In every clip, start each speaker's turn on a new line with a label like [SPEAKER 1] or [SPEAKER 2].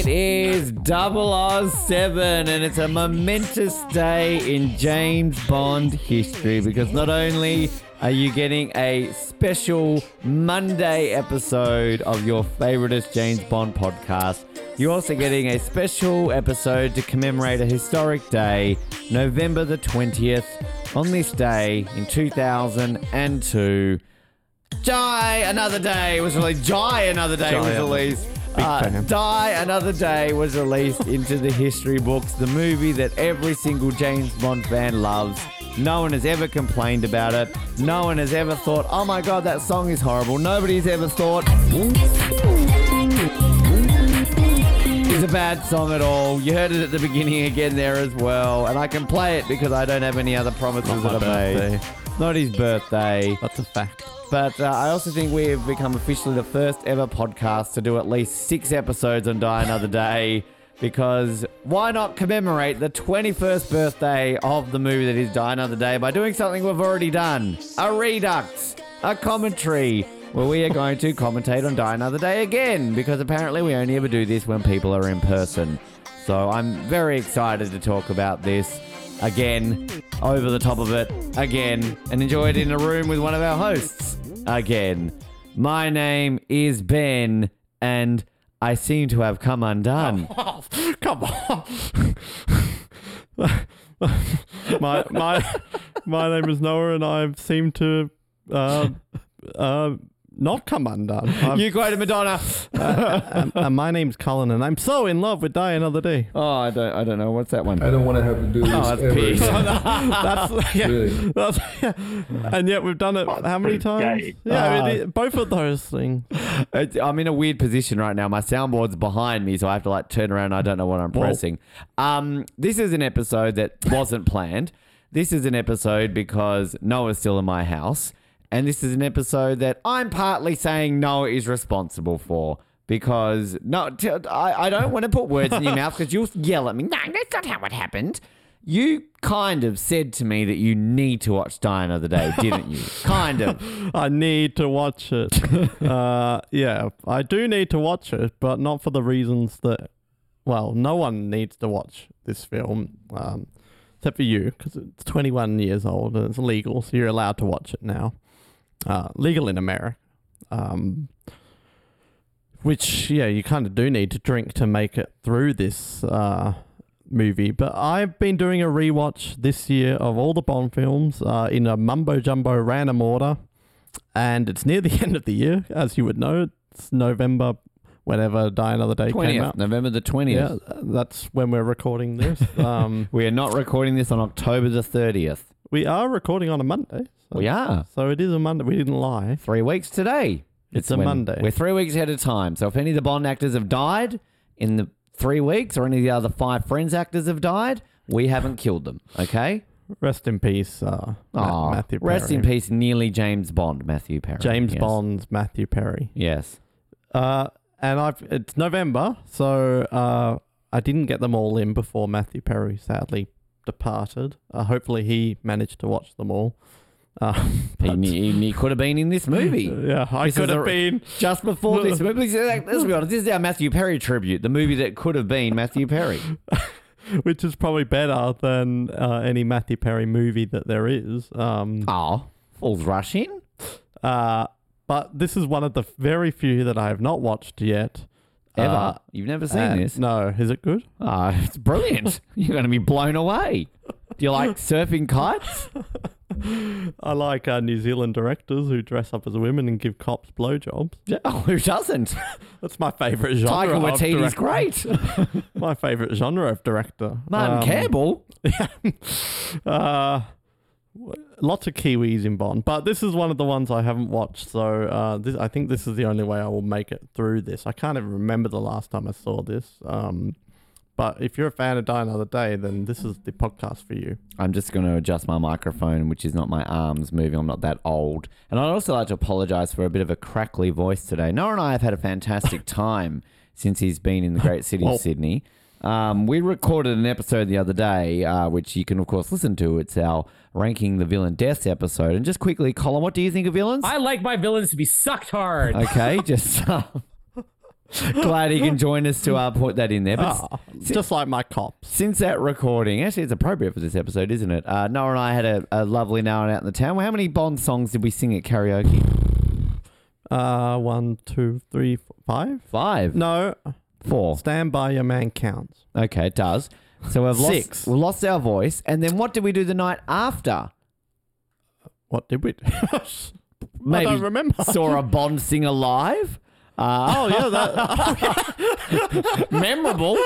[SPEAKER 1] is 007, and it's a momentous day in James Bond history because not only are you getting a special Monday episode of your favoritest James Bond podcast, you're also getting a special episode to commemorate a historic day, November the 20th, on this day in 2002. Die Another Day was released. Die Another Day
[SPEAKER 2] Die
[SPEAKER 1] was
[SPEAKER 2] Another-
[SPEAKER 1] released.
[SPEAKER 2] Big
[SPEAKER 1] Uh,
[SPEAKER 2] fan.
[SPEAKER 1] Die Another Day was released into the history books, the movie that every single James Bond fan loves. No one has ever complained about it. No one has ever thought, oh my god, that song is horrible. Nobody's ever thought it's a bad song at all. You heard it at the beginning again there as well. And I can play it because I don't have any other promises
[SPEAKER 2] Not my
[SPEAKER 1] that I made.
[SPEAKER 2] birthday.
[SPEAKER 1] Not his birthday.
[SPEAKER 2] That's a fact.
[SPEAKER 1] But uh, I also think we have become officially the first ever podcast to do at least six episodes on Die Another Day because why not commemorate the 21st birthday of the movie that is Die Another Day by doing something we've already done a redux, a commentary. Where we are going to commentate on Die Another Day again because apparently we only ever do this when people are in person. So I'm very excited to talk about this again, over the top of it again, and enjoy it in a room with one of our hosts again. My name is Ben, and I seem to have come undone.
[SPEAKER 2] Oh, Come on. my my my name is Noah, and I seem to uh, uh, not come undone. I'm-
[SPEAKER 1] You quoted Madonna.
[SPEAKER 2] I'm- and my name's Colin, and I'm so in love with Die Another Day.
[SPEAKER 1] oh, I don't, I don't know what's that one.
[SPEAKER 3] I don't want to have to do this
[SPEAKER 1] Oh, that's
[SPEAKER 3] ever
[SPEAKER 1] peace.
[SPEAKER 3] again.
[SPEAKER 2] That's yeah,
[SPEAKER 3] Really.
[SPEAKER 2] that's yeah. and yet we've done it how many times? Yeah, I mean, it- both of those things.
[SPEAKER 1] It's- I'm in a weird position right now. My soundboard's behind me, so I have to like turn around. I don't know what I'm pressing. Um, this is an episode that wasn't planned. This is an episode because Noah's still in my house, and this is an episode that I'm partly saying Noah is responsible for because no, t- I, I don't want to put words in your mouth because you'll yell at me. No, that's not how it happened. You kind of said to me that you need to watch Die Another Day, didn't you? kind of.
[SPEAKER 2] I need to watch it. uh, yeah, I do need to watch it, but not for the reasons that. Well, no one needs to watch this film, um, except for you, because it's 21 years old and it's legal, so you're allowed to watch it now. Uh, legal in America. Um, which, yeah, you kind of do need to drink to make it through this uh, movie. But I've been doing a rewatch this year of all the Bond films uh, in a mumbo jumbo random order and it's near the end of the year, as you would know. It's November, whenever Die Another Day came
[SPEAKER 1] 20th,
[SPEAKER 2] out.
[SPEAKER 1] November the 20th.
[SPEAKER 2] Yeah, that's when we're recording this. Um,
[SPEAKER 1] We are not recording this on October the 30th.
[SPEAKER 2] we are recording on a Monday, so,
[SPEAKER 1] We are.
[SPEAKER 2] so it is a Monday. We didn't lie.
[SPEAKER 1] Three weeks today.
[SPEAKER 2] It's a
[SPEAKER 1] when-
[SPEAKER 2] Monday.
[SPEAKER 1] We're three weeks ahead of time. So if any of the Bond actors have died in the three weeks or any of the other five Friends actors have died, we haven't killed them, okay?
[SPEAKER 2] Rest in peace, uh, Ma-
[SPEAKER 1] Aw,
[SPEAKER 2] Matthew. Perry.
[SPEAKER 1] rest in peace, nearly James Bond, Matthew Perry.
[SPEAKER 2] James
[SPEAKER 1] Yes.
[SPEAKER 2] Bond's Matthew Perry.
[SPEAKER 1] Yes.
[SPEAKER 2] Uh, and I've it's November, so uh, I didn't get them all in before Matthew Perry sadly departed. Uh, hopefully, he managed to watch them all. Uh,
[SPEAKER 1] He,
[SPEAKER 2] but-
[SPEAKER 1] he, he could have been in this movie.
[SPEAKER 2] yeah, I
[SPEAKER 1] This is
[SPEAKER 2] could
[SPEAKER 1] a-
[SPEAKER 2] have been.
[SPEAKER 1] Just before this movie, let's be honest, this is our Matthew Perry tribute, the movie that could have been Matthew Perry.
[SPEAKER 2] which is probably better than uh, any Matthew Perry movie that there is. Um,
[SPEAKER 1] Oh, Falls Rush in?
[SPEAKER 2] uh, but this is one of the very few that I have not watched yet.
[SPEAKER 1] Ever.
[SPEAKER 2] Uh,
[SPEAKER 1] You've never seen
[SPEAKER 2] and-
[SPEAKER 1] this.
[SPEAKER 2] No, is it good?
[SPEAKER 1] Oh, it's brilliant. You're going to be blown away. Do you like surfing kites?
[SPEAKER 2] I like uh, New Zealand directors who dress up as women and give cops blowjobs.
[SPEAKER 1] Yeah, Oh, who doesn't?
[SPEAKER 2] That's my favorite genre.
[SPEAKER 1] Tiger
[SPEAKER 2] of
[SPEAKER 1] Waititi's
[SPEAKER 2] direct-
[SPEAKER 1] great.
[SPEAKER 2] My favorite genre of director.
[SPEAKER 1] Martin
[SPEAKER 2] Um,
[SPEAKER 1] Campbell.
[SPEAKER 2] uh, w- lots of Kiwis in Bond, but this is one of the ones I haven't watched. So uh, this, I think this is the only way I will make it through this. I can't even remember the last time I saw this. Um, but if you're a fan of Die Another Day, then this is the podcast for you.
[SPEAKER 1] I'm just going to adjust my microphone, which is not my arms moving. I'm not that old. And I'd also like to apologize for a bit of a crackly voice today. Noah and I have had a fantastic time since he's been in the great city
[SPEAKER 2] Well-
[SPEAKER 1] of Sydney. Um, we recorded an episode the other day, uh, which you can, of course, listen to. It's our Ranking the Villain Deaths episode. And just quickly, Colin, what do you think of villains?
[SPEAKER 4] I like my villains to be sucked hard.
[SPEAKER 1] Okay, just um, Glad he can join us to uh, put that in there. But
[SPEAKER 2] Ah, just like my cops.
[SPEAKER 1] since that recording, actually, it's appropriate for this episode, isn't it? Uh, Noah and I had a, a lovely night out in the town. Well, how many Bond songs did we sing at karaoke?
[SPEAKER 2] Uh, one, two, three, four, five.
[SPEAKER 1] Five.
[SPEAKER 2] No,
[SPEAKER 1] Four.
[SPEAKER 2] stand by your man counts.
[SPEAKER 1] Okay, it does. So we've lost,
[SPEAKER 2] Six.
[SPEAKER 1] we lost our voice. And then what did we do the night after?
[SPEAKER 2] What did we? do? I
[SPEAKER 1] Maybe
[SPEAKER 2] don't remember.
[SPEAKER 1] saw a Bond singer live? Uh,
[SPEAKER 2] Oh yeah, that,
[SPEAKER 1] memorable.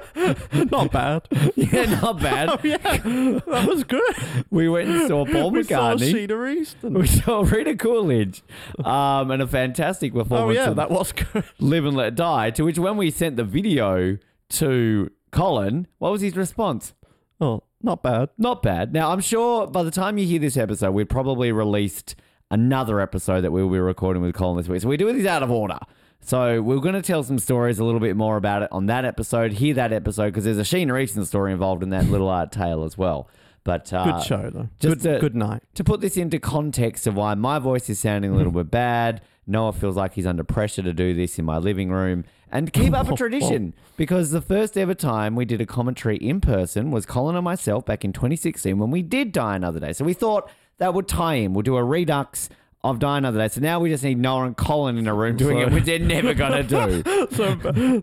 [SPEAKER 2] not bad.
[SPEAKER 1] yeah, not bad.
[SPEAKER 2] Yeah, that was good.
[SPEAKER 1] We went and saw Paul
[SPEAKER 2] we saw
[SPEAKER 1] McCartney.
[SPEAKER 2] Sheeta Easton.
[SPEAKER 1] we saw Rita Coolidge, um, and a fantastic
[SPEAKER 2] Oh
[SPEAKER 1] performance
[SPEAKER 2] yeah,
[SPEAKER 1] of
[SPEAKER 2] that was good.
[SPEAKER 1] "Live and Let Die." To which, when we sent the video to Colin, what was his response?
[SPEAKER 2] Oh, not bad.
[SPEAKER 1] Not bad. Now, I'm sure by the time you hear this episode, we've probably released another episode that we'll be recording with Colin this week. So we do these out of order. So we're going to tell some stories a little bit more about it on that episode. Hear that episode because there's a Sheena Easton story involved in that little art tale as well. But uh,
[SPEAKER 2] Good show though.
[SPEAKER 1] just
[SPEAKER 2] good,
[SPEAKER 1] a-
[SPEAKER 2] good night.
[SPEAKER 1] to put this into context of why my voice is sounding a little
[SPEAKER 2] Hmm.
[SPEAKER 1] bit bad, Noah feels like he's under pressure to do this in my living room and to keep up a tradition because the first ever time we did a commentary in person was Colin and myself back in 2016 when we did Die Another Day. So we thought that would tie in. We'll do a redux of Die Another Day. So now we just need Noah and Colin in a room doing it, which they're never going to do.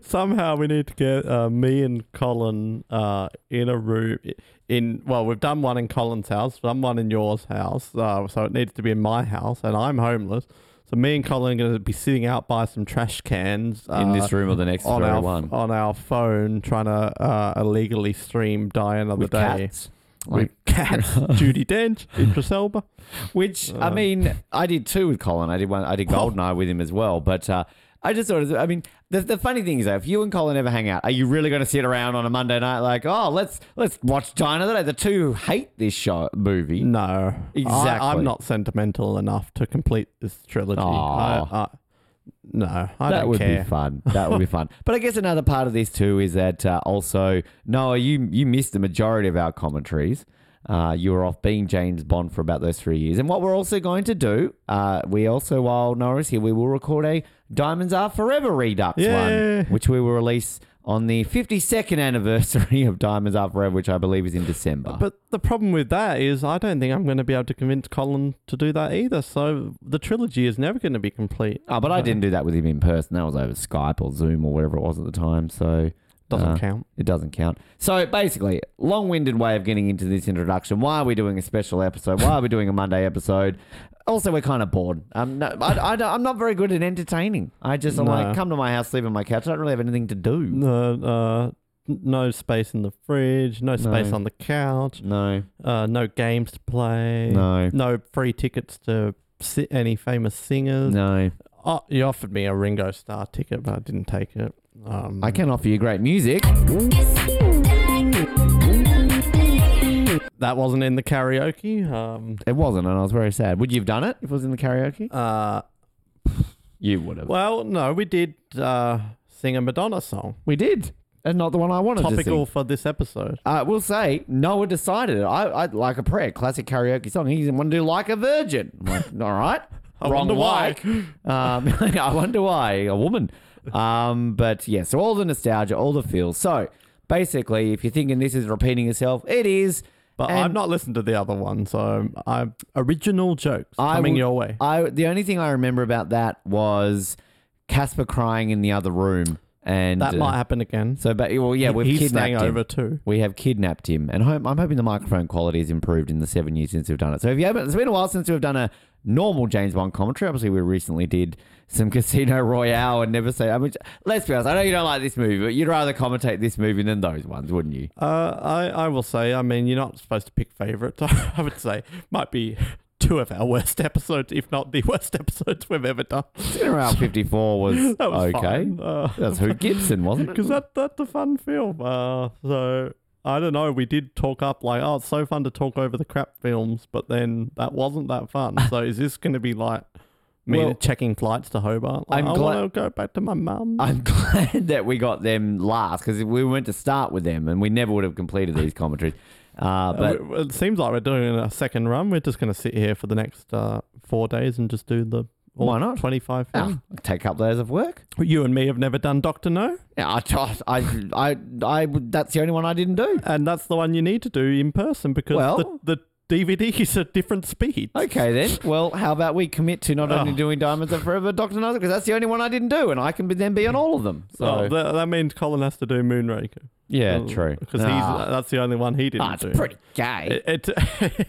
[SPEAKER 2] So somehow we need to get uh, me and Colin uh, in a room. In well, we've done one in Colin's house, done one in yours house. Uh, so it needs to be in my house, and I'm homeless. So me and Colin are going to be sitting out by some trash cans uh,
[SPEAKER 1] In this room or the next
[SPEAKER 2] on
[SPEAKER 1] three or
[SPEAKER 2] our
[SPEAKER 1] one.
[SPEAKER 2] on our phone, trying to uh, illegally stream Die Another
[SPEAKER 1] With
[SPEAKER 2] Day
[SPEAKER 1] cats.
[SPEAKER 2] with cats. Judy Dench, Idris Elba.
[SPEAKER 1] Which I mean, I did two with Colin. I did one. I did Goldeneye with him as well. But uh, I just thought, I mean, the, the funny thing is, though, if you and Colin ever hang out, are you really going to sit around on a Monday night like, oh, let's let's watch Dino the Day? The two hate this show movie.
[SPEAKER 2] No, I,
[SPEAKER 1] Exactly.
[SPEAKER 2] am not sentimental enough to complete this trilogy.
[SPEAKER 1] Aw.
[SPEAKER 2] I, I, no, I
[SPEAKER 1] that
[SPEAKER 2] don't
[SPEAKER 1] would
[SPEAKER 2] care.
[SPEAKER 1] be fun. That would be fun. But I guess another part of this too is that uh, also Noah, you you missed the majority of our commentaries. Uh, you were off being James Bond for about those three years. And what we're also going to do, uh, we also while Noah is here, we will record a Diamonds Are Forever Redux
[SPEAKER 2] Yeah.
[SPEAKER 1] one, which we will release on the 52nd anniversary of Diamonds Are Forever, which I believe is in December.
[SPEAKER 2] But the problem with that is, I don't think I'm going to be able to convince Colin to do that either. So the trilogy is never going to be complete.
[SPEAKER 1] oh, but I didn't do that with him in person. That was over Skype or Zoom or whatever it was at the time. So
[SPEAKER 2] Doesn't
[SPEAKER 1] uh,
[SPEAKER 2] count.
[SPEAKER 1] It doesn't count. So basically, long-winded way of getting into this introduction. Why are we doing a special episode? Why are we doing a Monday episode? Also, we're kind of bored. Um, no, I, am not very good at entertaining. I just am
[SPEAKER 2] No.
[SPEAKER 1] like come to my house, sleep on my couch. I don't really have anything to do.
[SPEAKER 2] No, uh, n- no space in the fridge. No space
[SPEAKER 1] No.
[SPEAKER 2] on the couch.
[SPEAKER 1] No,
[SPEAKER 2] Uh, no games to play.
[SPEAKER 1] no,
[SPEAKER 2] No free tickets to si- any famous singers.
[SPEAKER 1] no.
[SPEAKER 2] Oh, you offered me a Ringo Starr ticket, but I didn't take it. Um,
[SPEAKER 1] I can offer you great music.
[SPEAKER 2] that wasn't in the karaoke. Um,
[SPEAKER 1] It wasn't, and I was very sad. Would you have done it if it was in the karaoke?
[SPEAKER 2] uh,
[SPEAKER 1] You would have.
[SPEAKER 2] well, no, we did uh, sing a Madonna song.
[SPEAKER 1] we did, and not the one I wanted. to sing.
[SPEAKER 2] Topical for this episode.
[SPEAKER 1] Uh, we'll say Noah decided. I, I like a prayer, classic karaoke song. He didn't want to do like a virgin. I'm like, all right.
[SPEAKER 2] I wonder why.
[SPEAKER 1] like. Um, I wonder why a woman. Um, but yeah, so all the nostalgia, all the feels. So basically, if you're thinking this is repeating itself, it is.
[SPEAKER 2] But
[SPEAKER 1] And-
[SPEAKER 2] I've not listened to the other one, so I'm original jokes
[SPEAKER 1] I
[SPEAKER 2] coming
[SPEAKER 1] would-
[SPEAKER 2] your way.
[SPEAKER 1] I the only thing I remember about that was Casper crying in the other room, and
[SPEAKER 2] that
[SPEAKER 1] uh,
[SPEAKER 2] might happen again.
[SPEAKER 1] so. But well, yeah, we've
[SPEAKER 2] He's staying
[SPEAKER 1] kidnapped him.
[SPEAKER 2] over too.
[SPEAKER 1] We have kidnapped him, and ho- I'm hoping the microphone quality has improved in the seven years since we've done it. So, if you haven't, it's been a while since we've done a normal James Bond commentary. Obviously, we recently did some Casino Royale and Never Say. I mean, let's be honest. I know you don't like this movie, but you'd rather commentate this movie than those ones, wouldn't you?
[SPEAKER 2] Uh, I, I will say, I mean, you're not supposed to pick favorites. I would say might be two of our worst episodes, if not the worst episodes we've ever done.
[SPEAKER 1] Casino Royale 54 was,
[SPEAKER 2] That was
[SPEAKER 1] okay.
[SPEAKER 2] fine. Uh,
[SPEAKER 1] That's who Gibson wasn't it?
[SPEAKER 2] because that that's a fun film. Uh, so I don't know. We did talk up like, oh, it's so fun to talk over the crap films, but then that wasn't that fun. so is this going to be like me
[SPEAKER 1] Well,
[SPEAKER 2] checking flights to Hobart? Like,
[SPEAKER 1] I'm
[SPEAKER 2] I
[SPEAKER 1] gla-
[SPEAKER 2] want to go back to my mum.
[SPEAKER 1] I'm glad that we got them last because we went to start with them, and we never would have completed these commentaries. Uh, but
[SPEAKER 2] Uh, we- it seems like we're doing a second run. We're just going to sit here for the next uh, four days and just do the Or
[SPEAKER 1] Why not?
[SPEAKER 2] 25 films.
[SPEAKER 1] Oh, take a couple days of work.
[SPEAKER 2] You and me have never done Doctor No,
[SPEAKER 1] Yeah, I, I, I, I, that's the only one I didn't do.
[SPEAKER 2] and that's the one you need to do in person because
[SPEAKER 1] Well-
[SPEAKER 2] the, the DVD is a different speed.
[SPEAKER 1] Okay then. Well, how about we commit to not only
[SPEAKER 2] Oh.
[SPEAKER 1] doing Diamonds Are Forever, Doctor No, because that's the only one I didn't do, and I can be, then be on all of them. So
[SPEAKER 2] Oh, that, that means Colin has to do Moonraker.
[SPEAKER 1] yeah, true.
[SPEAKER 2] Because
[SPEAKER 1] Ah,
[SPEAKER 2] he's uh, that's the only one he didn't
[SPEAKER 1] ah, it's
[SPEAKER 2] do.
[SPEAKER 1] pretty gay.
[SPEAKER 2] It, it-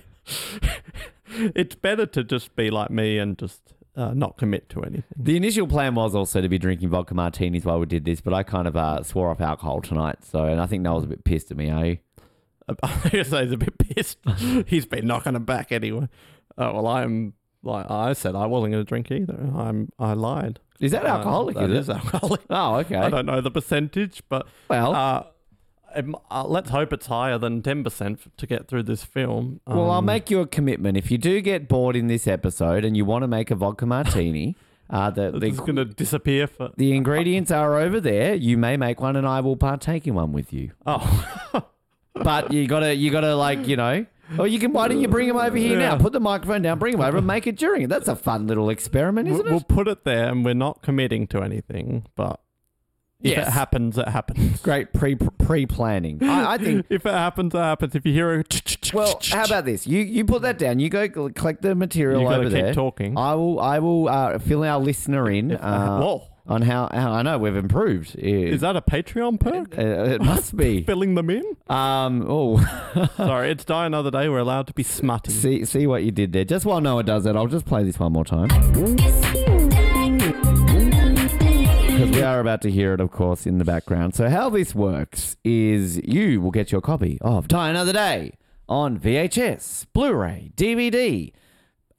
[SPEAKER 2] it's better to just be like me and just uh, not commit to anything.
[SPEAKER 1] the initial plan was also to be drinking vodka martinis while we did this, but I kind of uh, swore off alcohol tonight. So, and I think Noel's a bit pissed at me. Eh?
[SPEAKER 2] I guess he's a bit pissed. he's been knocking him back anyway. Uh, well, I'm like I said, I wasn't going to drink either. I'm I lied.
[SPEAKER 1] Is that
[SPEAKER 2] Uh,
[SPEAKER 1] alcoholic?
[SPEAKER 2] that
[SPEAKER 1] is
[SPEAKER 2] is
[SPEAKER 1] it?
[SPEAKER 2] alcoholic.
[SPEAKER 1] Oh,
[SPEAKER 2] I
[SPEAKER 1] okay. Oh.
[SPEAKER 2] don't know the percentage, but
[SPEAKER 1] Well,
[SPEAKER 2] uh, um, uh, let's hope it's higher than ten percent to get through this film.
[SPEAKER 1] Well, I'll
[SPEAKER 2] Um,
[SPEAKER 1] make you a commitment. If you do get bored in this episode and you want to make a vodka martini, uh, the,
[SPEAKER 2] It's
[SPEAKER 1] the,
[SPEAKER 2] going to disappear for.
[SPEAKER 1] the ingredients are over there. You may make one, and I will partake in one with you.
[SPEAKER 2] Oh,
[SPEAKER 1] But you gotta, you gotta, like, you know. Or you can. Why don't you bring them over here now?
[SPEAKER 2] Yeah.
[SPEAKER 1] Put the microphone down. Bring them over and make it during it. That's a fun little experiment,
[SPEAKER 2] we'll,
[SPEAKER 1] isn't
[SPEAKER 2] we'll
[SPEAKER 1] it?
[SPEAKER 2] put it there, and we're not committing to anything. But if
[SPEAKER 1] Yes.
[SPEAKER 2] it happens, it happens.
[SPEAKER 1] Great pre pre planning. I, I think.
[SPEAKER 2] if it happens, it happens. If you hear a
[SPEAKER 1] Well, how about this? You you put that down. You go cl- collect the material
[SPEAKER 2] you gotta
[SPEAKER 1] over
[SPEAKER 2] keep
[SPEAKER 1] there.
[SPEAKER 2] talking.
[SPEAKER 1] I will I will uh, fill our listener in uh,
[SPEAKER 2] Whoa,
[SPEAKER 1] on how, how I know we've improved.
[SPEAKER 2] is that a Patreon perk?
[SPEAKER 1] Uh, it must be.
[SPEAKER 2] Filling them in?
[SPEAKER 1] Um. Oh,
[SPEAKER 2] Sorry, it's Die Another Day. We're allowed to be smutty.
[SPEAKER 1] see, see what you did there. Just while Noah does that, I'll just play this one more time because we are about to hear it, of course, in the background. So how this works is you will get your copy of Die Another Day on VHS, Blu-ray, DVD,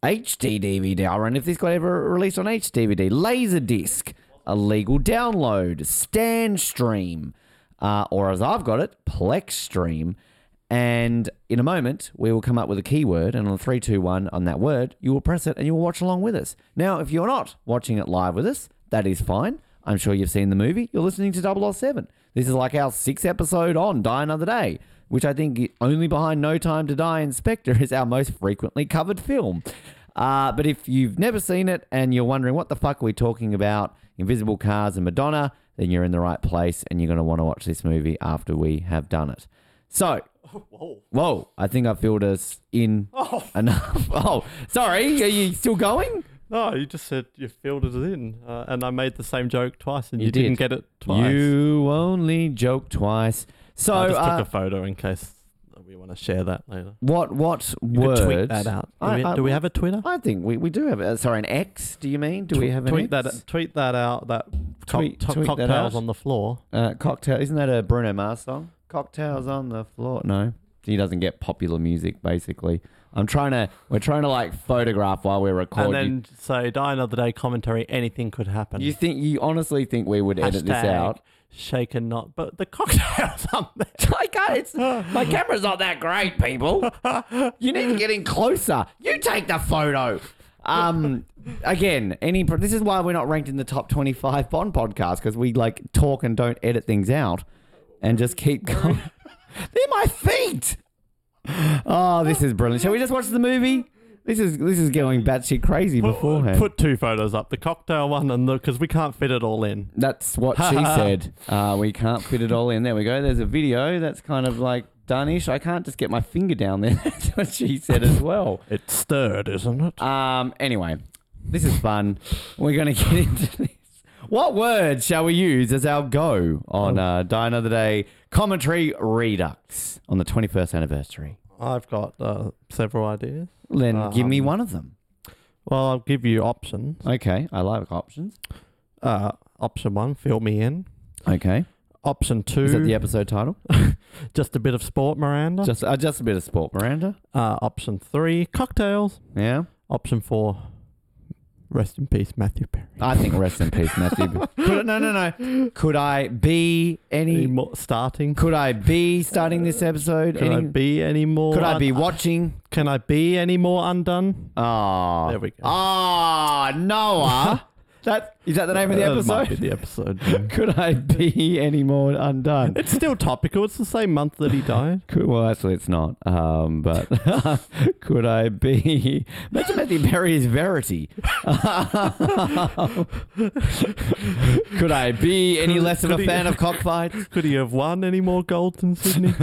[SPEAKER 1] HD DVD. I wonder if this got ever released on HD DVD, Laserdisc, a legal download, Stan Stream, uh, or as I've got it, Plex Stream. And in a moment, we will come up with a keyword, and on three, two, one, on that word, you will press it and you will watch along with us. Now, if you're not watching it live with us, that is fine. I'm sure you've seen the movie. You're listening to 007. This is like our sixth episode on Die Another Day, which I think only behind No Time to Die and Spectre is our most frequently covered film. Uh, but if you've never seen it and you're wondering what the fuck are we talking about, Invisible Cars and Madonna, then you're in the right place and you're going to want to watch this movie after we have done it. So,
[SPEAKER 2] Whoa.
[SPEAKER 1] whoa, I think I filled us in enough. Oh, sorry, are you still going?
[SPEAKER 2] No, Oh, you just said you filled it in, uh, and I made the same joke twice, and
[SPEAKER 1] You
[SPEAKER 2] you, did. not
[SPEAKER 1] did.
[SPEAKER 2] get it twice.
[SPEAKER 1] You only joke twice. So,
[SPEAKER 2] I just
[SPEAKER 1] uh,
[SPEAKER 2] took a photo in case we want to share that later.
[SPEAKER 1] what what
[SPEAKER 2] You could
[SPEAKER 1] word?
[SPEAKER 2] tweet that out. Do,
[SPEAKER 1] I-
[SPEAKER 2] we,
[SPEAKER 1] I-
[SPEAKER 2] do we have a Twitter?
[SPEAKER 1] I think we, we do have. Uh, sorry, an X? Do you mean? Do we
[SPEAKER 2] Tw-
[SPEAKER 1] have an
[SPEAKER 2] tweet
[SPEAKER 1] X?
[SPEAKER 2] that? Tweet that out. That co-
[SPEAKER 1] Tweet-
[SPEAKER 2] to-
[SPEAKER 1] tweet that
[SPEAKER 2] cocktails
[SPEAKER 1] out.
[SPEAKER 2] on the floor.
[SPEAKER 1] Uh, cocktail. Isn't that a Bruno Mars song? Cocktails on the floor. No, he doesn't get popular music. Basically, I'm trying to. We're trying to like photograph while we're recording.
[SPEAKER 2] and then say, die another day commentary, anything could happen.
[SPEAKER 1] you think you honestly think we would edit this out?
[SPEAKER 2] Shaken not, but the cocktails on there.
[SPEAKER 1] I can't. It's my camera's not that great, people. You need to get in closer. You take the photo. Um, again, any pro- this is why we're not ranked in the top twenty-five Bond podcast because we like talk and don't edit things out, and just keep going. They're my feet. Oh, this is brilliant. Shall we just watch the movie? This is this is going batshit crazy beforehand.
[SPEAKER 2] Put two photos up, the cocktail one and the because we can't fit it all in.
[SPEAKER 1] That's what she said. Uh, we can't fit it all in. There we go. There's a video that's kind of like done-ish. I can't just get my finger down there. That's what she said as well.
[SPEAKER 2] It's stirred, isn't it?
[SPEAKER 1] Um. Anyway, this is fun. We're gonna get into this. What word shall we use as our go on uh, Die Another Day commentary redux on the 21st anniversary?
[SPEAKER 2] I've got uh, several ideas.
[SPEAKER 1] Then give me one of them.
[SPEAKER 2] Well, I'll give you options.
[SPEAKER 1] Okay, I like options.
[SPEAKER 2] Uh, option one, fill me in.
[SPEAKER 1] Okay,
[SPEAKER 2] Option two,
[SPEAKER 1] is that the episode title?
[SPEAKER 2] just a bit of sport, Miranda.
[SPEAKER 1] Just uh, just a bit of sport, Miranda.
[SPEAKER 2] uh, option three, cocktails.
[SPEAKER 1] Yeah.
[SPEAKER 2] Option four, rest in peace, Matthew Perry.
[SPEAKER 1] I think rest in peace, Matthew. could, no, no, no. Could I be
[SPEAKER 2] Any
[SPEAKER 1] any?
[SPEAKER 2] more starting?
[SPEAKER 1] Could I be starting this episode?
[SPEAKER 2] Could I
[SPEAKER 1] Any-
[SPEAKER 2] be any more?
[SPEAKER 1] could I
[SPEAKER 2] un-
[SPEAKER 1] be watching?
[SPEAKER 2] Can I be any more undone?
[SPEAKER 1] Oh,
[SPEAKER 2] There we go.
[SPEAKER 1] Ah, Noah. That is that the name of the
[SPEAKER 2] That Uh, might be
[SPEAKER 1] episode?
[SPEAKER 2] the episode. yeah.
[SPEAKER 1] Could I be any more undone?
[SPEAKER 2] it's still topical. It's the same month that he died.
[SPEAKER 1] Could, well, actually, it's not. Um, but could I be? Imagine Matthew Perry's verity. could I be any
[SPEAKER 2] Could-
[SPEAKER 1] less of
[SPEAKER 2] could
[SPEAKER 1] a
[SPEAKER 2] he-
[SPEAKER 1] fan of cockfights?
[SPEAKER 2] Could he have won any more gold in Sydney?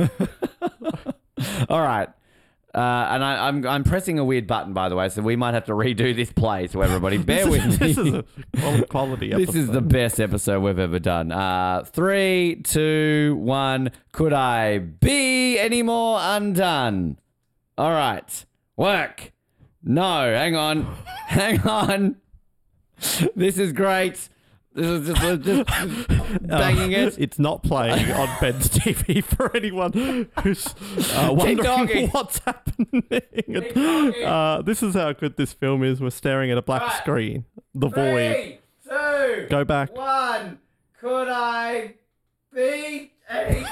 [SPEAKER 1] All right. Uh, and I, I'm I'm pressing a weird button, by the way, so we might have to redo this play. So everybody, bear
[SPEAKER 2] this,
[SPEAKER 1] with
[SPEAKER 2] is,
[SPEAKER 1] me.
[SPEAKER 2] this is a qual- quality episode.
[SPEAKER 1] This is the best episode we've ever done. Uh, three, two, one. Could I be any more undone? All right. Work. No, hang on. hang on. This is great. This is just, we're just
[SPEAKER 2] Uh,
[SPEAKER 1] banging it.
[SPEAKER 2] It's not playing on Ben's TV for anyone who's uh,
[SPEAKER 1] talking.
[SPEAKER 2] wondering what's happening. Uh, this is how good this film is. We're staring at a black
[SPEAKER 1] Right.
[SPEAKER 2] screen. The void.
[SPEAKER 1] Three, two,
[SPEAKER 2] Go back.
[SPEAKER 1] one. Could I be any?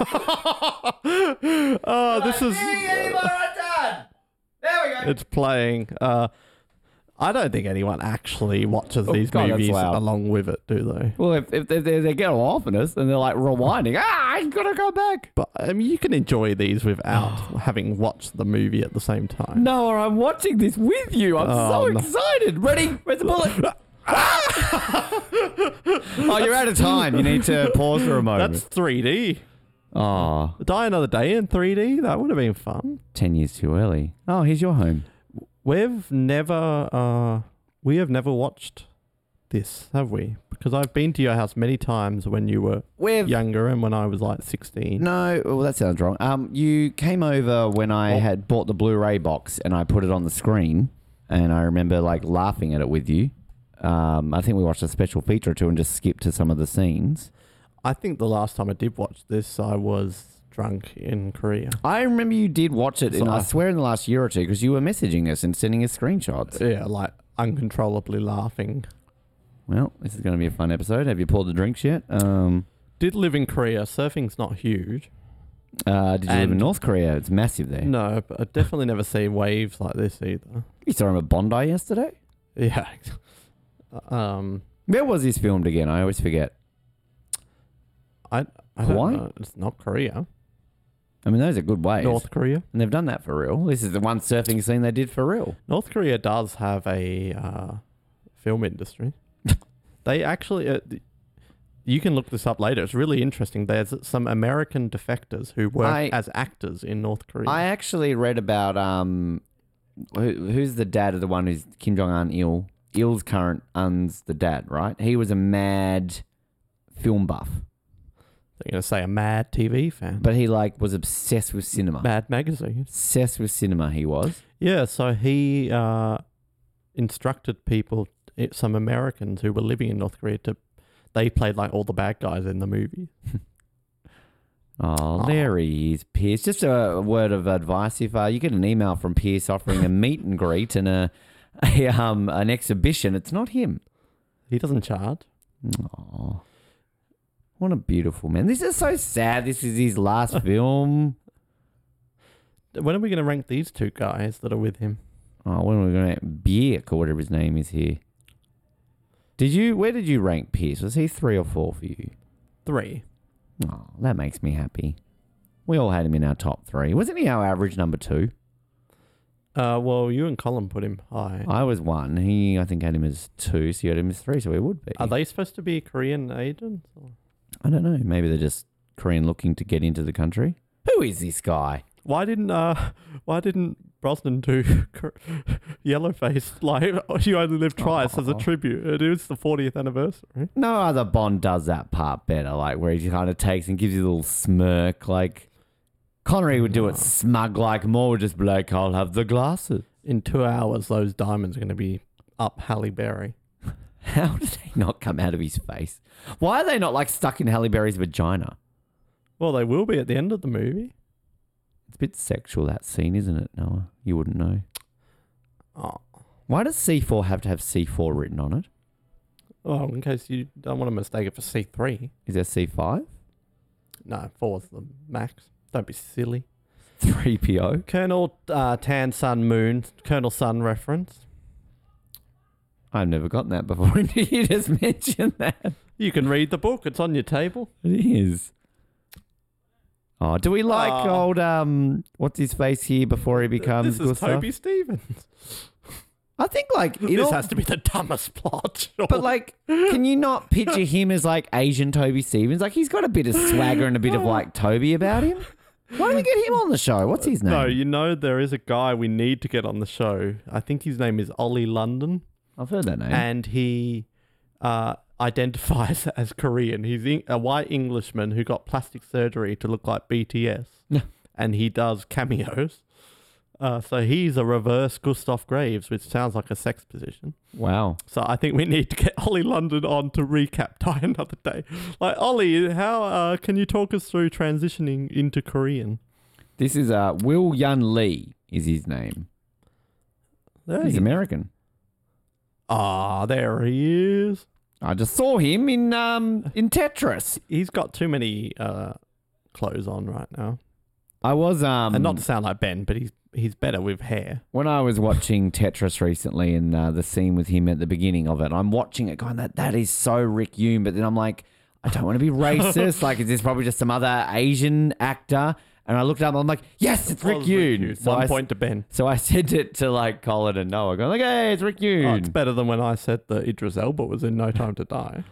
[SPEAKER 2] oh, this is.
[SPEAKER 1] undone? There we go.
[SPEAKER 2] It's playing. Uh, I don't think anyone actually watches these
[SPEAKER 1] Oh, God, that's
[SPEAKER 2] movies
[SPEAKER 1] loud.
[SPEAKER 2] along with it, do they?
[SPEAKER 1] Well, if, if they, they, they get all off on us and they're like rewinding, ah, I gotta go back.
[SPEAKER 2] But I mean, you can enjoy these without having watched the movie at the same time.
[SPEAKER 1] No, or I'm watching this with you. I'm so
[SPEAKER 2] Oh, no.
[SPEAKER 1] excited. Ready? Where's the bullet? oh, you're out of time. You need to pause for a
[SPEAKER 2] That's 3D.
[SPEAKER 1] oh,
[SPEAKER 2] Die Another Day in 3D. That would have been fun.
[SPEAKER 1] 10 years too early. Oh, here's your home.
[SPEAKER 2] We've never, uh, we have never watched this, have we? Because I've been to your house many times when you were
[SPEAKER 1] We've
[SPEAKER 2] younger and when I was like 16.
[SPEAKER 1] no. Well, that sounds wrong. Um, you came over when I
[SPEAKER 2] Oh.
[SPEAKER 1] had bought the Blu-ray box and I put it on the screen, and I remember like laughing at it with you. Um, I think we watched a special feature or two and just skipped to some of the scenes.
[SPEAKER 2] I think the last time I did watch this, I was drunk in Korea.
[SPEAKER 1] I remember you did watch it, and I
[SPEAKER 2] So-
[SPEAKER 1] swear in the last year or two, because you were messaging us and sending us screenshots.
[SPEAKER 2] Yeah, like uncontrollably laughing.
[SPEAKER 1] Well, this is going to be a fun episode. Have you poured the drinks yet? Um,
[SPEAKER 2] Did live in Korea. Surfing's not huge.
[SPEAKER 1] uh, did you live in
[SPEAKER 2] And-
[SPEAKER 1] North Korea? It's massive there.
[SPEAKER 2] No, but I definitely never see waves like this either.
[SPEAKER 1] You saw him at Bondi yesterday.
[SPEAKER 2] Yeah. Um,
[SPEAKER 1] Where was this filmed again? I always forget.
[SPEAKER 2] I, I don't
[SPEAKER 1] Hawaii?
[SPEAKER 2] know. It's not Korea.
[SPEAKER 1] I mean, those are good waves.
[SPEAKER 2] North Korea.
[SPEAKER 1] And they've done that for real. This is the one surfing scene they did for real.
[SPEAKER 2] North Korea does have a uh, film industry. they actually, uh, th- you can look this up later. It's really interesting. There's some American defectors who work
[SPEAKER 1] I-
[SPEAKER 2] as actors in North Korea.
[SPEAKER 1] I actually read about um, who, who's the dad of the one who's Kim Jong Un Il. Il's current un's the dad, right? He was a mad film buff,
[SPEAKER 2] They're going to say a mad TV fan,
[SPEAKER 1] but he like was obsessed with cinema.
[SPEAKER 2] mad magazine.
[SPEAKER 1] Obsessed with cinema, he was.
[SPEAKER 2] Yeah, so he uh, instructed people, i- some Americans who were living in North Korea, to they played like all the bad guys in the movie.
[SPEAKER 1] Oh,
[SPEAKER 2] Aw.
[SPEAKER 1] there he is, Pierce. Just a word of advice: if uh, you get an email from Pierce offering a meet and greet and a, a um an exhibition, it's not him.
[SPEAKER 2] He doesn't charge.
[SPEAKER 1] Oh, what a beautiful man! This is so sad. This is his last film.
[SPEAKER 2] When are we going to rank these two guys that are with him?
[SPEAKER 1] Oh, when are we going to Bierk or whatever his name is here? Did you? Where did you rank Pierce? Was he three or four for you?
[SPEAKER 2] Three.
[SPEAKER 1] Oh, that makes me happy. We all had him in our top three. Wasn't he our average number two?
[SPEAKER 2] Uh, well, you and Colin put him high.
[SPEAKER 1] I was one. He, I think, had him as two. So you had him as three. So he would be.
[SPEAKER 2] Are they supposed to be Korean agents? or-
[SPEAKER 1] I don't know. Maybe they're just Korean looking to get into the country. Who is this guy?
[SPEAKER 2] Why didn't uh, why didn't Brosnan do Kor- Yellowface like "You Only Live Twice" as a
[SPEAKER 1] Aw.
[SPEAKER 2] tribute? It is the 40th anniversary.
[SPEAKER 1] No other Bond does that part better. Like where he kind of takes and gives you a little smirk. Like Connery would do it smug. Like Moore would just be like, "I'll have the glasses."
[SPEAKER 2] In two hours, those diamonds are going to be up Halle Berry.
[SPEAKER 1] How did they not come out of his face? Why are they not like stuck in Halle Berry's vagina?
[SPEAKER 2] Well, they will be at the end of the movie.
[SPEAKER 1] It's a bit sexual that scene, isn't it, Noah? You wouldn't know.
[SPEAKER 2] Oh,
[SPEAKER 1] Why does C4 have to have C4 written on it?
[SPEAKER 2] well, in case you don't want to mistake it for C three.
[SPEAKER 1] Is there C5?
[SPEAKER 2] No, four's the max. Don't be silly.
[SPEAKER 1] 3PO?
[SPEAKER 2] Colonel uh, Tan Sun Moon, Colonel Sun reference.
[SPEAKER 1] I've never gotten that before. until you just mentioned that.
[SPEAKER 2] You can read the book. It's on your table.
[SPEAKER 1] It is. Oh, do we like
[SPEAKER 2] Aw.
[SPEAKER 1] old um? What's his face here before he becomes
[SPEAKER 2] this is
[SPEAKER 1] Gustav?
[SPEAKER 2] Toby Stevens.
[SPEAKER 1] I think like it
[SPEAKER 2] This
[SPEAKER 1] all,
[SPEAKER 2] has to be the dumbest plot.
[SPEAKER 1] but like, can you not picture him as like Asian Toby Stevens? Like he's got a bit of swagger and a bit of like Toby about him. Why don't we get him on the show? What's his name?
[SPEAKER 2] no, you know there is a guy we need to get on the show. I think his name is Ollie London,
[SPEAKER 1] I've heard that name.
[SPEAKER 2] and he uh, identifies as Korean. He's en- a white Englishman who got plastic surgery to look like BTS, and he does cameos. Uh, so he's a reverse Gustav Graves, which sounds like a sex position.
[SPEAKER 1] wow.
[SPEAKER 2] So I think we need to get Ollie London on to recap Die Another Day. Like Ollie, how uh, can you talk us through transitioning into Korean?
[SPEAKER 1] This is uh Will Yun Lee is his name.
[SPEAKER 2] There
[SPEAKER 1] He's
[SPEAKER 2] he-
[SPEAKER 1] American.
[SPEAKER 2] Ah, there he is.
[SPEAKER 1] I just saw him in um in Tetris.
[SPEAKER 2] He's got too many uh, clothes on right now,
[SPEAKER 1] I was um
[SPEAKER 2] and not to sound like Ben, but he's he's better with hair.
[SPEAKER 1] when I was watching Tetris recently and uh, the scene with him at the beginning of it, I'm watching it going that that is so Rick Hume, but then I'm like, I don't want to be racist. like, is this probably just some other Asian actor? And I looked up, I'm like, yes, it's Rick
[SPEAKER 2] Was
[SPEAKER 1] Hume.
[SPEAKER 2] Hughes.
[SPEAKER 1] So
[SPEAKER 2] One
[SPEAKER 1] I,
[SPEAKER 2] point to Ben.
[SPEAKER 1] so I sent it to like Colin and Noah, going like, hey, it's Rick Hume.
[SPEAKER 2] Oh, it's better than when I said that Idris Elba was in No Time to Die.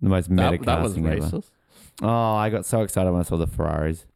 [SPEAKER 1] the most meta
[SPEAKER 2] That, that was
[SPEAKER 1] casting ever.
[SPEAKER 2] racist.
[SPEAKER 1] Oh, I got so excited when I saw the Ferraris.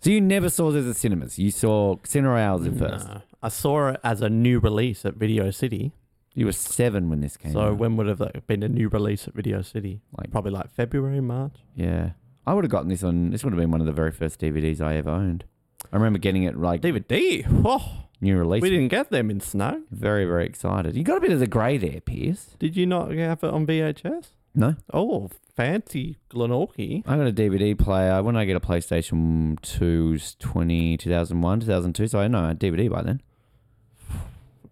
[SPEAKER 1] So you never saw this at cinemas. You saw Cinema Hours at first.
[SPEAKER 2] No. I saw it as a new release at Video City.
[SPEAKER 1] You were seven when this came.
[SPEAKER 2] So
[SPEAKER 1] out.
[SPEAKER 2] when would have that been a new release at Video City?
[SPEAKER 1] Like-
[SPEAKER 2] probably like February, March.
[SPEAKER 1] Yeah. I would have gotten this on, this would have been one of the very first DVDs I ever owned. I remember getting it like
[SPEAKER 2] DVD. Oh,
[SPEAKER 1] new release.
[SPEAKER 2] we didn't get them in snow.
[SPEAKER 1] Very, very excited. You got a bit of the grey there, Pierce.
[SPEAKER 2] Did you not have it on VHS?
[SPEAKER 1] No.
[SPEAKER 2] Oh, fancy Glenorchy.
[SPEAKER 1] I got a DVD player when I get a PlayStation 2's 20, 2001, 2002. So I know a DVD by then.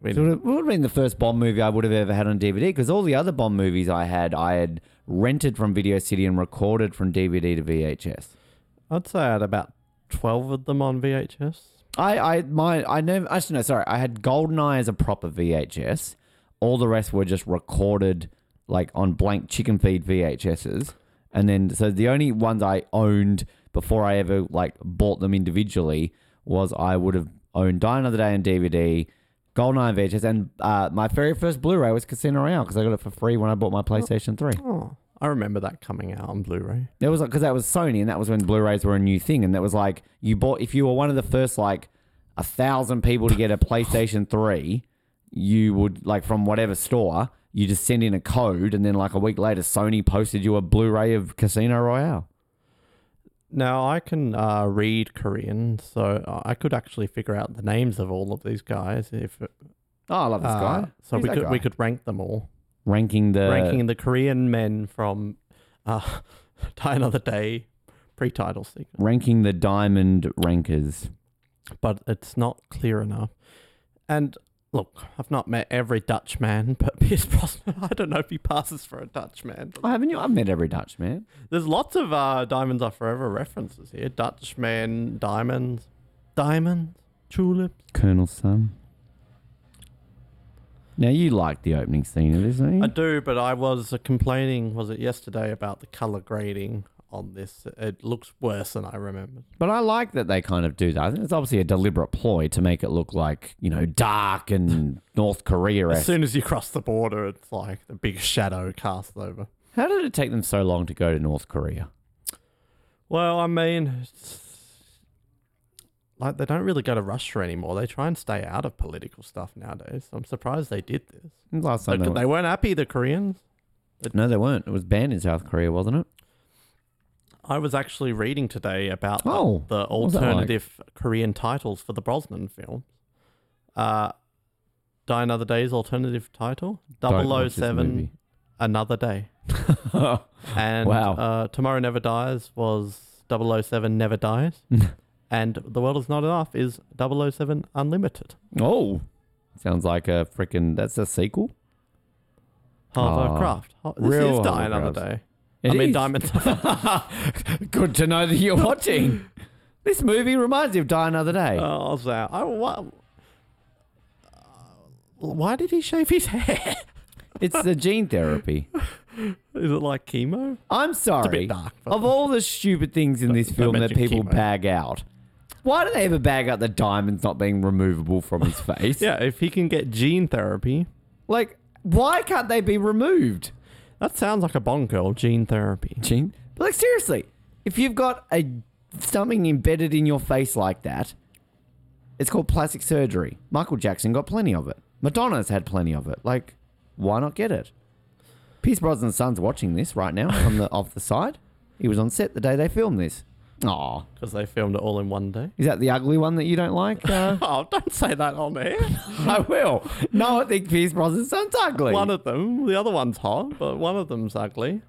[SPEAKER 2] We
[SPEAKER 1] So it would have been the first Bond movie I would have ever had on DVD because all the other Bond movies I had, I had rented from Video City and recorded from DVD to VHS.
[SPEAKER 2] I'd say I had about 12 of them on VHS.
[SPEAKER 1] I, I, my, I never. Actually, no. Sorry, I had GoldenEye as a proper VHS. All the rest were just recorded like on blank chicken feed VHSs, and then so the only ones I owned before I ever like bought them individually was I would have owned Die Another Day on DVD, GoldenEye on VHS, and uh, my very first Blu-ray was Casino Royale because I got it for free when I bought my PlayStation Three.
[SPEAKER 2] Oh, I remember that coming out on Blu ray.
[SPEAKER 1] There was because that was Sony, and that was when Blu-rays were a new thing, and that was like you bought if you were one of the first like a thousand people to get a PlayStation Three, you would like from whatever store you just send in a code, and then like a week later, Sony posted you a Blu-ray of Casino Royale.
[SPEAKER 2] Now, I can uh, read Korean, so I could actually figure out the names of all of these guys. If uh,
[SPEAKER 1] Oh, I love this guy.
[SPEAKER 2] So
[SPEAKER 1] Who's
[SPEAKER 2] we
[SPEAKER 1] that
[SPEAKER 2] could,
[SPEAKER 1] guy?
[SPEAKER 2] we could rank them all.
[SPEAKER 1] ranking the
[SPEAKER 2] Ranking the Korean men from uh, Die Another Day pre title sequence.
[SPEAKER 1] ranking the diamond rankers.
[SPEAKER 2] but it's not clear enough. And look, I've not met every Dutch man, but Pierce Brosnan, I don't know if he passes for a Dutch man.
[SPEAKER 1] I Oh, haven't you? I've met every Dutch man.
[SPEAKER 2] There's lots of uh, Diamonds Are Forever references here. Dutch man, diamonds, diamonds, tulips.
[SPEAKER 1] Colonel Sum. Now you like the opening scene of this, don't you?
[SPEAKER 2] I do, but I was uh, complaining, was it yesterday, about the color grading on this. It looks worse than I remembered.
[SPEAKER 1] But I like that they kind of do that. I think it's obviously a deliberate ploy to make it look like, you know, dark and North Korea
[SPEAKER 2] As soon as you cross the border, it's like the big shadow cast over.
[SPEAKER 1] How did it take them so long to go to North Korea?
[SPEAKER 2] Well, I mean, it's- like they don't really go to Russia anymore. They try and stay out of political stuff nowadays. I'm surprised they did this.
[SPEAKER 1] Last time
[SPEAKER 2] Like,
[SPEAKER 1] they,
[SPEAKER 2] they weren't happy, the Koreans.
[SPEAKER 1] No, they weren't. It was banned in South Korea, wasn't it?
[SPEAKER 2] I was actually reading today about the-
[SPEAKER 1] Oh,
[SPEAKER 2] the,
[SPEAKER 1] was that like?
[SPEAKER 2] alternative Korean titles for the Brosnan film. Uh, Die Another Day's alternative title
[SPEAKER 1] Don't watch this
[SPEAKER 2] 007
[SPEAKER 1] movie.
[SPEAKER 2] Another Day. And
[SPEAKER 1] Wow.
[SPEAKER 2] uh, Tomorrow Never Dies was 007 Never Dies. and The World Is Not Enough is 007 Unlimited.
[SPEAKER 1] oh. Sounds like a freaking. That's a sequel?
[SPEAKER 2] Harvard
[SPEAKER 1] Ah,
[SPEAKER 2] Craft. Ho- This
[SPEAKER 1] real
[SPEAKER 2] is Die
[SPEAKER 1] Harvard
[SPEAKER 2] Another
[SPEAKER 1] Craft.
[SPEAKER 2] Day.
[SPEAKER 1] It
[SPEAKER 2] I mean,
[SPEAKER 1] is.
[SPEAKER 2] Diamonds.
[SPEAKER 1] Good to know that you're watching. this movie reminds me of Die Another Day.
[SPEAKER 2] oh, uh, so I, why, why did he shave his hair?
[SPEAKER 1] It's the gene therapy.
[SPEAKER 2] Is it like chemo?
[SPEAKER 1] I'm sorry.
[SPEAKER 2] dark, but-
[SPEAKER 1] of all the stupid things in this
[SPEAKER 2] Don't
[SPEAKER 1] film that
[SPEAKER 2] mention
[SPEAKER 1] people
[SPEAKER 2] chemo.
[SPEAKER 1] bag out, why do they ever bag out the diamonds not being removable from his face?
[SPEAKER 2] Yeah, if he can get gene therapy,
[SPEAKER 1] Like, why can't they be removed?
[SPEAKER 2] that sounds like a Bond girl gene therapy.
[SPEAKER 1] Gene? But like seriously, if you've got a something embedded in your face like that, it's called plastic surgery. Michael Jackson got plenty of it. Madonna's had plenty of it. Like, why not get it? Pierce Brosnan's son's watching this right now from the off the side. He was on set the day they filmed this. Aw.
[SPEAKER 2] Because they filmed it all in one day.
[SPEAKER 1] Is that the ugly one that you don't like? Uh,
[SPEAKER 2] Oh, don't say that on air.
[SPEAKER 1] I will. No, I think Pierce Brosnan's son's ugly.
[SPEAKER 2] one of them, the other one's hot, but one of them's ugly.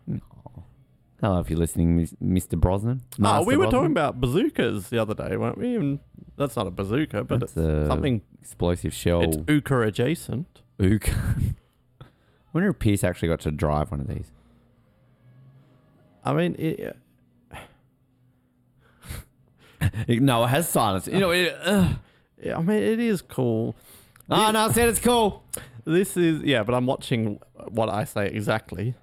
[SPEAKER 1] Hello, if you're listening, Mis- Mr. Brosnan.
[SPEAKER 2] Oh, we
[SPEAKER 1] Master
[SPEAKER 2] were
[SPEAKER 1] Brosnan.
[SPEAKER 2] talking about bazookas the other day, weren't we? And that's not a bazooka, but
[SPEAKER 1] That's
[SPEAKER 2] it's
[SPEAKER 1] a-
[SPEAKER 2] something
[SPEAKER 1] explosive shell.
[SPEAKER 2] it's uka adjacent.
[SPEAKER 1] Ook. wonder if Pierce actually got to drive one of these.
[SPEAKER 2] I mean, it,
[SPEAKER 1] No, it has silence. You know, it, uh,
[SPEAKER 2] I mean, it is cool.
[SPEAKER 1] oh, no, I said it's cool.
[SPEAKER 2] This is yeah, but I'm watching what I say exactly.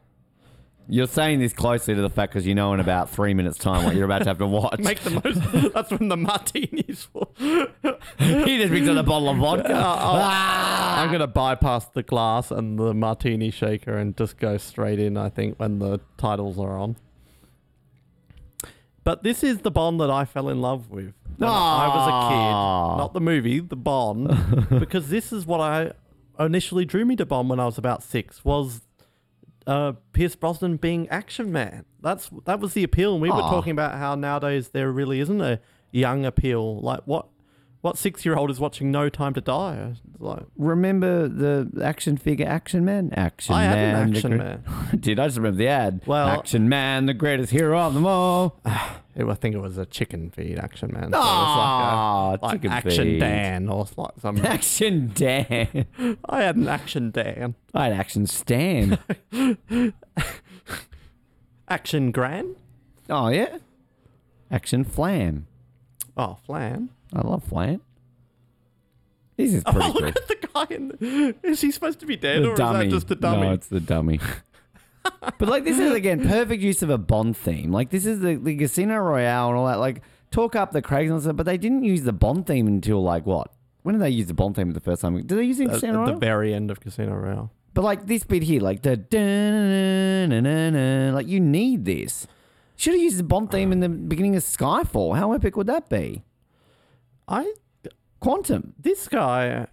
[SPEAKER 1] You're saying this closely to the fact because you know in about three minutes' time what you're about to have to watch.
[SPEAKER 2] Make the most. that's when the martinis. will- Oh,
[SPEAKER 1] he just picked up a bottle of vodka. Ah!
[SPEAKER 2] I'm gonna bypass the glass and the martini shaker and just go straight in. I think when the titles are on. But this is the Bond that I fell in love with when I was a
[SPEAKER 1] Aw.
[SPEAKER 2] kid. Not the movie, the Bond, because this is what I initially drew me to Bond when I was about six. Was uh, Pierce Brosnan being Action Man? That's that was the appeal. And we were
[SPEAKER 1] Aw.
[SPEAKER 2] talking about how nowadays there really isn't a young appeal. Like what what six year old is watching No Time to Die? It's like
[SPEAKER 1] Remember the action figure Action Man? Action
[SPEAKER 2] I
[SPEAKER 1] Man.
[SPEAKER 2] had an
[SPEAKER 1] the
[SPEAKER 2] Action
[SPEAKER 1] gre-
[SPEAKER 2] Man.
[SPEAKER 1] Dude, I just remember the ad.
[SPEAKER 2] Well-
[SPEAKER 1] action Man, the greatest hero of them all.
[SPEAKER 2] It- I think it was a chicken feed Action Man. So
[SPEAKER 1] Ah,
[SPEAKER 2] it was like, a, like
[SPEAKER 1] chicken
[SPEAKER 2] Action
[SPEAKER 1] feed.
[SPEAKER 2] Dan or like some.
[SPEAKER 1] Action Dan.
[SPEAKER 2] I had an Action Dan,
[SPEAKER 1] I had Action Stan.
[SPEAKER 2] Action Gran.
[SPEAKER 1] oh, yeah. Action Flam.
[SPEAKER 2] Oh, Flan.
[SPEAKER 1] I love Flan. This is pretty
[SPEAKER 2] Oh,
[SPEAKER 1] cool.
[SPEAKER 2] look at the guy. In, is he supposed to be dead
[SPEAKER 1] The
[SPEAKER 2] or is that just a dummy?
[SPEAKER 1] No, it's the dummy. but like this is again perfect use of a Bond theme. Like this is the, the Casino Royale and all that. Like talk up the Craigs and stuff, but they didn't use the Bond theme until like what? When did they use the Bond theme the first time? Did they use it in
[SPEAKER 2] At-
[SPEAKER 1] Casino
[SPEAKER 2] at the
[SPEAKER 1] Royale?
[SPEAKER 2] very end of Casino Royale.
[SPEAKER 1] but like this bit here, like the dun-dun-dun-dun-dun, like you need this. Should have used the Bond theme in the beginning of Skyfall. How epic would that be?
[SPEAKER 2] I
[SPEAKER 1] Quantum.
[SPEAKER 2] this guy,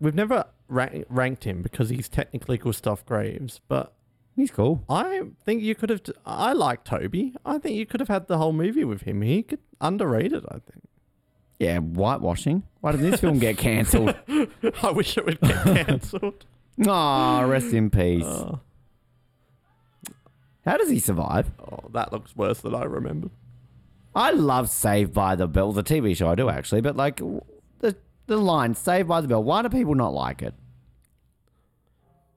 [SPEAKER 2] we've never ra- ranked him because he's technically Gustav Graves, but
[SPEAKER 1] He's cool.
[SPEAKER 2] I think you could have. t- I like Toby. I think you could have had the whole movie with him. He could underrated. I think.
[SPEAKER 1] Yeah, whitewashing. Why did this film get cancelled?
[SPEAKER 2] I wish it would get cancelled.
[SPEAKER 1] Ah, rest in peace.
[SPEAKER 2] oh,
[SPEAKER 1] How does he survive?
[SPEAKER 2] oh, that looks worse than I remember.
[SPEAKER 1] I love Saved by the Bell, the TV show. I do actually, but like the the line "Saved by the Bell." Why do people not like it?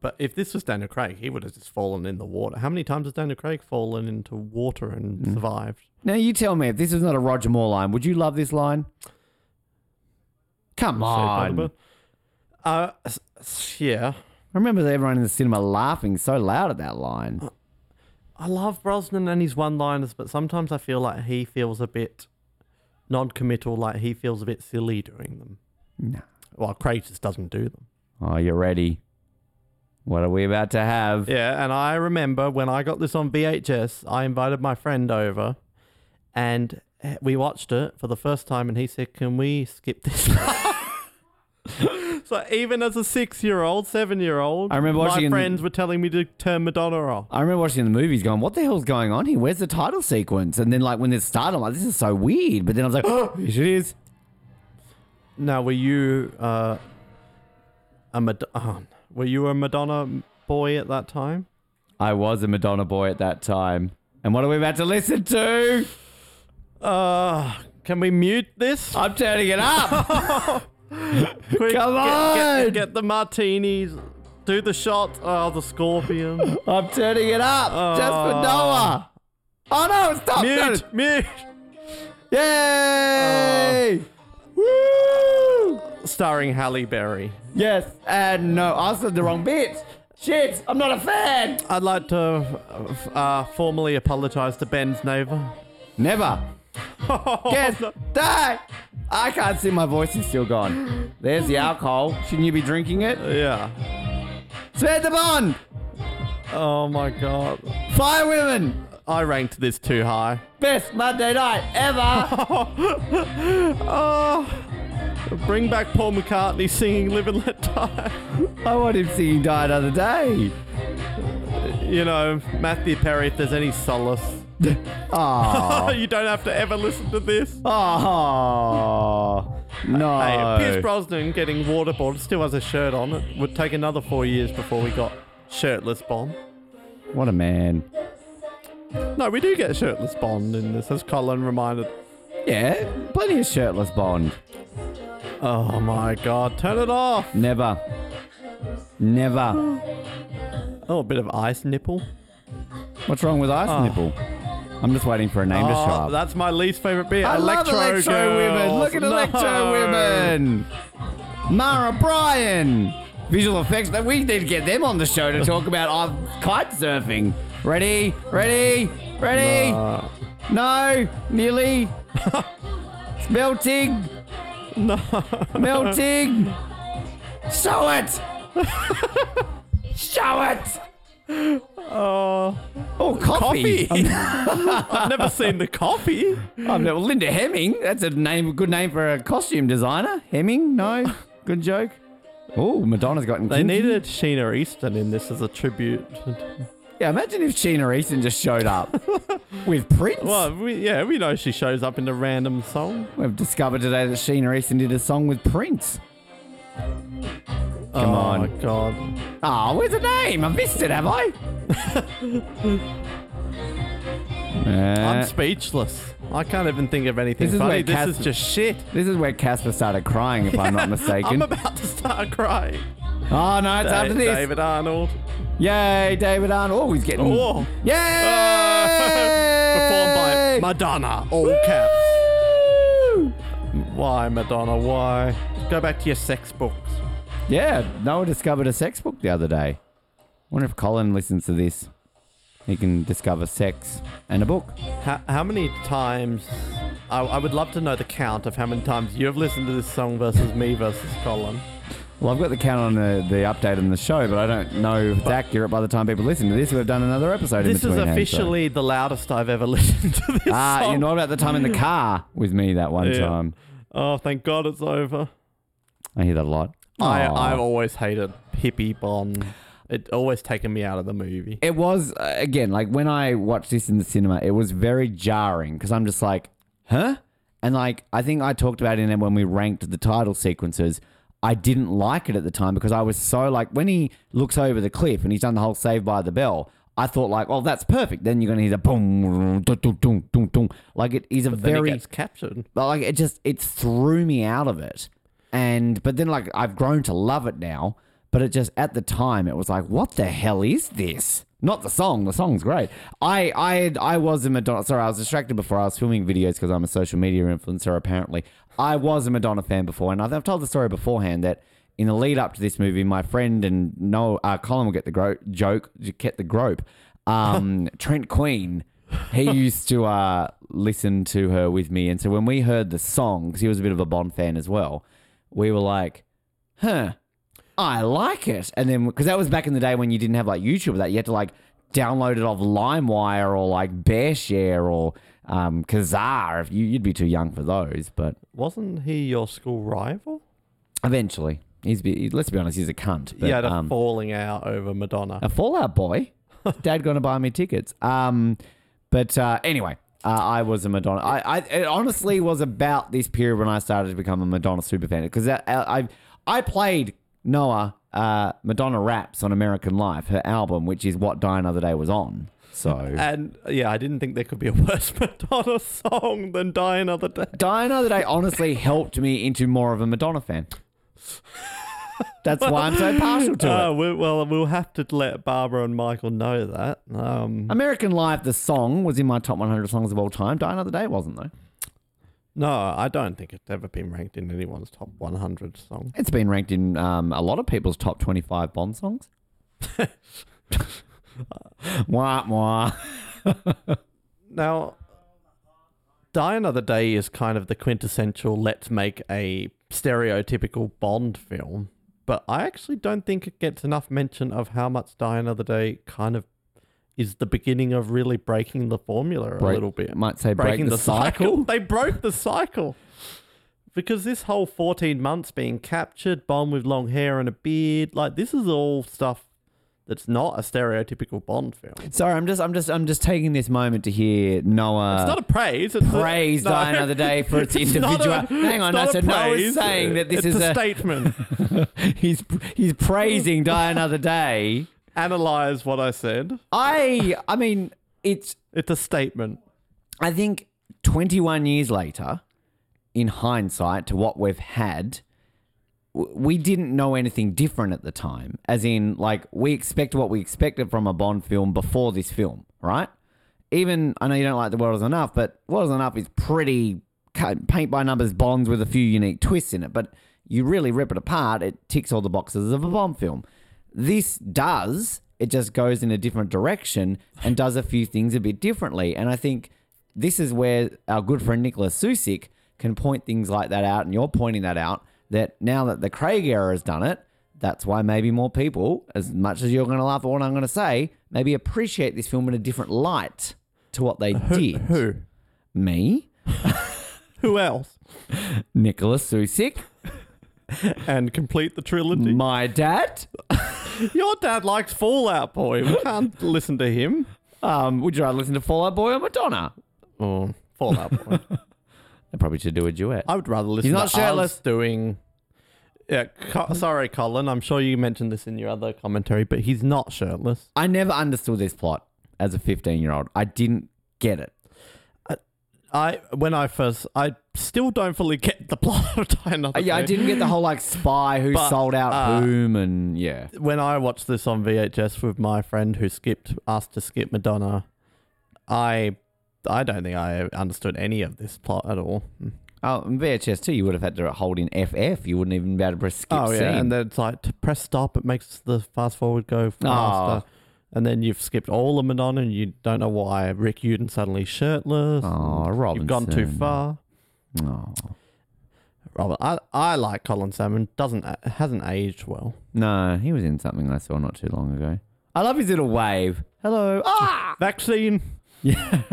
[SPEAKER 2] But if this was Daniel Craig, he would have just fallen in the water. How many times has Daniel Craig fallen into water and survived?
[SPEAKER 1] Now you tell me, if this was not a Roger Moore line, would you love this line? Come
[SPEAKER 2] Saved by the
[SPEAKER 1] on!
[SPEAKER 2] Bell. Uh, s- s- yeah.
[SPEAKER 1] I remember everyone in the cinema laughing so loud at that line.
[SPEAKER 2] I love Brosnan and his one-liners, but sometimes I feel like he feels a bit non-committal, like he feels a bit silly doing them.
[SPEAKER 1] No.
[SPEAKER 2] Well, Craig just doesn't do them.
[SPEAKER 1] Oh, you ready? What are we about to have?
[SPEAKER 2] Yeah, and I remember when I got this on VHS, I invited my friend over and eh, we watched it for the first time and he said, "Can we skip this?" so even as a 6-year-old, 7-year-old,
[SPEAKER 1] I remember watching
[SPEAKER 2] my
[SPEAKER 1] in-
[SPEAKER 2] friends were telling me to turn Madonna off.
[SPEAKER 1] I remember watching the movies going, what the hell's going on here? Where's the title sequence? And then, like, when it started, I'm like, this is so weird. But then I was like, oh, here it is.
[SPEAKER 2] Now, were you uh, a Madonna? were you a Madonna boy at that time?
[SPEAKER 1] I was a Madonna boy at that time. And what are we about to listen to?
[SPEAKER 2] Uh, can we mute this?
[SPEAKER 1] I'm turning it up.
[SPEAKER 2] Quick,
[SPEAKER 1] come
[SPEAKER 2] get, get-
[SPEAKER 1] on!
[SPEAKER 2] get the martinis. Do the shot. Oh, the scorpion.
[SPEAKER 1] I'm turning it up just for
[SPEAKER 2] Oh.
[SPEAKER 1] Noah. Oh no, it's top
[SPEAKER 2] mute, mute.
[SPEAKER 1] Yay!
[SPEAKER 2] Oh. Woo! Starring Halle Berry.
[SPEAKER 1] Yes, and no, I said the wrong bit. Shit, I'm not a fan.
[SPEAKER 2] I'd like to uh, f- uh, formally apologize to Ben's neighbor.
[SPEAKER 1] Never. Yes, die. I can't see my voice is still gone. There's the alcohol. Shouldn't you be drinking it?
[SPEAKER 2] Uh. Yeah.
[SPEAKER 1] Spare the bond.
[SPEAKER 2] Oh my god.
[SPEAKER 1] Fire women.
[SPEAKER 2] I ranked this too high.
[SPEAKER 1] Best Monday night ever.
[SPEAKER 2] Oh, bring back Paul McCartney singing Live and Let Die.
[SPEAKER 1] I want him singing Die Another Day.
[SPEAKER 2] You know, Matthew Perry, if there's any solace.
[SPEAKER 1] Oh.
[SPEAKER 2] Oh, you don't have to ever listen to this.
[SPEAKER 1] Oh. No.
[SPEAKER 2] Hey, Pierce Brosnan getting waterboarded still has a shirt on. It would take another four years before we got shirtless Bond.
[SPEAKER 1] what a man.
[SPEAKER 2] No, we do get shirtless Bond in this, as Colin reminded.
[SPEAKER 1] Yeah, plenty of shirtless Bond.
[SPEAKER 2] Oh my god, turn it off!
[SPEAKER 1] Never. Never.
[SPEAKER 2] Oh, a bit of ice nipple.
[SPEAKER 1] What's wrong with Ice
[SPEAKER 2] Oh.
[SPEAKER 1] Nipple? I'm just waiting for a name to show
[SPEAKER 2] Oh,
[SPEAKER 1] up.
[SPEAKER 2] that's my least favorite beer.
[SPEAKER 1] I
[SPEAKER 2] electro
[SPEAKER 1] love electro women. Look at
[SPEAKER 2] girls.
[SPEAKER 1] electro
[SPEAKER 2] No.
[SPEAKER 1] women. Mara Bryan. Visual effects. That we need to get them on the show to talk about our kite surfing. Ready? Ready? Ready?
[SPEAKER 2] Uh,
[SPEAKER 1] No. Nearly. it's melting. No. Melting. Show it. Show it.
[SPEAKER 2] oh,
[SPEAKER 1] Oh, coffee.
[SPEAKER 2] coffee. I've never seen the coffee.
[SPEAKER 1] I've never- Oh, Linda Hemming. That's a name, good name for a costume designer. Hemming? No. Good joke. Oh, Madonna's gotten.
[SPEAKER 2] They
[SPEAKER 1] kinky.
[SPEAKER 2] needed Sheena Easton in this as a tribute.
[SPEAKER 1] Yeah, imagine if Sheena Easton just showed up with Prince.
[SPEAKER 2] Well, Oh, we, yeah, we know she shows up in a random song.
[SPEAKER 1] We've discovered today that Sheena Easton did a song with Prince.
[SPEAKER 2] oh
[SPEAKER 1] on.
[SPEAKER 2] my god.
[SPEAKER 1] Ah, where's the name? I missed it, have I?
[SPEAKER 2] I'm
[SPEAKER 1] Uh,
[SPEAKER 2] speechless. I can't even think of anything
[SPEAKER 1] This is
[SPEAKER 2] funny.
[SPEAKER 1] where
[SPEAKER 2] This
[SPEAKER 1] Cass-
[SPEAKER 2] is just shit.
[SPEAKER 1] this is where Casper started crying, if I'm not mistaken.
[SPEAKER 2] I'm about to start crying.
[SPEAKER 1] oh no, it's after
[SPEAKER 2] Da-
[SPEAKER 1] this.
[SPEAKER 2] David Arnold.
[SPEAKER 1] Yay, David Arnold. Oh, he's getting.
[SPEAKER 2] Oh.
[SPEAKER 1] Yay!
[SPEAKER 2] Performed by Madonna.
[SPEAKER 1] Oh.
[SPEAKER 2] All caps.
[SPEAKER 1] Woo!
[SPEAKER 2] Why, Madonna? Why? Go back to your sex books.
[SPEAKER 1] Yeah, Noah discovered a sex book the other day. Wonder if Colin listens to this. He can discover sex and a book.
[SPEAKER 2] How, how many times? I, I would love to know the count of how many times you have listened to this song versus me versus Colin.
[SPEAKER 1] Well, I've got the count on the, the update on the show, but I don't know if it's accurate by the time people listen to this. We've done another episode.
[SPEAKER 2] This
[SPEAKER 1] in
[SPEAKER 2] is
[SPEAKER 1] between hands, so-
[SPEAKER 2] officially the loudest I've ever listened to this
[SPEAKER 1] Ah,
[SPEAKER 2] song.
[SPEAKER 1] you know about the time in the car with me that one
[SPEAKER 2] Yeah.
[SPEAKER 1] time.
[SPEAKER 2] oh, thank God it's over.
[SPEAKER 1] I hear that a lot.
[SPEAKER 2] I,
[SPEAKER 1] Aw.
[SPEAKER 2] I've always hated hippie Bond. It always taken me out of the movie.
[SPEAKER 1] it was uh, again like when I watched this in the cinema, it was very jarring because I'm just like, huh? And like I think I talked about it in when we ranked the title sequences. I didn't like it at the time because I was so like when he looks over the cliff and he's done the whole Save by the Bell. I thought like, oh, that's perfect. Then you're gonna hear the boom, dun, dun, dun, dun, dun. like it is a
[SPEAKER 2] Then
[SPEAKER 1] very
[SPEAKER 2] it gets captured.
[SPEAKER 1] but like it just it threw me out of it and but then like i've grown to love it now but it just at the time it was like what the hell is this not the song the song's great i i had- i was a madonna sorry i was distracted before i was filming videos because i'm a social media influencer apparently i was a madonna fan before and i've I've told the story beforehand that in the lead up to this movie my friend and no uh, colin will get the gro- joke get the grope um, trent queen he used to uh, listen to her with me. And so when we heard the song, because he was a bit of a Bond fan as well, we were like, huh, I like it. And then, because that was back in the day when you didn't have like YouTube or that, you had to like download it off LimeWire or like BearShare or um, Kazaa. If you, you'd be too young for those, but
[SPEAKER 2] Wasn't he your school rival?
[SPEAKER 1] eventually, he's be, let's be honest, he's a cunt. But,
[SPEAKER 2] you had a
[SPEAKER 1] um,
[SPEAKER 2] falling out over Madonna.
[SPEAKER 1] a Fallout Boy. Dad gonna buy me tickets. Um, but uh, anyway, uh, I was a Madonna. I, I it honestly was about this period when I started to become a Madonna super fan because I, I I played Noah uh, Madonna raps on American Life, her album, which is what Die Another Day was on. So uh,
[SPEAKER 2] And yeah, I didn't think there could be a worse Madonna song than Die Another Day.
[SPEAKER 1] Die Another Day honestly helped me into more of a Madonna fan. That's why I'm so partial to it.
[SPEAKER 2] Uh, we, well, we'll have to let Barbara and Michael know that. Um,
[SPEAKER 1] American Life, the song, was in my top 100 songs of all time. Die Another Day wasn't though.
[SPEAKER 2] no, I don't think it's ever been ranked in anyone's top 100 song.
[SPEAKER 1] It's been ranked in um, a lot of people's top 25 Bond songs. Wah, wah.
[SPEAKER 2] Now, Die Another Day is kind of the quintessential let's make a stereotypical Bond film, but I actually don't think it gets enough mention of how much Die Another Day kind of is the beginning of really breaking the formula a
[SPEAKER 1] Break-
[SPEAKER 2] little bit.
[SPEAKER 1] I might say break the cycle.
[SPEAKER 2] They broke the cycle. Because this whole 14 months being captured, Bond with long hair and a beard, like this is all stuff that's not a stereotypical Bond film.
[SPEAKER 1] Sorry, I'm just, I'm just, I'm just taking this moment to hear Noah.
[SPEAKER 2] It's not a praise. It's
[SPEAKER 1] praise
[SPEAKER 2] a, no.
[SPEAKER 1] Die Another Day for its
[SPEAKER 2] not a-
[SPEAKER 1] individual. Hang on,
[SPEAKER 2] it's
[SPEAKER 1] no,
[SPEAKER 2] not
[SPEAKER 1] so
[SPEAKER 2] a
[SPEAKER 1] Noah is
[SPEAKER 2] praise.
[SPEAKER 1] saying that this
[SPEAKER 2] it's
[SPEAKER 1] is
[SPEAKER 2] a,
[SPEAKER 1] a,
[SPEAKER 2] statement.
[SPEAKER 1] he's he's praising Die Another Day.
[SPEAKER 2] Analyze what I said.
[SPEAKER 1] I, I mean, it's
[SPEAKER 2] It's a statement.
[SPEAKER 1] I think 21 years later, in hindsight to what we've had, w- we didn't know anything different at the time. As in, like, we expect what we expected from a Bond film before this film, right? Even, I know you don't like The World Is Enough, but World Is Enough is pretty paint by numbers Bonds with a few unique twists in it. But you really rip it apart, it ticks all the boxes of a Bond film. This does. It just goes in a different direction and does a few things a bit differently. And I think this is where our good friend Nicholas Susik can point things like that out, and you're pointing that out. That now that the Craig era has done it, that's why maybe more people, as much as you're going to laugh at what I'm going to say, maybe appreciate this film in a different light to what they did.
[SPEAKER 2] Who?
[SPEAKER 1] Me,
[SPEAKER 2] Who else?
[SPEAKER 1] Nicholas Susik,
[SPEAKER 2] And complete the trilogy.
[SPEAKER 1] my dad.
[SPEAKER 2] Your dad likes Fallout Boy. We can't listen to him.
[SPEAKER 1] Um, would you rather listen to Fall Out Boy or Madonna?
[SPEAKER 2] Oh, Fallout Boy.
[SPEAKER 1] They probably should do a duet.
[SPEAKER 2] I would rather listen.
[SPEAKER 1] He's not
[SPEAKER 2] to
[SPEAKER 1] shirtless.
[SPEAKER 2] us doing. Yeah, Co- sorry, Colin. I'm sure you mentioned this in your other commentary, but he's not shirtless.
[SPEAKER 1] I never understood this plot as a 15 year old. I didn't get it.
[SPEAKER 2] I when I first, I still don't fully get the plot of Die Another
[SPEAKER 1] Yeah, I
[SPEAKER 2] Day.
[SPEAKER 1] didn't get the whole like spy who
[SPEAKER 2] But,
[SPEAKER 1] sold out
[SPEAKER 2] uh,
[SPEAKER 1] whom and yeah.
[SPEAKER 2] When I watched this on VHS with my friend who skipped asked to skip Madonna, I I don't think I understood any of this plot at all.
[SPEAKER 1] Oh, and VHS too. You would have had to hold in FF. You wouldn't even be able to press skip
[SPEAKER 2] oh
[SPEAKER 1] scene.
[SPEAKER 2] yeah, and then it's like to press stop, it makes the fast forward go faster. And then you've skipped all of Madonna, and you don't know why Rick Uden suddenly shirtless.
[SPEAKER 1] oh, Robinson.
[SPEAKER 2] You've gone too far.
[SPEAKER 1] Oh.
[SPEAKER 2] Robert, I, I like Colin Salmon. Doesn't hasn't aged well.
[SPEAKER 1] No, he was in something I saw not too long ago. I love his little wave. Hello. Ah!
[SPEAKER 2] Vaccine.
[SPEAKER 1] Yeah.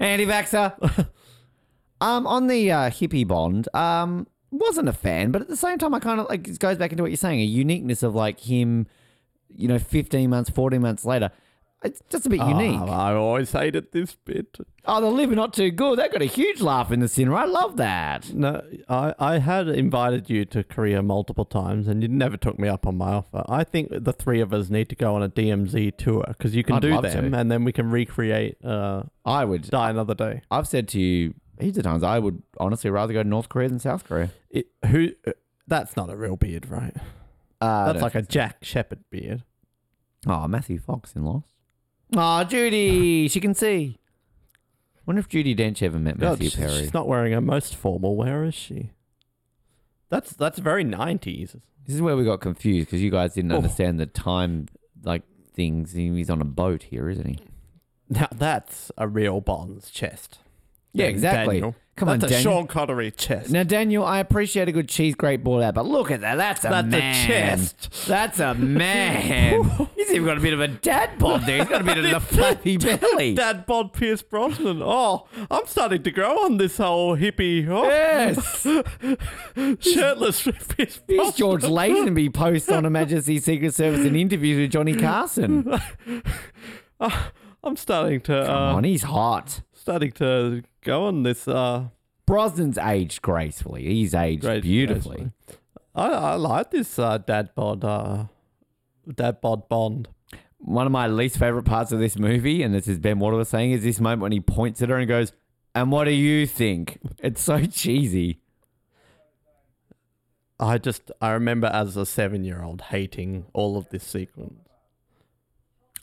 [SPEAKER 1] Anti-vaxxer. um, on the uh, hippie bond, um, wasn't a fan, but at the same time, I kind of like it goes back into what you're saying, a uniqueness of like him, you know, 15 months, 14 months later. It's just a bit unique.
[SPEAKER 2] Ah, I always hated this bit.
[SPEAKER 1] Oh, the liver not too good. That got a huge laugh in the cinema. I love that.
[SPEAKER 2] No, I, I had invited you to Korea multiple times and you never took me up on my offer. I think the three of us need to go on a DMZ tour because you can
[SPEAKER 1] I'd
[SPEAKER 2] do
[SPEAKER 1] love
[SPEAKER 2] them
[SPEAKER 1] to.
[SPEAKER 2] and then we can recreate uh,
[SPEAKER 1] I would.
[SPEAKER 2] Die Another Day.
[SPEAKER 1] I've said to you heaps of times, I would honestly rather go to North Korea than South Korea.
[SPEAKER 2] It, who? uh, That's not a real beard, right?
[SPEAKER 1] Uh,
[SPEAKER 2] That's like a Jack Shepherd beard.
[SPEAKER 1] oh, Matthew Fox in Lost. Oh, Judy, she can see. Wonder if Judy Dench ever met
[SPEAKER 2] God,
[SPEAKER 1] Matthew
[SPEAKER 2] she's,
[SPEAKER 1] Perry.
[SPEAKER 2] she's not wearing her most formal wear, is she? That's that's very 90s.
[SPEAKER 1] This is where we got confused because you guys didn't
[SPEAKER 2] Oh.
[SPEAKER 1] understand the time, like things. He's on a boat here, isn't he?
[SPEAKER 2] Now that's a real Bond's chest.
[SPEAKER 1] Yeah, exactly.
[SPEAKER 2] Daniel.
[SPEAKER 1] Come
[SPEAKER 2] that's
[SPEAKER 1] on,
[SPEAKER 2] a
[SPEAKER 1] Daniel.
[SPEAKER 2] Sean Connery chest.
[SPEAKER 1] Now, Daniel, I appreciate a good cheese grate ball out, but look at that. That's a
[SPEAKER 2] That's a
[SPEAKER 1] man.
[SPEAKER 2] chest.
[SPEAKER 1] That's a man. He's even got a bit of a dad bod there. He's got a bit of the flappy belly.
[SPEAKER 2] Dad bod Pierce Brosnan. Oh, I'm starting to grow on this whole hippie oh,
[SPEAKER 1] Yes.
[SPEAKER 2] shirtless Pierce
[SPEAKER 1] Here's
[SPEAKER 2] Brosnan.
[SPEAKER 1] George Lazenby post on Emergency Secret Service and interviews with Johnny Carson.
[SPEAKER 2] I'm starting to
[SPEAKER 1] Come
[SPEAKER 2] uh,
[SPEAKER 1] on, he's hot.
[SPEAKER 2] starting to go on this. Uh,
[SPEAKER 1] Brosnan's aged gracefully. He's aged
[SPEAKER 2] great-
[SPEAKER 1] beautifully.
[SPEAKER 2] I, I like this uh, dad bod. Uh, dad bod Bond.
[SPEAKER 1] One of my least favorite parts of this movie, and this is Ben Waterworth saying, is this moment when he points at her and goes, And what do you think? It's so cheesy.
[SPEAKER 2] I just I remember as a seven year old hating all of this sequence.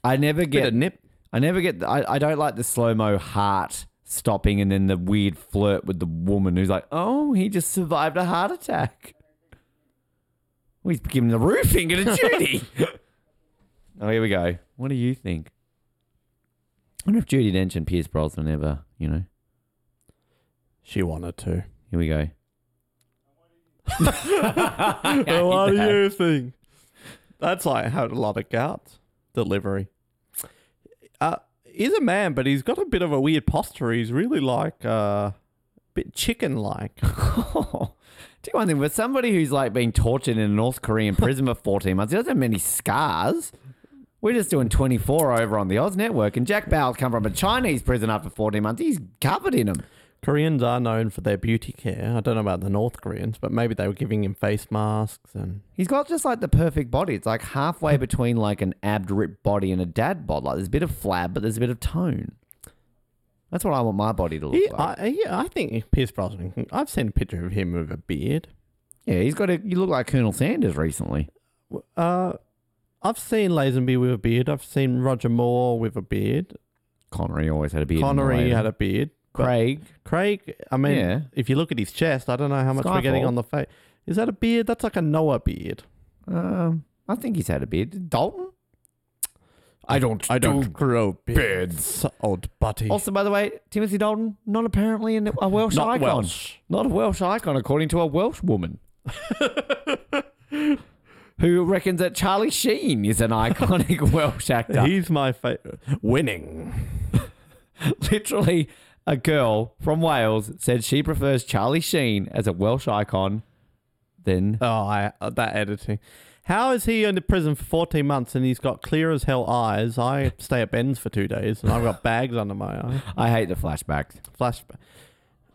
[SPEAKER 1] I never get
[SPEAKER 2] Bit of nip.
[SPEAKER 1] I never get. I, I don't like the slow mo heart stopping and then the weird flirt with the woman who's like, oh, he just survived a heart attack. Well, he's giving the roofing finger to Judy. Oh, here we go. What do you think? I wonder if Judy Dench and Pierce Brosnan ever, you know.
[SPEAKER 2] She wanted to.
[SPEAKER 1] Here we go.
[SPEAKER 2] what do you think? That's like had a lot of gout delivery. Uh, he's a man, but he's got a bit of a weird posture. He's really like uh, a bit chicken-like.
[SPEAKER 1] Do you want to with somebody who's like being tortured in a North Korean prison for 14 months? He doesn't have many scars. We're just doing 24 over on the Oz Network, and Jack Bauer's come from a Chinese prison after 14 months. He's covered in them.
[SPEAKER 2] Koreans are known for their beauty care. I don't know about the North Koreans, but maybe they were giving him face masks and
[SPEAKER 1] He's got just like the perfect body. It's like halfway between like an abd ripped body and a dad bod. Like there's a bit of flab, but there's a bit of tone. That's what I want my body to look
[SPEAKER 2] He,
[SPEAKER 1] like.
[SPEAKER 2] I, yeah, I think Pierce Brosnan. can- I've seen a picture of him with a beard.
[SPEAKER 1] yeah, he's got a. You look like Colonel Sanders recently.
[SPEAKER 2] Uh, I've seen Lazenby with a beard. I've seen Roger Moore with a beard.
[SPEAKER 1] Connery always had a beard.
[SPEAKER 2] Connery had a beard. but
[SPEAKER 1] Craig.
[SPEAKER 2] Craig. I mean,
[SPEAKER 1] Yeah.
[SPEAKER 2] if you look at his chest, I don't know how much we're getting
[SPEAKER 1] Skyfall.
[SPEAKER 2] on the face. Is that a beard? That's like a Noah beard.
[SPEAKER 1] Um, I think he's had a beard. Dalton.
[SPEAKER 2] I don't. I don't grow beards, old buddy.
[SPEAKER 1] Also, by the way, Timothy Dalton not apparently an, a Welsh
[SPEAKER 2] Not
[SPEAKER 1] icon.
[SPEAKER 2] Welsh.
[SPEAKER 1] Not a Welsh icon, according to a Welsh woman. Who reckons that Charlie Sheen is an iconic Welsh actor?
[SPEAKER 2] He's my favorite. Winning.
[SPEAKER 1] Literally, a girl from Wales said she prefers Charlie Sheen as a Welsh icon than
[SPEAKER 2] Oh, I, uh, that editing. How is he in prison for 14 months and he's got clear as hell eyes? I stay at Ben's for two days and I've got bags under my eye.
[SPEAKER 1] I hate the flashbacks.
[SPEAKER 2] Flashback.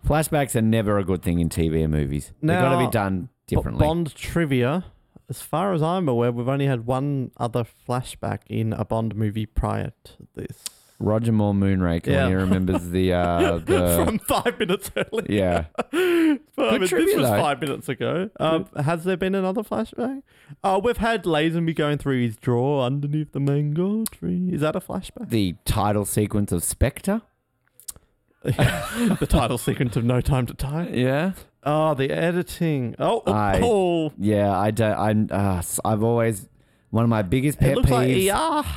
[SPEAKER 1] Flashbacks are never a good thing in TV and movies. They've got to
[SPEAKER 2] Now,
[SPEAKER 1] be done
[SPEAKER 2] But
[SPEAKER 1] differently.
[SPEAKER 2] Bond trivia. As far as I'm aware, we've only had one other flashback in a Bond movie prior to this.
[SPEAKER 1] Roger Moore Moonraker
[SPEAKER 2] Yeah.
[SPEAKER 1] when he remembers the uh, the
[SPEAKER 2] From five minutes earlier.
[SPEAKER 1] yeah.
[SPEAKER 2] But, I mean,
[SPEAKER 1] trivia,
[SPEAKER 2] this was
[SPEAKER 1] though.
[SPEAKER 2] five minutes ago. Um, has there been another flashback? Oh, we've had Lazenby going through his drawer underneath the mango tree. Is that a flashback?
[SPEAKER 1] the title sequence of Spectre.
[SPEAKER 2] the title sequence of No Time to Die.
[SPEAKER 1] Yeah.
[SPEAKER 2] Oh, the editing. Oh, oh,
[SPEAKER 1] I-
[SPEAKER 2] oh.
[SPEAKER 1] Yeah, I don't. I'm. Uh, I've always one of my biggest
[SPEAKER 2] it
[SPEAKER 1] pet
[SPEAKER 2] looks
[SPEAKER 1] peeves.
[SPEAKER 2] like ER.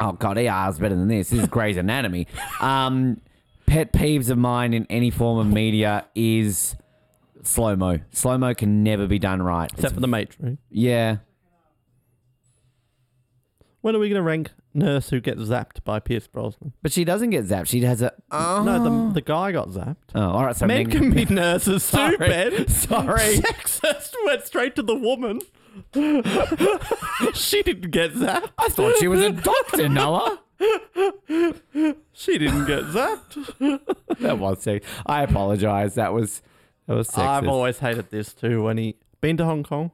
[SPEAKER 1] oh god, ER is better than this. This is Grey's Anatomy. Um, pet peeves of mine in any form of media is slow mo. Slow mo can never be done right. It's-
[SPEAKER 2] Except for the Matrix.
[SPEAKER 1] yeah.
[SPEAKER 2] When are we going to rank Nurse who gets zapped by Pierce Brosnan?
[SPEAKER 1] But she doesn't get zapped. She has a. Oh,
[SPEAKER 2] No, the, the guy got zapped.
[SPEAKER 1] oh all right. So
[SPEAKER 2] Uh, Men
[SPEAKER 1] Meg-
[SPEAKER 2] can be nurses
[SPEAKER 1] Sorry.
[SPEAKER 2] too, Ben.
[SPEAKER 1] Sorry.
[SPEAKER 2] Sexist went straight to the woman. she didn't get zapped.
[SPEAKER 1] I thought she was a doctor, Noah.
[SPEAKER 2] She didn't get zapped.
[SPEAKER 1] That was sexist. I apologize. That was that was sexist.
[SPEAKER 2] I've always hated this too. When he been to Hong Kong,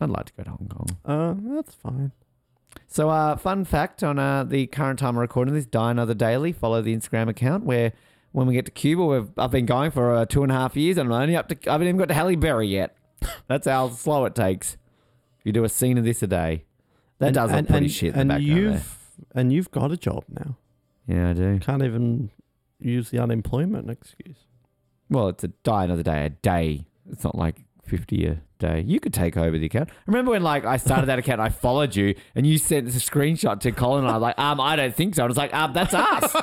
[SPEAKER 1] I'd like to go to Hong Kong.
[SPEAKER 2] uh, that's fine.
[SPEAKER 1] So, uh, fun fact on uh, the current time of recording this, Die Another Daily, follow the Instagram account where when we get to Cuba, we've, I've been going for uh, two and a half years and I'm only up to, I haven't even got to Halle Berry yet. That's how slow it takes. You do a scene of this a day. That
[SPEAKER 2] And-
[SPEAKER 1] does look
[SPEAKER 2] and-
[SPEAKER 1] pretty
[SPEAKER 2] and-
[SPEAKER 1] shit in
[SPEAKER 2] and
[SPEAKER 1] the background
[SPEAKER 2] you've and you've got a job now.
[SPEAKER 1] there. Yeah, I do.
[SPEAKER 2] Can't even use the unemployment excuse.
[SPEAKER 1] Well, it's a Die Another Day, a day. It's not like 50 a day. You could take over the account. Remember when like I started that account, I followed you and you sent a screenshot to Colin and I was like, um, I don't think so. I was like, um, that's us.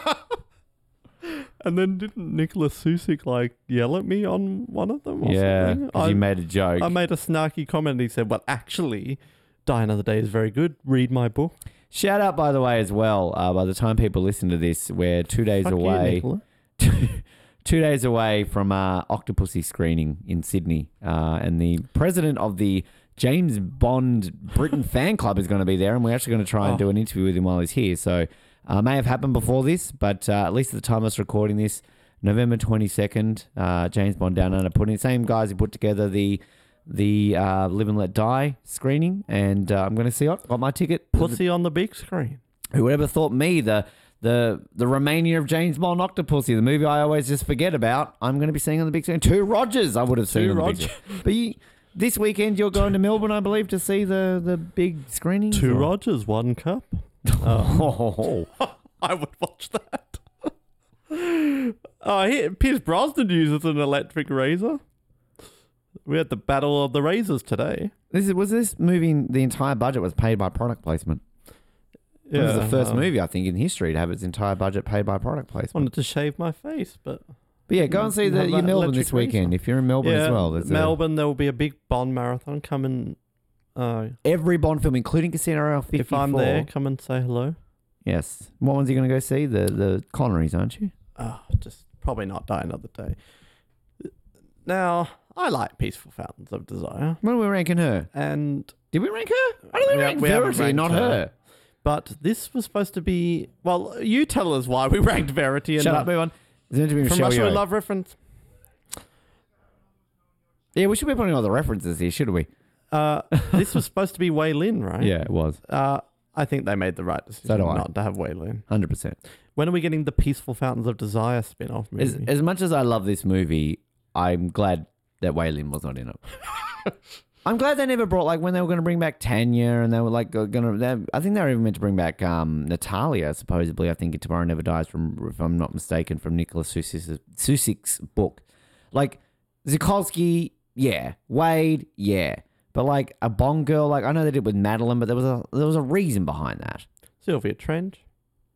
[SPEAKER 2] And then didn't Nicholas Susik like yell at me on one of them? Or
[SPEAKER 1] yeah,
[SPEAKER 2] something?
[SPEAKER 1] 'cause
[SPEAKER 2] I,
[SPEAKER 1] you made a joke.
[SPEAKER 2] I made a snarky comment. and He said, "Well, actually, Die Another Day is very good. Read my book."
[SPEAKER 1] Shout out, by the way, as well. Uh, by the time people listen to this, we're two days
[SPEAKER 2] Fuck you,
[SPEAKER 1] away.
[SPEAKER 2] Nicola.
[SPEAKER 1] two days away from uh, Octopussy screening in Sydney, uh, and the president of the James Bond Britain fan club is going to be there, and we're actually going to try and
[SPEAKER 2] Oh.
[SPEAKER 1] do an interview with him while he's here. So, uh, may have happened before this, but uh, at least at the time of us recording this, November twenty second, uh, James Bond Down Under put in same guys who put together the. The uh, Live and Let Die screening, and uh, I'm going to see it. Got my ticket.
[SPEAKER 2] Pussy on the big screen.
[SPEAKER 1] Whoever thought me the the the Romania of James Bond Octopussy, the movie I always just forget about, I'm going to be seeing on the big screen. Two Rogers, I would have seen
[SPEAKER 2] Two
[SPEAKER 1] on the
[SPEAKER 2] Rogers.
[SPEAKER 1] big screen. But you, this weekend you're going to Melbourne, I believe, to see the the big screening.
[SPEAKER 2] Two Rogers, one cup.
[SPEAKER 1] Oh,
[SPEAKER 2] I would watch that. oh, he, Pierce Brosnan uses an electric razor. We had the battle of the razors today.
[SPEAKER 1] this is, was this movie. The entire budget was paid by product placement. It was the first
[SPEAKER 2] um,
[SPEAKER 1] movie, I think, in history to have its entire budget paid by product placement.
[SPEAKER 2] Wanted to shave my face, but
[SPEAKER 1] But yeah, go and see
[SPEAKER 2] You
[SPEAKER 1] the
[SPEAKER 2] have
[SPEAKER 1] you
[SPEAKER 2] that
[SPEAKER 1] Melbourne
[SPEAKER 2] electric
[SPEAKER 1] this weekend. If you're in Melbourne
[SPEAKER 2] yeah,
[SPEAKER 1] as well, there's a-
[SPEAKER 2] Melbourne. There will be a big Bond marathon coming. Uh,
[SPEAKER 1] every Bond film, including Casino Royale 54.
[SPEAKER 2] if I'm there, come and say hello.
[SPEAKER 1] yes. What ones are you going to go see? The the Connerys, aren't you?
[SPEAKER 2] Oh, just probably not die another day. Now, I like Peaceful Fountains of Desire,
[SPEAKER 1] When are we ranking her?
[SPEAKER 2] and
[SPEAKER 1] Did we rank her? I don't think we
[SPEAKER 2] Yeah,
[SPEAKER 1] ranked
[SPEAKER 2] we haven't
[SPEAKER 1] Verity,
[SPEAKER 2] ranked
[SPEAKER 1] not her.
[SPEAKER 2] her. but this was supposed to be. Well, you tell us why we ranked Verity and
[SPEAKER 1] Shut
[SPEAKER 2] not-
[SPEAKER 1] up, move on. It's meant to be
[SPEAKER 2] from
[SPEAKER 1] Michelle
[SPEAKER 2] Russia with
[SPEAKER 1] Yeoh.
[SPEAKER 2] Love reference.
[SPEAKER 1] Yeah, we should be putting all the references here, should we?
[SPEAKER 2] Uh, this was supposed to be Wei Lin, right?
[SPEAKER 1] Yeah, it was.
[SPEAKER 2] Uh, I think they made the right decision
[SPEAKER 1] do I.
[SPEAKER 2] not to have Wei Lin.
[SPEAKER 1] 100%.
[SPEAKER 2] When are we getting the Peaceful Fountains of Desire spin off movie?
[SPEAKER 1] As, as much as I love this movie, I'm glad that Waylon was not in it. I'm glad they never brought like when they were going to bring back Tanya and they were like going to. I think they were even meant to bring back um, Natalia. Supposedly, I think in Tomorrow Never Dies from, if I'm not mistaken, from Nicholas Susik's, Susik's book. Like Zukowski, yeah. Wade, yeah. But like a Bond girl, like I know they did with Madeline, but there was a there was a reason behind that.
[SPEAKER 2] Sylvia Trench.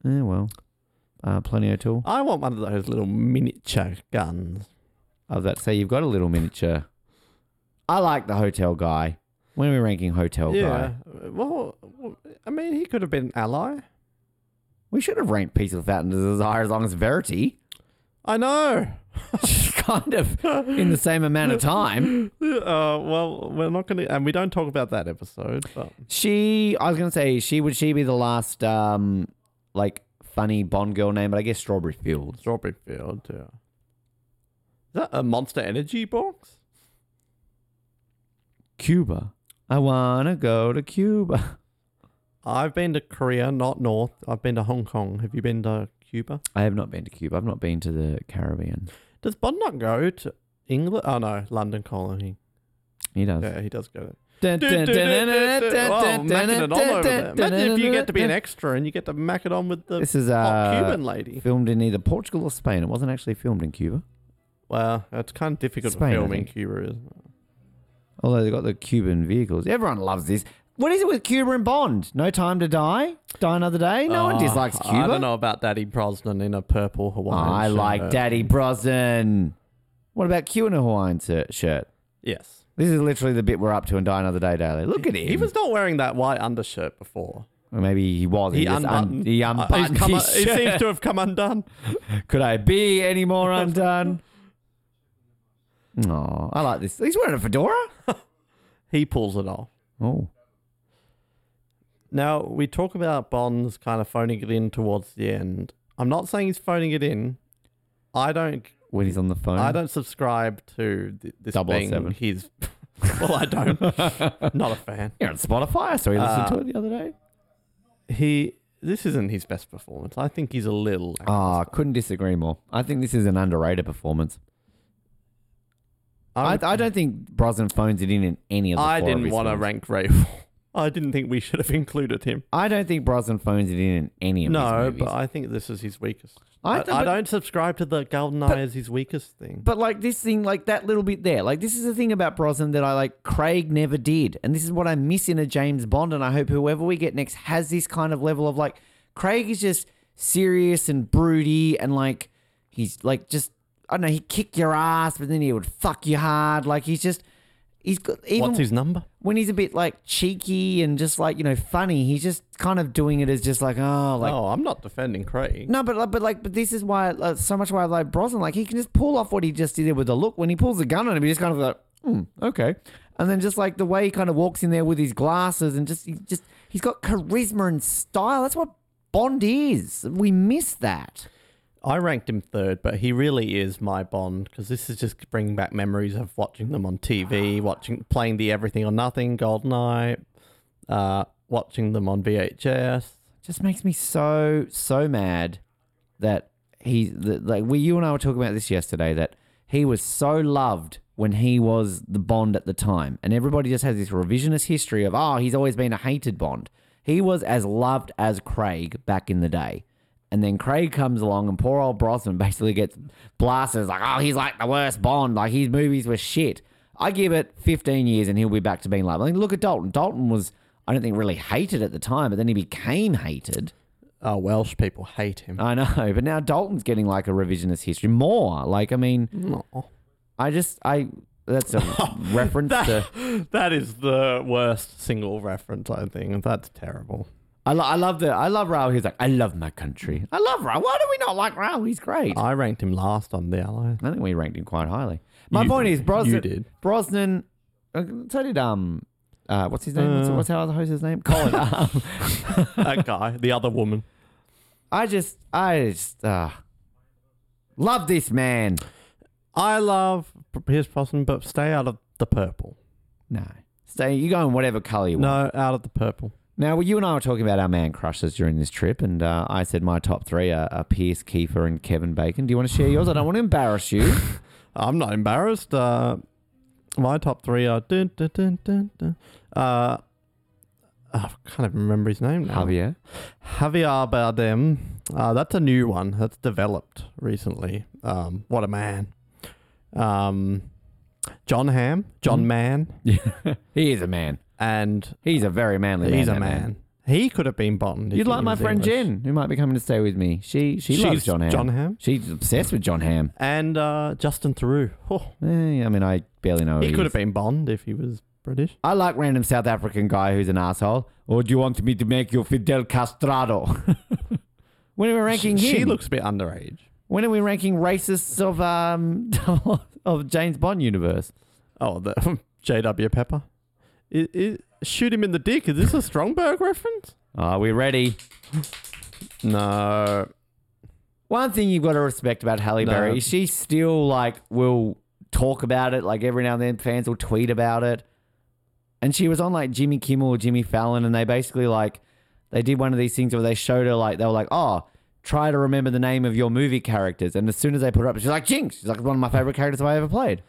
[SPEAKER 1] Yeah, well, uh, Plenty O'Toole.
[SPEAKER 2] I want one of those little miniature guns.
[SPEAKER 1] I was about to say you've got a little miniature. I like the hotel guy. When are we ranking hotel
[SPEAKER 2] yeah.
[SPEAKER 1] guy?
[SPEAKER 2] Well, I mean, he could have been an ally.
[SPEAKER 1] We should have ranked Peaceful Fountain as Desire as long as Verity.
[SPEAKER 2] I know.
[SPEAKER 1] kind of in the same amount of time.
[SPEAKER 2] Uh, well, we're not going to, and we don't talk about that episode. But
[SPEAKER 1] She I was gonna say she would she be the last um like funny Bond girl name, but I guess Strawberry Fields.
[SPEAKER 2] Strawberry Field, yeah. Is that a Monster Energy box?
[SPEAKER 1] Cuba. I wanna go to Cuba.
[SPEAKER 2] I've been to Korea, not North. I've been to Hong Kong. Have you been to Cuba?
[SPEAKER 1] I have not been to Cuba. I've not been to the Caribbean.
[SPEAKER 2] Does Bond not go to England? Oh no, London Colony.
[SPEAKER 1] He does.
[SPEAKER 2] Yeah, he does go. To-
[SPEAKER 1] Dun,
[SPEAKER 2] Dude,
[SPEAKER 1] dun,
[SPEAKER 2] dude,
[SPEAKER 1] dun,
[SPEAKER 2] dude,
[SPEAKER 1] dun,
[SPEAKER 2] dude,
[SPEAKER 1] dun,
[SPEAKER 2] dude. Oh,
[SPEAKER 1] dun, dun,
[SPEAKER 2] macking it
[SPEAKER 1] dun,
[SPEAKER 2] on over
[SPEAKER 1] dun,
[SPEAKER 2] there. Imagine if you get to be an
[SPEAKER 1] dun,
[SPEAKER 2] extra and you get to mac it on with the
[SPEAKER 1] This is
[SPEAKER 2] hot
[SPEAKER 1] uh,
[SPEAKER 2] Cuban lady.
[SPEAKER 1] filmed in either Portugal or Spain. It wasn't actually filmed in Cuba,
[SPEAKER 2] Well, it's kind of difficult
[SPEAKER 1] Spain, I
[SPEAKER 2] to film in
[SPEAKER 1] think.
[SPEAKER 2] Cuba, isn't it?
[SPEAKER 1] although they got the Cuban vehicles. Everyone loves this. What is it with Cuba and Bond? No time to die, die another day. No one
[SPEAKER 2] Oh,
[SPEAKER 1] dislikes Cuba.
[SPEAKER 2] I don't know about Daddy Brosnan in a purple Hawaiian
[SPEAKER 1] I
[SPEAKER 2] shirt.
[SPEAKER 1] like Daddy Brosnan. What about Q in a Hawaiian t- shirt?
[SPEAKER 2] Yes.
[SPEAKER 1] This is literally the bit we're up to and die another day daily. Look at him.
[SPEAKER 2] He was not wearing that white undershirt before.
[SPEAKER 1] Or maybe he was.
[SPEAKER 2] He
[SPEAKER 1] just un-
[SPEAKER 2] unbuttoned.
[SPEAKER 1] he
[SPEAKER 2] Uh, he's
[SPEAKER 1] unbuttoned
[SPEAKER 2] come
[SPEAKER 1] his
[SPEAKER 2] un- he
[SPEAKER 1] shirt.
[SPEAKER 2] seems to have come undone.
[SPEAKER 1] Could I be any more undone? No, I like this. He's wearing a fedora.
[SPEAKER 2] He pulls it off.
[SPEAKER 1] Oh,
[SPEAKER 2] Now, we talk about Bond's kind of phoning it in towards the end. I'm not saying he's phoning it in. I don't
[SPEAKER 1] when he's on the phone.
[SPEAKER 2] I don't subscribe to th- this
[SPEAKER 1] Double
[SPEAKER 2] being
[SPEAKER 1] seven.
[SPEAKER 2] his. well, I don't. not a fan.
[SPEAKER 1] You're on Spotify. So he listened
[SPEAKER 2] Uh,
[SPEAKER 1] to it the other day.
[SPEAKER 2] He. This isn't his best performance. I think he's a little.
[SPEAKER 1] Ah, couldn't disagree more. I think this is an underrated performance. I,
[SPEAKER 2] I,
[SPEAKER 1] I don't think Brosnan phones it in in any of the.
[SPEAKER 2] I
[SPEAKER 1] four of
[SPEAKER 2] didn't
[SPEAKER 1] his
[SPEAKER 2] want to
[SPEAKER 1] films.
[SPEAKER 2] rank Ravel. I didn't think we should have included him.
[SPEAKER 1] I don't think Brosnan phones it in in any of his
[SPEAKER 2] No,
[SPEAKER 1] movies.
[SPEAKER 2] but I think this is his weakest.
[SPEAKER 1] I
[SPEAKER 2] I,
[SPEAKER 1] don't-
[SPEAKER 2] I
[SPEAKER 1] but-
[SPEAKER 2] don't subscribe to the Golden Eye as his weakest thing.
[SPEAKER 1] But like this thing, like that little bit there, like this is the thing about Brosnan that I like Craig never did. And this is what I miss in a James Bond. And I hope whoever we get next has this kind of level of like Craig is just serious and broody and like he's like just I don't know, he'd kick your ass, but then he would fuck you hard. Like he's just he's got even
[SPEAKER 2] What's his number?
[SPEAKER 1] when he's a bit like cheeky and just like, you know, funny, he's just kind of doing it as just like, oh like
[SPEAKER 2] oh, I'm not defending Craig.
[SPEAKER 1] no, but like- but like, but this is why uh, so much why I like Brosnan. Like he can just pull off what he just did there with the look. When he pulls the gun on him, he just kind of like, hmm, okay. And then just like the way he kind of walks in there with his glasses and just he just he's got charisma and style. That's what Bond is. We miss that.
[SPEAKER 2] I ranked him third, but he really is my Bond because this is just bringing back memories of watching them on TV, watching playing the Everything or Nothing, GoldenEye, uh, watching them on VHS.
[SPEAKER 1] Just makes me so so mad that he that, like we you and I were talking about this yesterday that he was so loved when he was the Bond at the time, and everybody just has this revisionist history of oh he's always been a hated Bond. He was as loved as Craig back in the day, and then Craig comes along and poor old Brosnan basically gets blasted as like oh he's like the worst Bond like his movies were shit. I give it 15 years and he'll be back to being loved. I mean, look at Dalton. Dalton was I don't think really hated at the time, but then he became hated.
[SPEAKER 2] Oh, Welsh people hate him.
[SPEAKER 1] I know, but now Dalton's getting like a revisionist history more. Like, I mean,
[SPEAKER 2] Aw.
[SPEAKER 1] I just I that's a reference to.
[SPEAKER 2] That is the worst single reference, I think. That's terrible.
[SPEAKER 1] I, lo- I love the I love Raul. He's like, I love my country. I love Raul. Why do we not like Raul? He's great.
[SPEAKER 2] I ranked him last on the Allies.
[SPEAKER 1] I think we ranked him quite highly. My
[SPEAKER 2] You-
[SPEAKER 1] point is Brosnan.
[SPEAKER 2] you did.
[SPEAKER 1] Brosnan. uh, So did um. Uh, what's his name? what's,
[SPEAKER 2] Uh.
[SPEAKER 1] what's our other host's name? Colin. Um,
[SPEAKER 2] that guy, the other woman.
[SPEAKER 1] I just, I just uh, love this man.
[SPEAKER 2] I love his Brosnan, but stay out of the purple.
[SPEAKER 1] No, stay. You go in whatever color you want.
[SPEAKER 2] No, out of the purple.
[SPEAKER 1] Now, well, you and I were talking about our man crushes during this trip, and uh, I said my top three are, are Pierce, Kiefer, and Kevin Bacon. Do you want to share yours? I don't want to embarrass you.
[SPEAKER 2] I'm not embarrassed. Uh, my top three are. Dun, dun, dun, dun, dun. Uh, I can't even remember his name now.
[SPEAKER 1] Javier.
[SPEAKER 2] Javier Bardem. Uh, that's a new one that's developed recently. Um, what a man. Um, John Ham, John
[SPEAKER 1] Mhm.
[SPEAKER 2] Mann,
[SPEAKER 1] he is a man.
[SPEAKER 2] and
[SPEAKER 1] He's a very manly man.
[SPEAKER 2] he's a
[SPEAKER 1] that
[SPEAKER 2] man. He could have been Bond. if
[SPEAKER 1] You'd
[SPEAKER 2] he
[SPEAKER 1] like my
[SPEAKER 2] was
[SPEAKER 1] friend
[SPEAKER 2] English.
[SPEAKER 1] Jen, who might be coming to stay with me. She she loves
[SPEAKER 2] She's
[SPEAKER 1] John Ham.
[SPEAKER 2] John Hamm.
[SPEAKER 1] She's obsessed with John Ham.
[SPEAKER 2] And uh, Justin Theroux. Oh,
[SPEAKER 1] I mean, I barely know. who
[SPEAKER 2] he could have
[SPEAKER 1] is.
[SPEAKER 2] been Bond if he was British.
[SPEAKER 1] I like random South African guy who's an asshole. Or do you want me to make you Fidel Castrado? when are we ranking
[SPEAKER 2] she,
[SPEAKER 1] him?
[SPEAKER 2] she looks a bit underage.
[SPEAKER 1] When are we ranking racists of um of James Bond universe?
[SPEAKER 2] Oh, the J.W. Pepper. I i shoot him in the dick. Is this a Strongberg reference?
[SPEAKER 1] Are we ready?
[SPEAKER 2] No.
[SPEAKER 1] One thing you've got to respect about Halle
[SPEAKER 2] No.
[SPEAKER 1] Berry, she still like will talk about it. Like every now and then, fans will tweet about it. And she was on like Jimmy Kimmel or Jimmy Fallon, and they basically like they did one of these things where they showed her like they were like, oh, try to remember the name of your movie characters. And as soon as they put her up, she's like Jinx. She's like one of my favorite characters I ever played.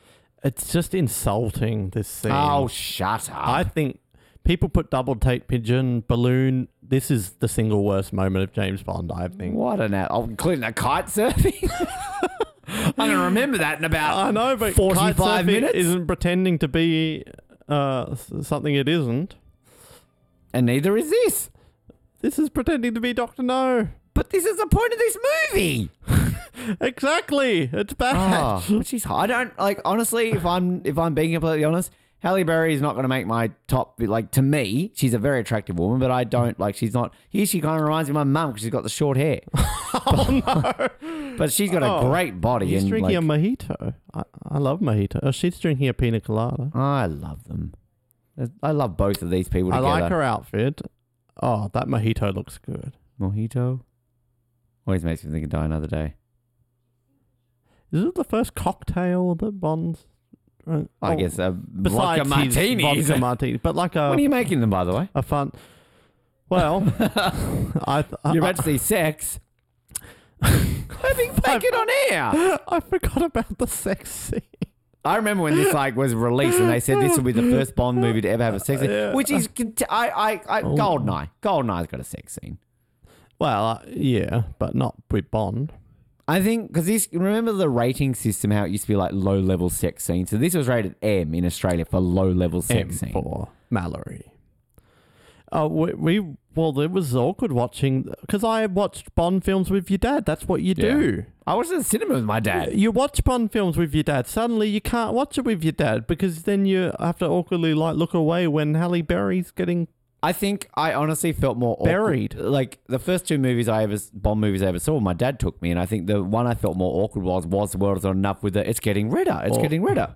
[SPEAKER 2] It's just insulting, this scene.
[SPEAKER 1] Oh, shut up!
[SPEAKER 2] I think people put double take pigeon, balloon. This is the single worst moment of James Bond, I think.
[SPEAKER 1] What an out, oh, including a kite surfing. I'm gonna remember that in about
[SPEAKER 2] I know, but
[SPEAKER 1] forty-five
[SPEAKER 2] kitesurfing
[SPEAKER 1] minutes,
[SPEAKER 2] isn't pretending to be uh, s- something it isn't.
[SPEAKER 1] and neither is this.
[SPEAKER 2] This is pretending to be Doctor No.
[SPEAKER 1] But this is the point of this movie.
[SPEAKER 2] Exactly. It's bad.
[SPEAKER 1] Oh, but she's hot. I don't like honestly. If I'm if I'm being completely honest, Halle Berry is not going to make my top. Like to me, she's a very attractive woman, but I don't like. She's not. Here she kind of reminds me of my mum because she's got the short hair,
[SPEAKER 2] Oh, no.
[SPEAKER 1] but she's got a
[SPEAKER 2] Oh,
[SPEAKER 1] great body.
[SPEAKER 2] He's
[SPEAKER 1] and
[SPEAKER 2] drinking
[SPEAKER 1] like,
[SPEAKER 2] a mojito. I, I love mojito. Oh, she's drinking a pina colada.
[SPEAKER 1] I love them. I love both of these people
[SPEAKER 2] I
[SPEAKER 1] together.
[SPEAKER 2] like her outfit. Oh, that mojito looks good.
[SPEAKER 1] Mojito always makes me think of Die Another Day.
[SPEAKER 2] Is it the first cocktail that Bond's drunk?
[SPEAKER 1] I
[SPEAKER 2] Oh,
[SPEAKER 1] guess a
[SPEAKER 2] besides
[SPEAKER 1] vodka
[SPEAKER 2] his
[SPEAKER 1] martini. is
[SPEAKER 2] Vodka
[SPEAKER 1] a-
[SPEAKER 2] martini. But like
[SPEAKER 1] when are
[SPEAKER 2] a,
[SPEAKER 1] you making them, by the way?
[SPEAKER 2] a fun. Well, I, th- I,
[SPEAKER 1] You're about to see sex. I think make it on air.
[SPEAKER 2] I, I forgot about the sex scene.
[SPEAKER 1] I remember when this like was released and they said this will be the first Bond movie to ever have a sex scene, which is cont- I I, I Goldeneye. Goldeneye's got a sex scene.
[SPEAKER 2] Well, uh, yeah, but not with Bond.
[SPEAKER 1] I think because this remember the rating system how it used to be like low level sex scene. So this was rated M in Australia for low level
[SPEAKER 2] M
[SPEAKER 1] sex scene.
[SPEAKER 2] for Mallory. Uh, we, we well, it was awkward watching because I watched Bond films with your dad. That's what you
[SPEAKER 1] Yeah.
[SPEAKER 2] do.
[SPEAKER 1] I was in the cinema with my dad.
[SPEAKER 2] You watch Bond films with your dad. Suddenly, you can't watch it with your dad because then you have to awkwardly like look away when Halle Berry's getting
[SPEAKER 1] I think I honestly felt more awkward-
[SPEAKER 2] Buried.
[SPEAKER 1] Like the first two movies I ever Bond movies I ever saw, my dad took me, and I think the one I felt more awkward was was the world is not enough with it. It's getting redder. It's
[SPEAKER 2] Oh.
[SPEAKER 1] getting redder.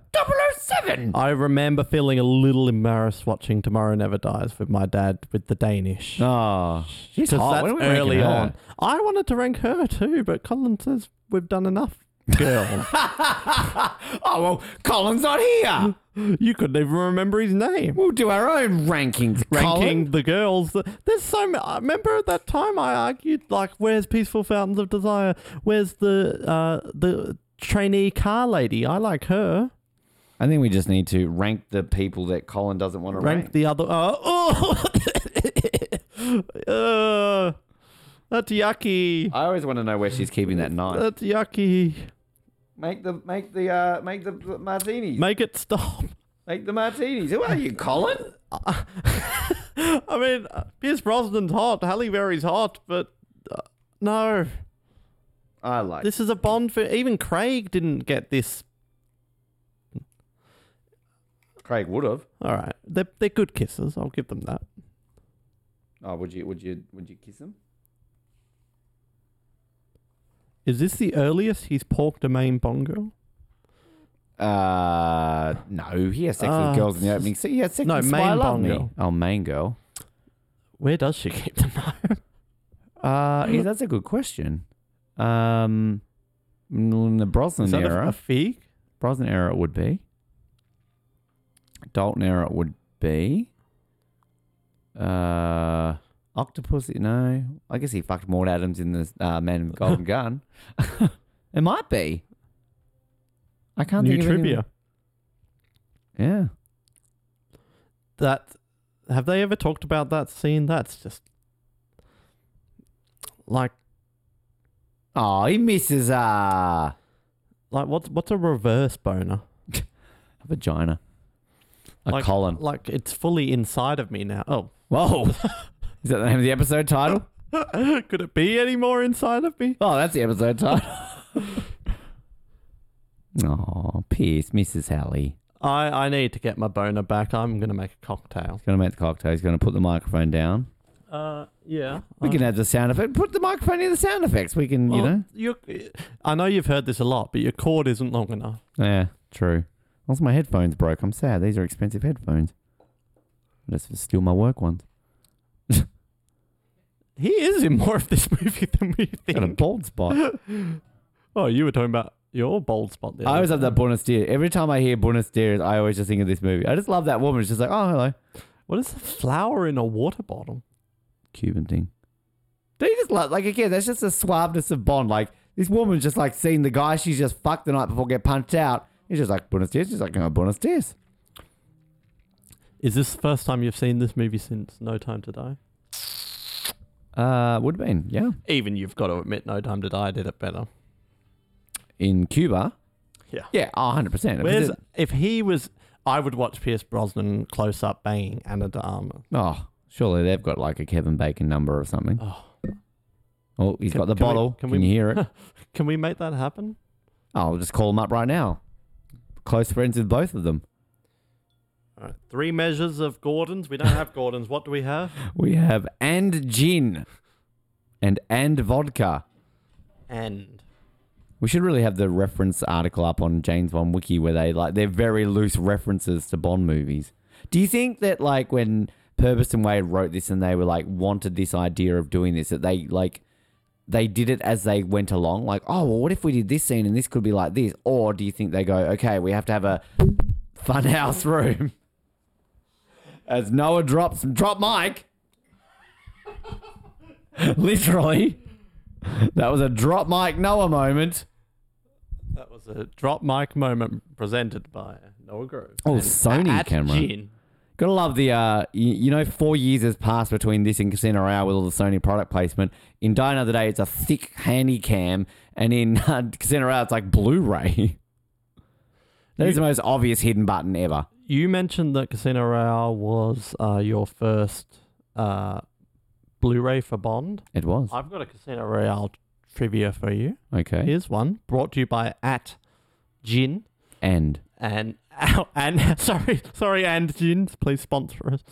[SPEAKER 1] 007!
[SPEAKER 2] I remember feeling a little embarrassed watching Tomorrow Never Dies with my dad with the Danish.
[SPEAKER 1] Oh, she's
[SPEAKER 2] 'Cause
[SPEAKER 1] hot.
[SPEAKER 2] that's
[SPEAKER 1] When are we ranking
[SPEAKER 2] early
[SPEAKER 1] her?
[SPEAKER 2] on. I wanted to rank her too, but Colin says we've done enough. Girl,
[SPEAKER 1] oh well, Colin's not here.
[SPEAKER 2] you couldn't even remember his name.
[SPEAKER 1] We'll do our own rankings.
[SPEAKER 2] Ranking
[SPEAKER 1] Colin.
[SPEAKER 2] the girls. There's so many. I remember at that time I argued like, "Where's Peaceful Fountains of Desire? Where's the uh, the trainee car lady? I like her.
[SPEAKER 1] I think we just need to rank the people that Colin doesn't want to rank.
[SPEAKER 2] Rank the other. Uh, oh, uh, that's yucky.
[SPEAKER 1] I always want to know where she's keeping that knife.
[SPEAKER 2] That's yucky.
[SPEAKER 1] Make the make the uh make the martinis.
[SPEAKER 2] Make it stop.
[SPEAKER 1] Make the martinis. Who are you, Colin?
[SPEAKER 2] I mean, uh, Pierce Brosnan's hot, Halle Berry's hot, but uh, no,
[SPEAKER 1] I like
[SPEAKER 2] this is a Bond film. Even Craig didn't get this.
[SPEAKER 1] Craig would have.
[SPEAKER 2] All right, they're they're good kisses. I'll give them that.
[SPEAKER 1] Oh, would you? Would you? Would you kiss him?
[SPEAKER 2] Is this the earliest he's porked a main Bond girl?
[SPEAKER 1] Uh, no. He has sex
[SPEAKER 2] Ah,
[SPEAKER 1] with girls in the opening. See, he had sex
[SPEAKER 2] no,
[SPEAKER 1] with
[SPEAKER 2] main
[SPEAKER 1] Spy Love
[SPEAKER 2] Bond
[SPEAKER 1] Me.
[SPEAKER 2] girl.
[SPEAKER 1] Oh, main girl.
[SPEAKER 2] Where does she keep them?
[SPEAKER 1] Uh, yeah, that's a good question. Um, in Mm, the Brosnan
[SPEAKER 2] Is that
[SPEAKER 1] era,
[SPEAKER 2] a, a fig?
[SPEAKER 1] Brosnan era it would be. Dalton era it would be. Uh, Octopus, you know. I guess he fucked Maud Adams in the uh, Man with Golden Gun. it might be. I can't
[SPEAKER 2] New
[SPEAKER 1] think of any-
[SPEAKER 2] trivia.
[SPEAKER 1] Yeah.
[SPEAKER 2] That have they ever talked about that scene? That's just like
[SPEAKER 1] Oh, he misses uh,
[SPEAKER 2] like what's what's a reverse boner?
[SPEAKER 1] a vagina. A
[SPEAKER 2] like,
[SPEAKER 1] colon.
[SPEAKER 2] Like it's fully inside of me now. Oh,
[SPEAKER 1] Whoa. Is that the name of the episode title?
[SPEAKER 2] could it be any more inside of me?
[SPEAKER 1] Oh, that's the episode title. oh, Pierce, Mrs. Hallie.
[SPEAKER 2] I I need to get my boner back. I'm gonna make a cocktail.
[SPEAKER 1] He's going to make the cocktail. He's going to put the microphone down.
[SPEAKER 2] Uh, yeah.
[SPEAKER 1] We can have the sound effect. Put the microphone in the sound effects. We can, you know.
[SPEAKER 2] you I know you've heard this a lot, but your cord isn't long enough.
[SPEAKER 1] Yeah, true. Also, my headphones broke. I'm sad. These are expensive headphones. That's still my work ones.
[SPEAKER 2] He is in more of this movie than we
[SPEAKER 1] Got a
[SPEAKER 2] think.
[SPEAKER 1] bald spot.
[SPEAKER 2] Oh, you were talking about your bald spot there.
[SPEAKER 1] I always have that Buenos Dias. Every time I hear Buenos Dias, I always just think of this movie. I just love that woman. She's just like, oh, hello.
[SPEAKER 2] What is the flower in a water bottle?
[SPEAKER 1] Cuban thing. They just love, like, again, that's just the suaveness of Bond. Like, this woman's just like seeing the guy she's just fucked the night before get punched out. He's just like, Buenos Dias. She's like, oh, Buenos Dias.
[SPEAKER 2] Is this the first time you've seen this movie since No Time to Die?
[SPEAKER 1] Uh, would have been, yeah.
[SPEAKER 2] Even you've got to admit, No Time to Die did it better.
[SPEAKER 1] In Cuba.
[SPEAKER 2] Yeah.
[SPEAKER 1] Yeah, oh, 100%. If it's
[SPEAKER 2] Where's
[SPEAKER 1] a-
[SPEAKER 2] if he was? I would watch Pierce Brosnan close up banging Anna de Armas.
[SPEAKER 1] Oh, surely they've got like a Kevin Bacon number or something.
[SPEAKER 2] Oh.
[SPEAKER 1] Oh, he's
[SPEAKER 2] Can-
[SPEAKER 1] got the
[SPEAKER 2] can we-
[SPEAKER 1] bottle.
[SPEAKER 2] can
[SPEAKER 1] can
[SPEAKER 2] we-
[SPEAKER 1] you hear it?
[SPEAKER 2] Can we make that happen?
[SPEAKER 1] I'll just call him up right now. Close friends with both of them.
[SPEAKER 2] All right. Three measures of Gordon's. We don't have Gordon's. What do we have?
[SPEAKER 1] We have and gin and and vodka.
[SPEAKER 2] And
[SPEAKER 1] We should really have the reference article up on James Bond Wiki where they like they're very loose references to Bond movies. Do you think that like when Purvis and Wade wrote this and they were like wanted this idea of doing this that they like they did it as they went along like oh well what if we did this scene and this could be like this or do you think they go okay we have to have a fun house room as Noah drops drop mic literally that was a drop mic Noah moment
[SPEAKER 2] that was a drop mic moment presented by Noah Groves.
[SPEAKER 1] Oh,
[SPEAKER 2] And
[SPEAKER 1] Sony
[SPEAKER 2] at
[SPEAKER 1] camera.
[SPEAKER 2] Gin.
[SPEAKER 1] Gotta love the, uh, you, you know, four years has passed between this and Casino Royale with all the Sony product placement. In Die Another Day, it's a thick handy cam, and in uh, Casino Royale, it's like Blu-ray. That is the most obvious hidden button ever.
[SPEAKER 2] You mentioned that Casino Royale was uh, your first uh, Blu-ray for Bond.
[SPEAKER 1] It was
[SPEAKER 2] I've got a Casino Royale trivia for you.
[SPEAKER 1] okay.
[SPEAKER 2] Here's one brought to you by at Gin
[SPEAKER 1] And
[SPEAKER 2] and and sorry sorry and Gin. Please sponsor us.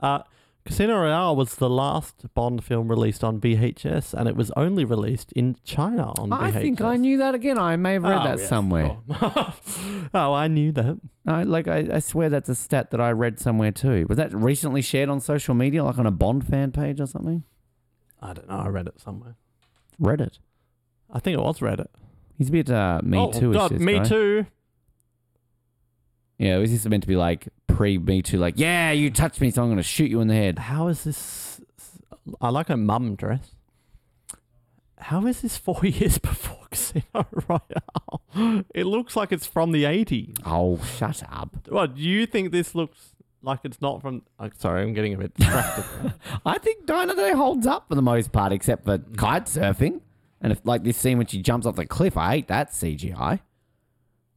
[SPEAKER 2] Uh, Casino Royale was the last Bond film released on VHS, and it was only released in China on VHS.
[SPEAKER 1] I think I knew that again. I may have read
[SPEAKER 2] Oh,
[SPEAKER 1] that
[SPEAKER 2] yeah,
[SPEAKER 1] somewhere.
[SPEAKER 2] sure. oh, I knew that.
[SPEAKER 1] I, like I, I swear that's a stat that I read somewhere too. Was that recently shared on social media, like on a Bond fan page or something?
[SPEAKER 2] I don't know. I read it somewhere.
[SPEAKER 1] Reddit.
[SPEAKER 2] I think it was Reddit.
[SPEAKER 1] He's a bit uh, me
[SPEAKER 2] oh,
[SPEAKER 1] too.
[SPEAKER 2] God, me too.
[SPEAKER 1] Yeah, was this meant to be like pre Me Too? Like, yeah, you touched me, so I'm gonna shoot you in the head.
[SPEAKER 2] How is this? I like a mum dress. How is this four years before Casino Royale? It looks like it's from the 80s.
[SPEAKER 1] Oh, shut up!
[SPEAKER 2] Well, do you think this looks like it's not from. I'm sorry, I'm getting a bit distracted.
[SPEAKER 1] I think Dinah Day holds up for the most part, except for kite surfing, and if like this scene when she jumps off the cliff, I hate that CGI.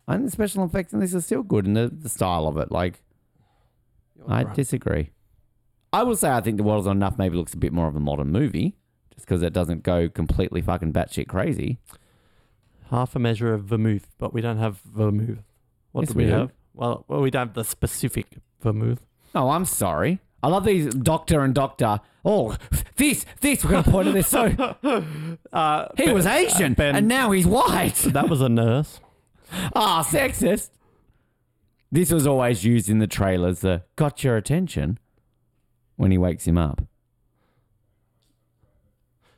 [SPEAKER 1] I think the special effects in this are still good, and the, the style of it, like,
[SPEAKER 2] You're
[SPEAKER 1] I
[SPEAKER 2] right.
[SPEAKER 1] disagree. I will say I think The World Is Not Enough maybe looks a bit more of a modern movie, just because it doesn't go completely fucking batshit crazy.
[SPEAKER 2] Half a measure of vermouth, but we don't have vermouth. What
[SPEAKER 1] Yes,
[SPEAKER 2] do we,
[SPEAKER 1] we do.
[SPEAKER 2] have? Well, well, we don't have the specific vermouth.
[SPEAKER 1] Oh, I'm sorry. I love these doctor and doctor. Oh, this, this, we're going to point at this. So
[SPEAKER 2] Uh,
[SPEAKER 1] he was Asian
[SPEAKER 2] Ben-
[SPEAKER 1] and now he's white.
[SPEAKER 2] that was a nurse.
[SPEAKER 1] Ah, sexist. This was always used in the trailers. The got your attention when he wakes him up.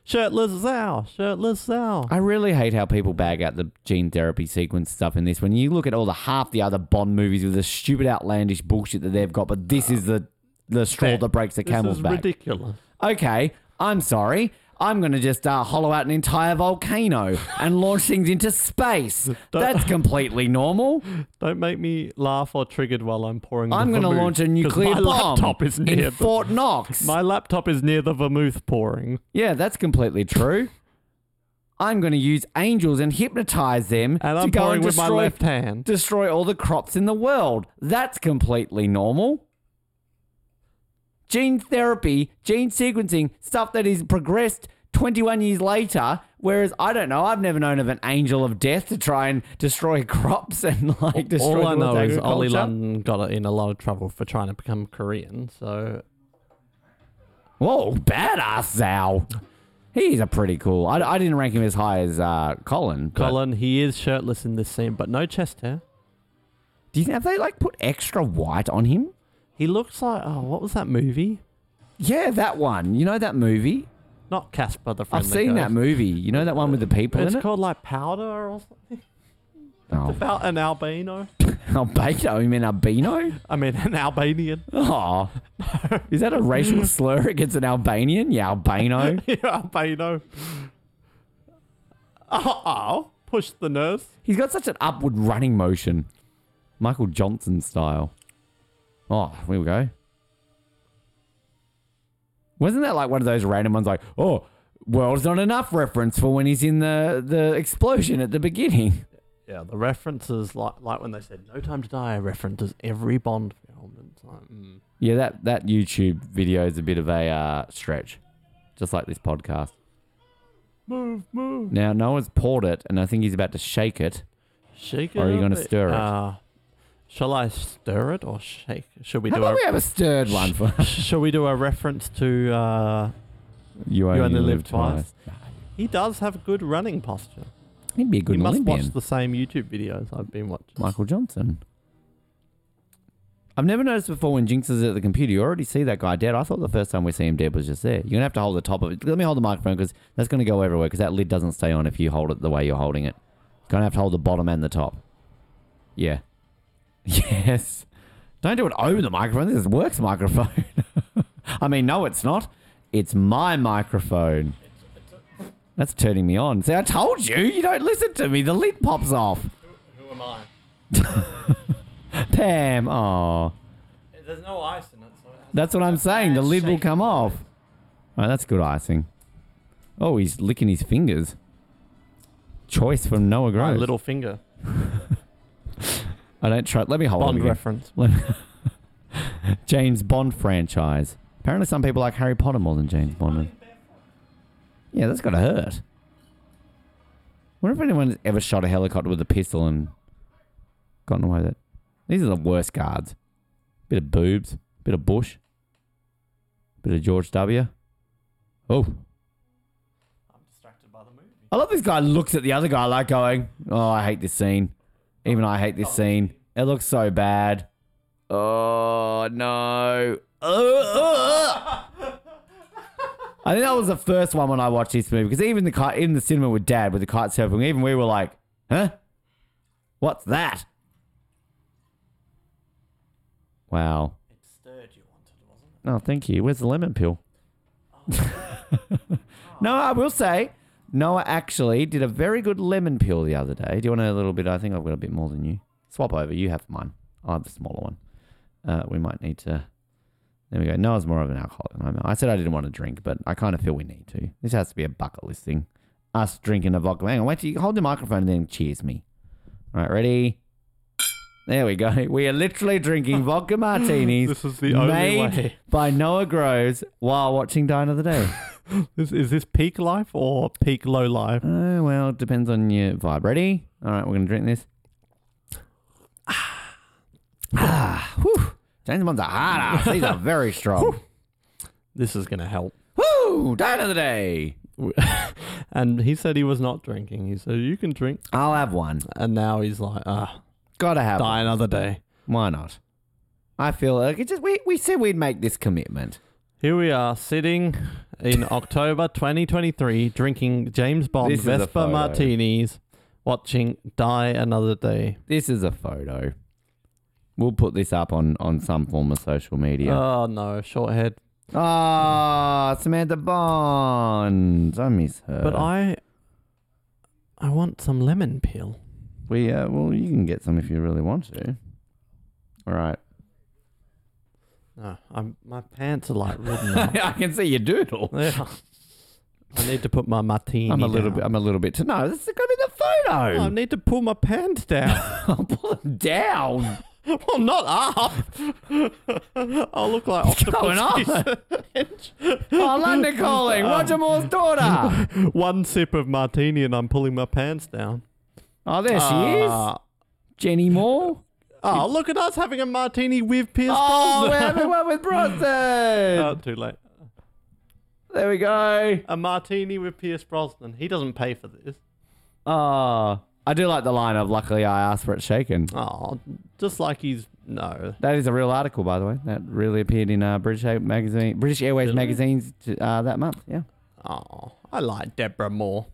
[SPEAKER 2] Shirtless Zao. Shirtless Zao.
[SPEAKER 1] I really hate how people bag out the gene therapy sequence stuff in this. When you look at all the half the other Bond movies with the stupid outlandish bullshit that they've got, but this is the the straw
[SPEAKER 2] Ben,
[SPEAKER 1] that breaks the camel's
[SPEAKER 2] this is
[SPEAKER 1] back.
[SPEAKER 2] ridiculous.
[SPEAKER 1] okay, I'm sorry. I'm going to just uh, hollow out an entire volcano and launch things into space. That's completely normal.
[SPEAKER 2] Don't make me laugh or triggered while I'm pouring.
[SPEAKER 1] I'm
[SPEAKER 2] going to
[SPEAKER 1] launch a nuclear
[SPEAKER 2] my
[SPEAKER 1] bomb
[SPEAKER 2] Laptop is
[SPEAKER 1] in
[SPEAKER 2] near the,
[SPEAKER 1] Fort Knox.
[SPEAKER 2] my laptop is near the vermouth pouring.
[SPEAKER 1] Yeah, that's completely true. I'm going to use angels and hypnotize them
[SPEAKER 2] And
[SPEAKER 1] to
[SPEAKER 2] I'm
[SPEAKER 1] go
[SPEAKER 2] pouring
[SPEAKER 1] and
[SPEAKER 2] with my
[SPEAKER 1] destroy,
[SPEAKER 2] left hand.
[SPEAKER 1] destroy all the crops in the world. That's completely normal. Gene therapy, gene sequencing, stuff that is progressed 21 years later. Whereas I don't know, I've never known of an angel of death to try and destroy crops and like destroy
[SPEAKER 2] All I
[SPEAKER 1] the world's
[SPEAKER 2] know is Ollie
[SPEAKER 1] agriculture.
[SPEAKER 2] London got in a lot of trouble for trying to become Korean. So
[SPEAKER 1] Whoa, badass Zhao. He's a pretty cool. I, I didn't rank him as high as uh, Colin. but-
[SPEAKER 2] Colin, he is shirtless in this scene, but no chest hair.
[SPEAKER 1] Do you think have they like put extra white on him?
[SPEAKER 2] He looks like oh, what was that movie?
[SPEAKER 1] Yeah, that one. You know that movie?
[SPEAKER 2] Not Casper the
[SPEAKER 1] I've
[SPEAKER 2] Friendly
[SPEAKER 1] seen that
[SPEAKER 2] Ghost.
[SPEAKER 1] movie. You know that one with the people
[SPEAKER 2] It's
[SPEAKER 1] in
[SPEAKER 2] called like Powder or something.
[SPEAKER 1] it? Oh,
[SPEAKER 2] About an albino.
[SPEAKER 1] albino. Oh, You mean albino?
[SPEAKER 2] I mean, an Albanian.
[SPEAKER 1] Oh, is that a racial slur against an Albanian? Yeah, albino.
[SPEAKER 2] Yeah, albino. Oh, oh, push the nurse.
[SPEAKER 1] He's got such an upward running motion, Michael Johnson style. Oh, here we go. Wasn't that like one of those random ones? Like, oh, world's not enough reference for when he's in the the explosion at the beginning.
[SPEAKER 2] Yeah, the references, like like when they said "No Time to Die," references every Bond film. And It's like, mm.
[SPEAKER 1] Yeah, that, that YouTube video is a bit of a uh, stretch, just like this podcast.
[SPEAKER 2] move, move.
[SPEAKER 1] Now, Noah's poured it, and I think he's about to shake it.
[SPEAKER 2] Shake it.
[SPEAKER 1] Or are you
[SPEAKER 2] up
[SPEAKER 1] gonna
[SPEAKER 2] a-
[SPEAKER 1] stir it?
[SPEAKER 2] Uh, shall I stir it or shake? Should we
[SPEAKER 1] How
[SPEAKER 2] do
[SPEAKER 1] about
[SPEAKER 2] a?
[SPEAKER 1] we have a stirred one for
[SPEAKER 2] shall we do a reference to? Uh,
[SPEAKER 1] you
[SPEAKER 2] only only live live twice. he does have good running posture.
[SPEAKER 1] He'd be a good
[SPEAKER 2] you must
[SPEAKER 1] Olympian,
[SPEAKER 2] watch the same YouTube videos I've been watching.
[SPEAKER 1] Michael Johnson. I've never noticed before when Jinx is at the computer, you already see that guy dead. I thought the first time we see him dead was just there. You're gonna have to hold the top of it. Let me hold the microphone because that's gonna go everywhere. Because that lid doesn't stay on if you hold it the way you're holding it. Gonna have to hold the bottom and the top. Yeah. Yes. Don't do it over the microphone. This is works microphone. I mean, no, it's not. It's my microphone. That's turning me on. See, I told you. You don't listen to me. The lid pops off.
[SPEAKER 2] Who am I?
[SPEAKER 1] Pam. Oh,
[SPEAKER 2] There's no ice in it, so it
[SPEAKER 1] that's what I'm saying. The lid will come off. Oh, that's good icing. Oh, he's licking his fingers. Choice from Noah
[SPEAKER 2] My
[SPEAKER 1] Gross.
[SPEAKER 2] little finger.
[SPEAKER 1] I don't try. Let me hold
[SPEAKER 2] Bond
[SPEAKER 1] him again.
[SPEAKER 2] reference.
[SPEAKER 1] Let me- James Bond franchise. Apparently, some people like Harry Potter more than James Bond. Yeah, that's gotta hurt. Wonder if anyone's ever shot a helicopter with a pistol and gotten away with it. These are the worst guards. Bit of boobs, bit of bush, bit of George W. Oh,
[SPEAKER 2] I'm distracted by the movie.
[SPEAKER 1] I love this guy looks at the other guy like going, Oh, I hate this scene. Even I hate this scene. It looks so bad. Oh no. Uh, uh, uh. I think that was the first one when I watched this movie because even the kite in the cinema with Dad with the kite surfing, even we were like, "Huh, what's that?" Wow.
[SPEAKER 2] It stirred you wanted, wasn't it?
[SPEAKER 1] No, thank you. Where's the lemon peel? no, I will say, Noah actually did a very good lemon peel the other day. Do you want a little bit? I think I've got a bit more than you. Swap over. You have mine. I have the smaller one. Uh, we might need to. There we go. Noah's more of an alcoholic. than I am. I said I didn't want to drink, but I kind of feel we need to. This has to be a bucket list thing. Us drinking a vodka. Hang on, wait till you hold the microphone and then cheers me. All right, ready? There we go. We are literally drinking vodka martinis
[SPEAKER 2] This is the only
[SPEAKER 1] made
[SPEAKER 2] way.
[SPEAKER 1] by Noah Groves while watching Die Another Day.
[SPEAKER 2] This, is this peak life or peak low life?
[SPEAKER 1] Oh, well, it depends on your vibe. Ready? All right, we're going to drink this. Ah, whew. James Bond's a hard ass. These are very strong.
[SPEAKER 2] This is gonna help.
[SPEAKER 1] Woo! Dine of the day.
[SPEAKER 2] and he said he was not drinking. He said you can drink,
[SPEAKER 1] I'll have one.
[SPEAKER 2] and now he's like, ah,
[SPEAKER 1] Gotta have one.
[SPEAKER 2] die another day.
[SPEAKER 1] Why not? I feel like it just we, we said we'd make this commitment.
[SPEAKER 2] Here we are sitting in October 2023, drinking James Bond
[SPEAKER 1] This is a
[SPEAKER 2] Vespa
[SPEAKER 1] photo.
[SPEAKER 2] martinis, watching Die Another Day.
[SPEAKER 1] This is a photo. We'll put this up on, on some form of social media.
[SPEAKER 2] Oh no, short head.
[SPEAKER 1] Ah, Samantha Bond. I miss her.
[SPEAKER 2] But I, I want some lemon peel.
[SPEAKER 1] we uh, well, you can get some if you really want to. All right.
[SPEAKER 2] No, I'm my pants are like ridden up.
[SPEAKER 1] I can see your doodle.
[SPEAKER 2] Yeah. I need to put my martini.
[SPEAKER 1] I'm a little bit.
[SPEAKER 2] down. Oh,
[SPEAKER 1] I'm a little bit. To no, this is gonna be the photo.
[SPEAKER 2] I need to pull my pants down.
[SPEAKER 1] I'll pull it down.
[SPEAKER 2] well, not up. I'll look like
[SPEAKER 1] going
[SPEAKER 2] octopus.
[SPEAKER 1] Oh, London calling. Roger Moore's daughter.
[SPEAKER 2] One sip of martini and I'm pulling my pants down.
[SPEAKER 1] Oh, there she is.
[SPEAKER 2] Ah.
[SPEAKER 1] Jenny Moore.
[SPEAKER 2] Oh, look at us having a martini with Pierce
[SPEAKER 1] Oh, we're
[SPEAKER 2] Brosnan.
[SPEAKER 1] having one with Bronson. Uh,
[SPEAKER 2] Oh, too late.
[SPEAKER 1] there we go.
[SPEAKER 2] A martini with Pierce Brosnan. He doesn't pay for this.
[SPEAKER 1] Oh, I do like the line of "Luckily, I asked for it shaken."
[SPEAKER 2] Oh, just like he's no.
[SPEAKER 1] That is a real article, by the way. That really appeared in uh, British Air- magazine, British Airways
[SPEAKER 2] Really?
[SPEAKER 1] magazines uh, that month. Yeah.
[SPEAKER 2] Oh, I like Deborah Moore.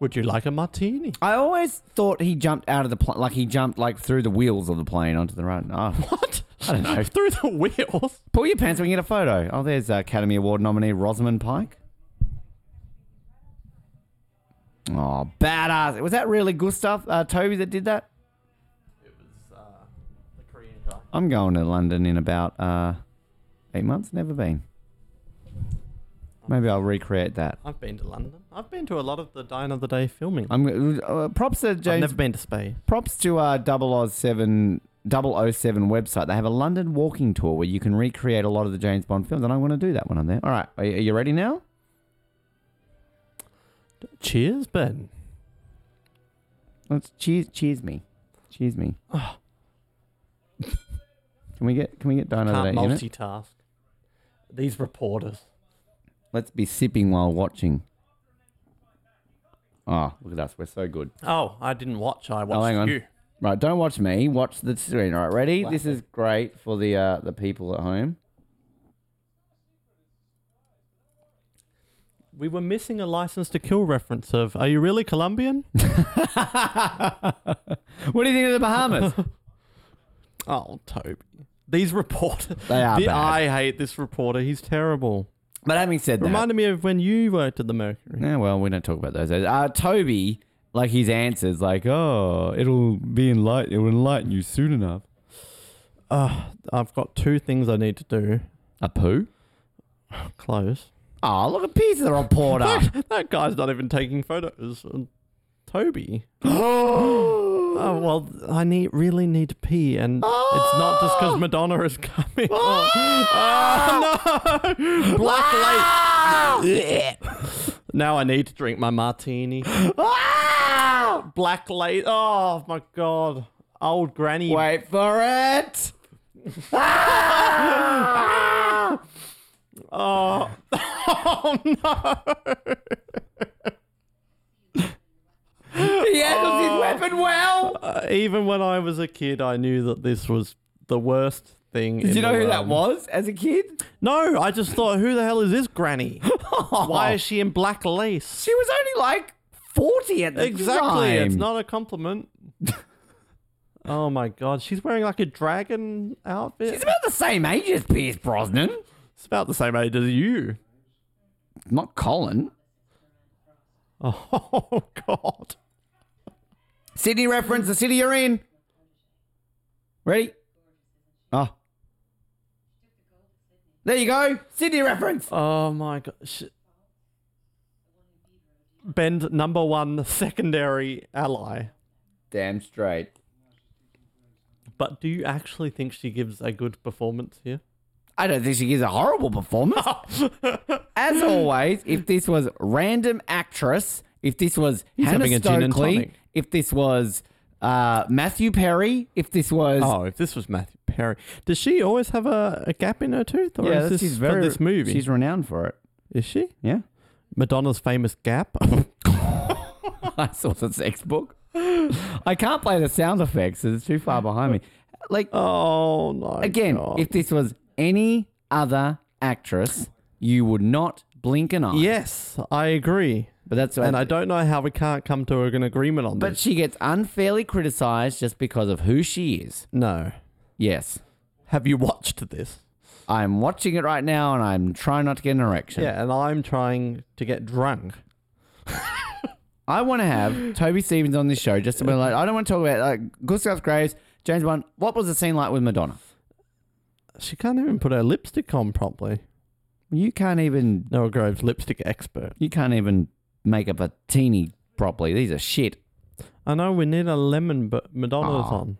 [SPEAKER 2] Would you like a martini?
[SPEAKER 1] I always thought he jumped out of the plane, like he jumped like through the wheels of the plane onto the right. Oh.
[SPEAKER 2] What?
[SPEAKER 1] I don't know.
[SPEAKER 2] Through the wheels.
[SPEAKER 1] Pull your pants, we can get a photo. Oh, there's uh, Academy Award nominee Rosamund Pike. Oh, badass! Was that really Gustav uh, Toby that did that?
[SPEAKER 2] It was uh, the Korean guy.
[SPEAKER 1] I'm going to London in about uh, eight months. Never been. Maybe I'll recreate that.
[SPEAKER 2] I've been to London. I've been to a lot of the Dine of the Day filming.
[SPEAKER 1] I'm uh, props to
[SPEAKER 2] I've
[SPEAKER 1] James.
[SPEAKER 2] never been to Spain.
[SPEAKER 1] props to uh, our 007, 007 website. They have a London walking tour where you can recreate a lot of the James Bond films, and I want to do that when I'm there. All right, are, are you ready now?
[SPEAKER 2] Cheers, Ben.
[SPEAKER 1] Let's cheers. Cheers me. Cheers me. can we get? Can we get down another
[SPEAKER 2] Can't
[SPEAKER 1] day? You know?
[SPEAKER 2] multitask. These reporters.
[SPEAKER 1] Let's be sipping while watching. Oh, look at us. We're so good.
[SPEAKER 2] Oh, I didn't watch. I watched
[SPEAKER 1] Oh, hang on.
[SPEAKER 2] you.
[SPEAKER 1] Right, don't watch me. Watch the screen. All right, ready? This is great for the uh, the people at home.
[SPEAKER 2] We were missing a license to kill reference of Are you really Colombian?
[SPEAKER 1] What do you think of the Bahamas?
[SPEAKER 2] oh, Toby. These reporters.
[SPEAKER 1] They are
[SPEAKER 2] The-
[SPEAKER 1] bad.
[SPEAKER 2] I hate this reporter. He's terrible.
[SPEAKER 1] but having said that,
[SPEAKER 2] Reminded me of when you worked at the Mercury.
[SPEAKER 1] yeah, well, we don't talk about those. Uh, Toby, like his answers, like, oh, it'll be enlight, it'll enlighten you soon enough.
[SPEAKER 2] Uh, I've got two things I need to do.
[SPEAKER 1] A poo?
[SPEAKER 2] Close.
[SPEAKER 1] Oh, look at piece of the reporter.
[SPEAKER 2] That, that guy's not even taking photos. Um, Toby. Oh, well, I need really need to pee, and it's not just
[SPEAKER 1] Oh!
[SPEAKER 2] because Madonna is coming. Oh, Oh, no! Black light. Now I need to drink my martini.
[SPEAKER 1] Ah!
[SPEAKER 2] Black light. Oh my god. Old granny.
[SPEAKER 1] Wait for it.
[SPEAKER 2] Oh. oh no.
[SPEAKER 1] He handles his weapon well.
[SPEAKER 2] Uh, even when I was a kid, I knew that this was the worst thing.
[SPEAKER 1] Did you know who that was as a kid?
[SPEAKER 2] No, I just thought, who the hell is this granny? Why is she in black lace?
[SPEAKER 1] She was only like 40 at the
[SPEAKER 2] Exactly. It's
[SPEAKER 1] time.
[SPEAKER 2] not a compliment. oh my god, she's wearing like a dragon outfit.
[SPEAKER 1] She's about the same age as Pierce Brosnan.
[SPEAKER 2] it's about the same age as you.
[SPEAKER 1] Not Colin.
[SPEAKER 2] Oh god.
[SPEAKER 1] Sydney reference, the city you're in. Ready? Oh. There you go. Sydney reference.
[SPEAKER 2] Oh my god. Sh- Bend number one secondary ally.
[SPEAKER 1] Damn straight.
[SPEAKER 2] But do you actually think she gives a good performance here?
[SPEAKER 1] I don't think she gives a horrible performance. As always, if this was random actress, if this was Hannah
[SPEAKER 2] having a gin and
[SPEAKER 1] Stokely,
[SPEAKER 2] tonic.
[SPEAKER 1] if this was uh, Matthew Perry, if this was
[SPEAKER 2] Oh, if this was Matthew Perry, does she always have a, a gap in her tooth, or is this
[SPEAKER 1] she's
[SPEAKER 2] for this movie?
[SPEAKER 1] she's renowned for it.
[SPEAKER 2] Is she
[SPEAKER 1] Yeah,
[SPEAKER 2] Madonna's famous gap?
[SPEAKER 1] I saw the sex book. I can't play the sound effects; it's too far behind me. Like
[SPEAKER 2] oh no!
[SPEAKER 1] again,
[SPEAKER 2] God.
[SPEAKER 1] if this was any other actress, you would not blink an eye.
[SPEAKER 2] yes, I agree,
[SPEAKER 1] but that's
[SPEAKER 2] and I don't know how we can't come to an agreement on
[SPEAKER 1] But
[SPEAKER 2] this.
[SPEAKER 1] she gets unfairly criticised just because of who she is.
[SPEAKER 2] No,
[SPEAKER 1] Yes.
[SPEAKER 2] have you watched this?
[SPEAKER 1] I'm watching it right now and I'm trying not to get an erection.
[SPEAKER 2] Yeah, and I'm trying to get drunk.
[SPEAKER 1] I want to have Toby Stevens on this show just to be like, I don't want to talk about like Gustav Graves, James Bond. What was the scene like with Madonna?
[SPEAKER 2] She can't even put her lipstick on properly.
[SPEAKER 1] You can't even
[SPEAKER 2] Noah Groves, lipstick expert.
[SPEAKER 1] you can't even make up a teeny properly. These are shit.
[SPEAKER 2] I know we need a lemon, but Madonna's
[SPEAKER 1] Aw.
[SPEAKER 2] on.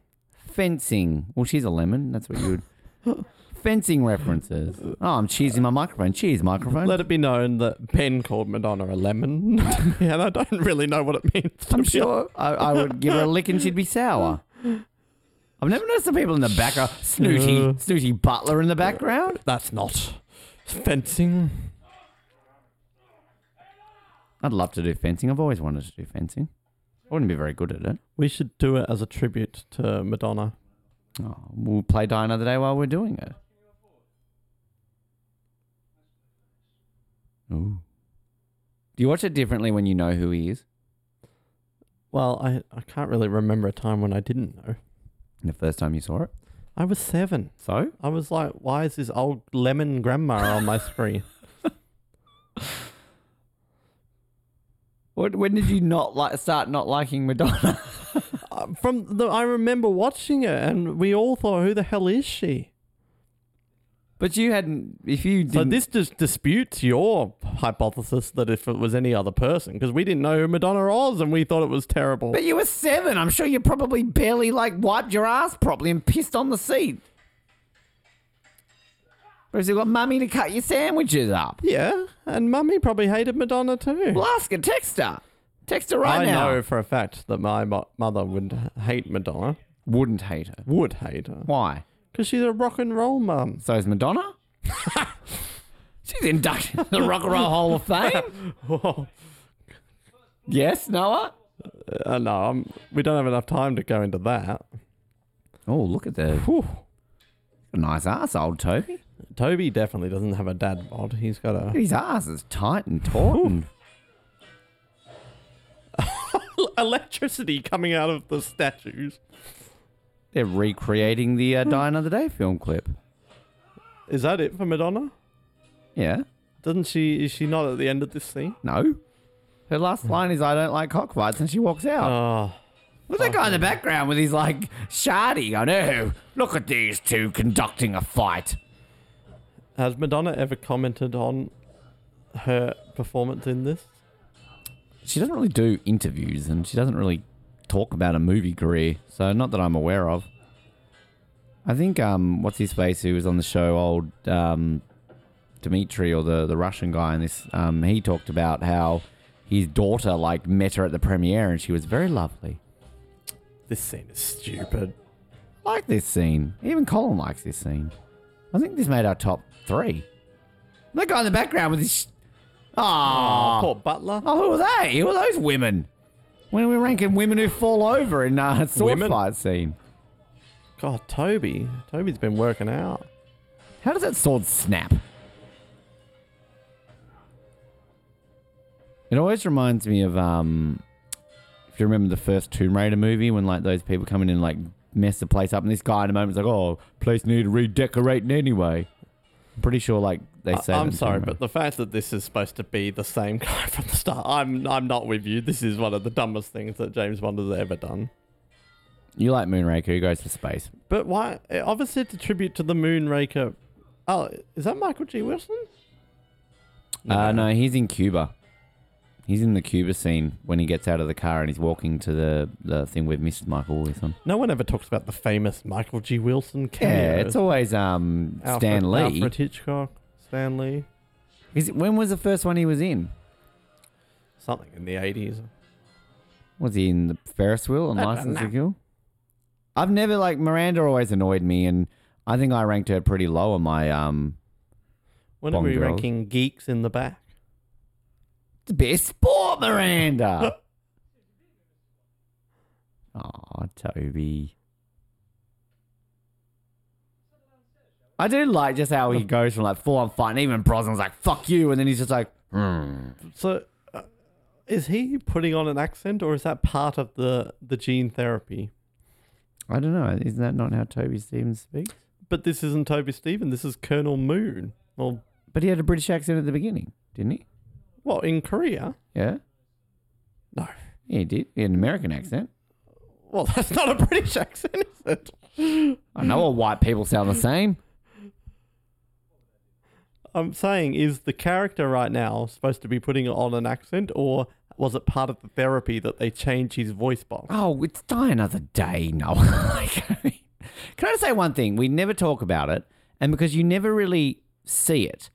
[SPEAKER 1] Fencing. Well, she's a lemon. That's what you would. Fencing references. Oh, I'm cheesing my microphone. Cheese microphone.
[SPEAKER 2] Let it be known that Ben called Madonna a lemon, and I don't really know what it means.
[SPEAKER 1] I'm sure I, I would give her a lick and she'd be sour. I've never noticed the people in the background. Snooty,
[SPEAKER 2] Uh.
[SPEAKER 1] Snooty Butler in the background.
[SPEAKER 2] That's not fencing.
[SPEAKER 1] I'd love to do fencing. I've always wanted to do fencing. I wouldn't be very good at it.
[SPEAKER 2] We should do it as a tribute to Madonna.
[SPEAKER 1] Oh, we'll play Die Another Day while we're doing it. Ooh. Do you watch it differently when you know who he is?
[SPEAKER 2] Well, I, I can't really remember a time when I didn't know.
[SPEAKER 1] The first time you saw it?
[SPEAKER 2] I was seven.
[SPEAKER 1] So?
[SPEAKER 2] I was like, why is this old lemon grandma on my screen?
[SPEAKER 1] What, when did you not like start not liking Madonna?
[SPEAKER 2] Uh, From the, I remember watching it, and we all thought, who the hell is she?
[SPEAKER 1] But you hadn't. If you didn't.
[SPEAKER 2] So this just disputes your hypothesis that if it was any other person, because we didn't know who Madonna was, and we thought it was terrible.
[SPEAKER 1] But you were seven. I'm sure you probably barely like wiped your ass properly and pissed on the seat. Whereas you got mummy to cut your sandwiches up.
[SPEAKER 2] yeah, and Mummy probably hated Madonna too.
[SPEAKER 1] Well, ask her, text her. Text her right
[SPEAKER 2] I
[SPEAKER 1] now.
[SPEAKER 2] know for a fact that my mo- mother would hate Madonna.
[SPEAKER 1] Wouldn't hate her.
[SPEAKER 2] Would hate her.
[SPEAKER 1] Why?
[SPEAKER 2] Because she's a rock and roll mum.
[SPEAKER 1] So is Madonna? She's inducted into the Rock and Roll Hall of Fame.
[SPEAKER 2] Oh,
[SPEAKER 1] yes, Noah?
[SPEAKER 2] uh, no, I'm, we don't have enough time to go into that.
[SPEAKER 1] Oh, look at the
[SPEAKER 2] Whew.
[SPEAKER 1] nice ass, old Toby.
[SPEAKER 2] Toby definitely doesn't have a dad bod. He's got a,
[SPEAKER 1] His ass is tight and taut. and-
[SPEAKER 2] electricity coming out of the statues.
[SPEAKER 1] They're recreating the uh, Die Another Day film clip.
[SPEAKER 2] Is that it for Madonna?
[SPEAKER 1] Yeah.
[SPEAKER 2] Doesn't she? Is she not at the end of this scene?
[SPEAKER 1] No. Her last line is, I don't like cockfights, and she walks out.
[SPEAKER 2] Oh,
[SPEAKER 1] Look at that guy in the background with his, like, shardy. I know. Look at these two conducting a fight.
[SPEAKER 2] has Madonna ever commented on her performance in this?
[SPEAKER 1] She doesn't really do interviews, and she doesn't really talk about a movie career, so not that I'm aware of. I think, um, what's his face who was on the show, old, um, Dimitri or the, the Russian guy in this, um, he talked about how his daughter, like, met her at the premiere, and she was very lovely.
[SPEAKER 2] This scene is stupid.
[SPEAKER 1] like this scene. Even Colin likes this scene. I think this made our top three. That guy in the background with his. Sh-
[SPEAKER 2] Oh,
[SPEAKER 1] Aww.
[SPEAKER 2] poor Butler.
[SPEAKER 1] Oh, who are they? Who are those women? When we're ranking women who fall over in uh, sword
[SPEAKER 2] Women?
[SPEAKER 1] fight scene.
[SPEAKER 2] God, Toby. Toby's been working out.
[SPEAKER 1] How does that sword snap? It always reminds me of um, if you remember the first Tomb Raider movie when like those people come in and like mess the place up, and this guy in a moment's like, "Oh, place needed redecorating anyway." I'm pretty sure like they
[SPEAKER 2] I-
[SPEAKER 1] say. that in
[SPEAKER 2] I'm
[SPEAKER 1] Tomb
[SPEAKER 2] sorry,
[SPEAKER 1] Raider.
[SPEAKER 2] but the fact that this is supposed to be the same guy from the start, I'm I'm not with you. This is one of the dumbest things that James Bond has ever done.
[SPEAKER 1] you like Moonraker, who goes to space.
[SPEAKER 2] But why? it Obviously, it's a tribute to the Moonraker. Oh, is that Michael G. Wilson?
[SPEAKER 1] Uh, no, he's in Cuba. He's in the Cuba scene when he gets out of the car and he's walking to the, the thing we've missed Michael Willis on.
[SPEAKER 2] No one ever talks about the famous Michael G. Wilson cameo.
[SPEAKER 1] Yeah, it's always um Stan
[SPEAKER 2] Alfred-
[SPEAKER 1] Lee.
[SPEAKER 2] Alfred Hitchcock, Stan Lee,
[SPEAKER 1] Is it, when was the first one he was in?
[SPEAKER 2] something in the 80s.
[SPEAKER 1] Was he in the Ferris wheel and
[SPEAKER 2] I don't
[SPEAKER 1] License to
[SPEAKER 2] know.
[SPEAKER 1] Kill? I've never like Miranda always annoyed me, and I think I ranked her pretty low on my um.
[SPEAKER 2] When are
[SPEAKER 1] Bond
[SPEAKER 2] we
[SPEAKER 1] girls.
[SPEAKER 2] ranking geeks in the back?
[SPEAKER 1] The best sport, Miranda. oh, Toby. I do like just how he goes from like full on fighting. Even Brosnan's like "fuck you," and then he's just like, "Hmm."
[SPEAKER 2] So, uh, is he putting on an accent, or is that part of the the gene therapy?
[SPEAKER 1] I don't know. Is that not how Toby Stevens speaks?
[SPEAKER 2] But this isn't Toby Stephen. This is Colonel Moon. Well,
[SPEAKER 1] But he had a British accent at the beginning, didn't he?
[SPEAKER 2] well, in Korea.
[SPEAKER 1] Yeah.
[SPEAKER 2] No.
[SPEAKER 1] Yeah, he did. He had an American accent.
[SPEAKER 2] Well, that's not a British accent, is it?
[SPEAKER 1] I know all white people sound the same.
[SPEAKER 2] I'm saying, is the character right now supposed to be putting on an accent, or was it part of the therapy that they change his voice box?
[SPEAKER 1] Oh, it's die another day. No. Okay. Can I just say one thing? We never talk about it, and because you never really see it,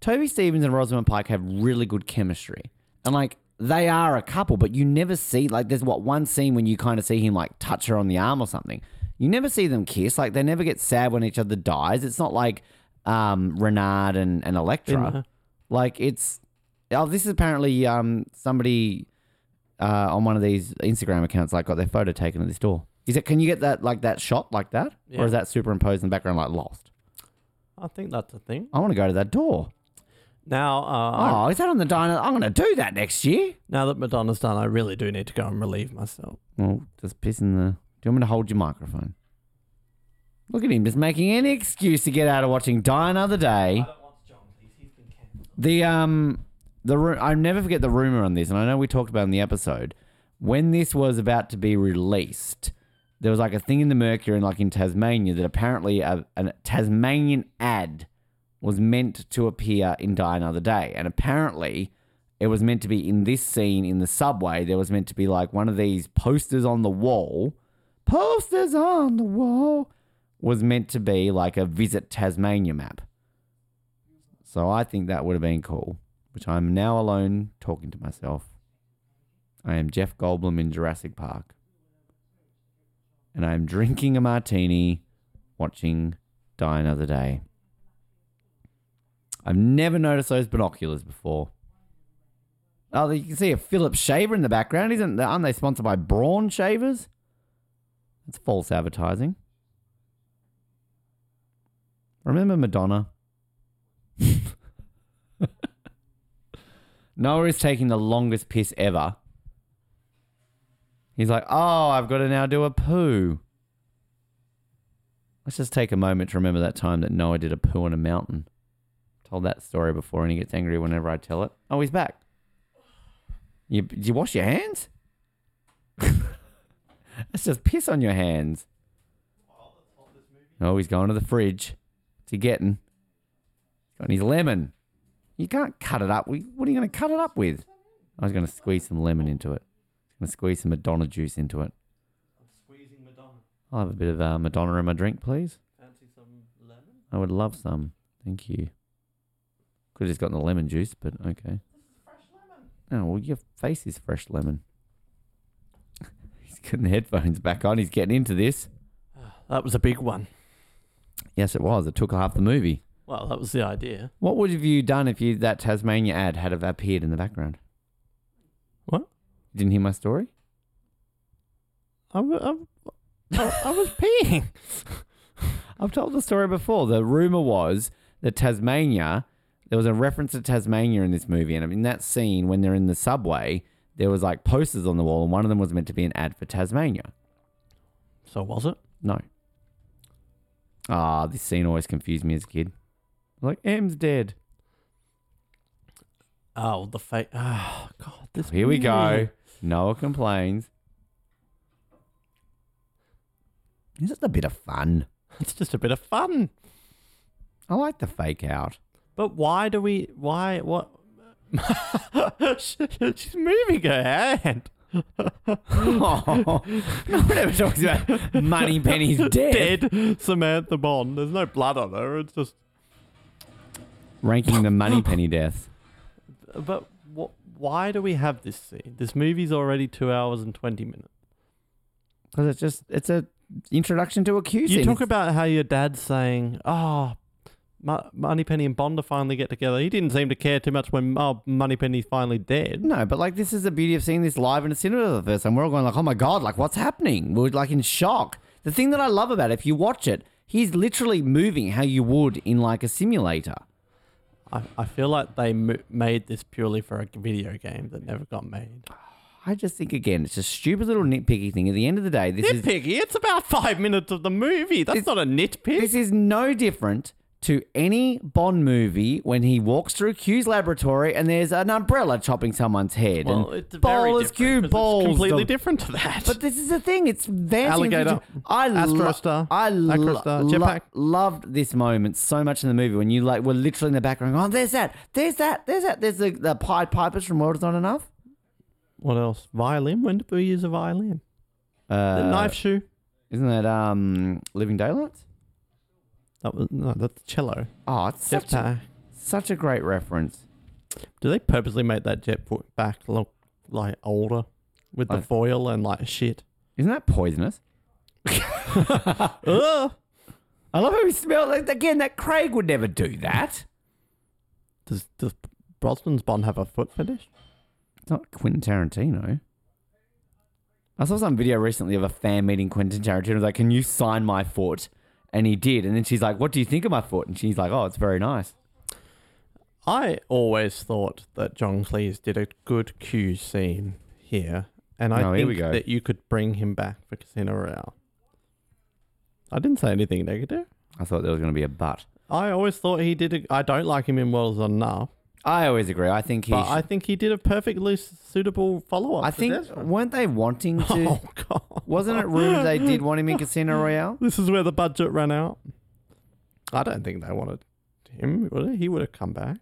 [SPEAKER 1] Toby Stevens and Rosamund Pike have really good chemistry, and like they are a couple, but you never see like there's what one scene when you kind of see him like touch her on the arm or something. You never see them kiss. Like they never get sad when each other dies. It's not like um, Renard and and Electra.
[SPEAKER 2] In-
[SPEAKER 1] Like it's oh, this is apparently um somebody uh on one of these Instagram accounts like got their photo taken at this door. Is it? Can you get that like that shot like that, or
[SPEAKER 2] Yeah.
[SPEAKER 1] is that superimposed in the background like Lost?
[SPEAKER 2] I think that's a thing.
[SPEAKER 1] I want to go to that door.
[SPEAKER 2] Now, uh, I-
[SPEAKER 1] Oh, is that on the diner? I'm going to do that next year.
[SPEAKER 2] now that Madonna's done, I really do need to go and relieve myself.
[SPEAKER 1] Well, just piss in the. Do you want me to hold your microphone? Look at him, just making any excuse to get out of watching Die Another Day. The um, the ru- I never forget the rumor on this, and I know we talked about it in the episode when this was about to be released. There was like a thing in the Mercury and like in Tasmania that apparently a, a Tasmanian ad was meant to appear in Die Another Day, and apparently it was meant to be in this scene in the subway. There was meant to be like one of these posters on the wall. Posters on the wall was meant to be like a visit Tasmania map. So I think that would have been cool, which I'm now alone talking to myself. I am Jeff Goldblum in Jurassic Park. And I'm drinking a martini, watching Die Another Day. I've never noticed those binoculars before. Oh, you can see a Phillips shaver in the background. Isn't aren't they sponsored by Braun Shavers? That's false advertising. Remember Madonna? Noah is taking the longest piss ever. He's like, "Oh, I've got to now do a poo." Let's just take a moment to remember that time that Noah did a poo on a mountain. Told that story before, and he gets angry whenever I tell it. Oh, he's back. You did you wash your hands? That's just piss on your hands. Oh, he's going to the fridge. What's he getting? Got his lemon. You can't cut it up. We- What are you going to cut it up with? I was going to squeeze some lemon into it. going to squeeze some Madonna juice into it.
[SPEAKER 2] Squeezing Madonna.
[SPEAKER 1] I'll have a bit of uh, Madonna in my drink, please.
[SPEAKER 2] Fancy some lemon?
[SPEAKER 1] I would love some. Thank you. Could have just gotten the lemon juice, but okay. Oh, well, your face is fresh lemon. he's getting the headphones back on. He's getting into this.
[SPEAKER 2] That was a big one.
[SPEAKER 1] Yes, it was. It took half the movie.
[SPEAKER 2] Well, that was the idea.
[SPEAKER 1] What would have you done if you that Tasmania ad had have appeared in the background?
[SPEAKER 2] What?
[SPEAKER 1] You didn't hear my story?
[SPEAKER 2] I, w- I w- I- I was peeing.
[SPEAKER 1] I've told the story before. The rumor was that Tasmania, there was a reference to Tasmania in this movie, and in that scene when they're in the subway, there was like posters on the wall, and one of them was meant to be an ad for Tasmania.
[SPEAKER 2] So was it?
[SPEAKER 1] No. Ah, this scene always confused me as a kid. Like M's dead.
[SPEAKER 2] Oh, the fake. Oh, God. This
[SPEAKER 1] Here we go.
[SPEAKER 2] movie.
[SPEAKER 1] Noah complains. It's just a bit of fun.
[SPEAKER 2] It's just a bit of fun.
[SPEAKER 1] I like the fake out.
[SPEAKER 2] But why do we? Why? What? She- She's moving her hand.
[SPEAKER 1] Oh, no one ever talks about Money Penny's dead.
[SPEAKER 2] Dead Samantha Bond. There's no blood on her. It's just.
[SPEAKER 1] Ranking the Money Penny death.
[SPEAKER 2] But wh- why do we have this scene? This movie's already two hours and 20 minutes.
[SPEAKER 1] Because it's just, it's a introduction to a Q
[SPEAKER 2] You
[SPEAKER 1] scene.
[SPEAKER 2] talk about how your dad's saying, oh, Mo- Moneypenny and Bond are finally get together. He didn't seem to care too much when oh, Moneypenny's finally dead.
[SPEAKER 1] No, but like this is the beauty of seeing this live in a cinema for the first time. We're all going like, oh my god, like what's happening? We're like in shock. The thing that I love about it, if you watch it, he's literally moving how you would in like a simulator.
[SPEAKER 2] I, I feel like they mo- made this purely for a video game that never got made.
[SPEAKER 1] I just think again, it's a stupid little nitpicky thing. At the end of the day, this is
[SPEAKER 2] Nitpicky, it's about five minutes of the movie. That's not a nitpick.
[SPEAKER 1] this is no different to any Bond movie when he walks through Q's laboratory and there's an umbrella chopping someone's head.
[SPEAKER 2] Well,
[SPEAKER 1] and
[SPEAKER 2] it's very
[SPEAKER 1] ballers,
[SPEAKER 2] different
[SPEAKER 1] Q,
[SPEAKER 2] 'cause it's
[SPEAKER 1] balls,
[SPEAKER 2] completely
[SPEAKER 1] the-
[SPEAKER 2] different to that.
[SPEAKER 1] But this is the thing. It's dancing.
[SPEAKER 2] Alligator.
[SPEAKER 1] I love.
[SPEAKER 2] Astrostar.
[SPEAKER 1] I lo-
[SPEAKER 2] Acrostar.
[SPEAKER 1] lo-
[SPEAKER 2] Jetpack.
[SPEAKER 1] loved this moment so much in the movie when you like were literally in the background. going, Oh, there's that. There's that. There's that. There's the, the Pied Pipers from World is Not Enough.
[SPEAKER 2] what else? Violin? When did we use a violin?
[SPEAKER 1] Uh,
[SPEAKER 2] the knife shoe?
[SPEAKER 1] Isn't that um Living Daylights?
[SPEAKER 2] That was no, that's cello.
[SPEAKER 1] Oh, it's such a,
[SPEAKER 2] Jetpack.
[SPEAKER 1] such a great reference.
[SPEAKER 2] Do they purposely make that jet foot back look like older with the
[SPEAKER 1] Like-
[SPEAKER 2] foil and like shit?
[SPEAKER 1] Isn't that poisonous? Uh.
[SPEAKER 2] Ugh.
[SPEAKER 1] I love how he smelled like again. That Craig would never do that.
[SPEAKER 2] Does does Brosnan's Bond have a foot fetish?
[SPEAKER 1] It's not Quentin Tarantino. I saw some video recently of a fan meeting Quentin Tarantino. Was like, "Can you sign my foot?" And he did. And then she's like, "What do you think of my foot?" And she's like, "Oh, it's very nice."
[SPEAKER 2] I always thought that John Cleese did a good Q scene here, and I
[SPEAKER 1] Oh, here
[SPEAKER 2] think
[SPEAKER 1] we go.
[SPEAKER 2] that you could bring him back for Casino Royale. I didn't say anything negative.
[SPEAKER 1] I thought there was going to be a but.
[SPEAKER 2] I always thought he did. A, I don't like him in Worlds on Now,
[SPEAKER 1] I always agree. I think he.
[SPEAKER 2] but
[SPEAKER 1] should-
[SPEAKER 2] I think he did a perfectly s- suitable follow up.
[SPEAKER 1] I think weren't they wanting to?
[SPEAKER 2] Oh god.
[SPEAKER 1] Wasn't it rumored they did want him in Casino Royale?
[SPEAKER 2] This is where the budget ran out. I don't think they wanted him. Would he? he would have come back.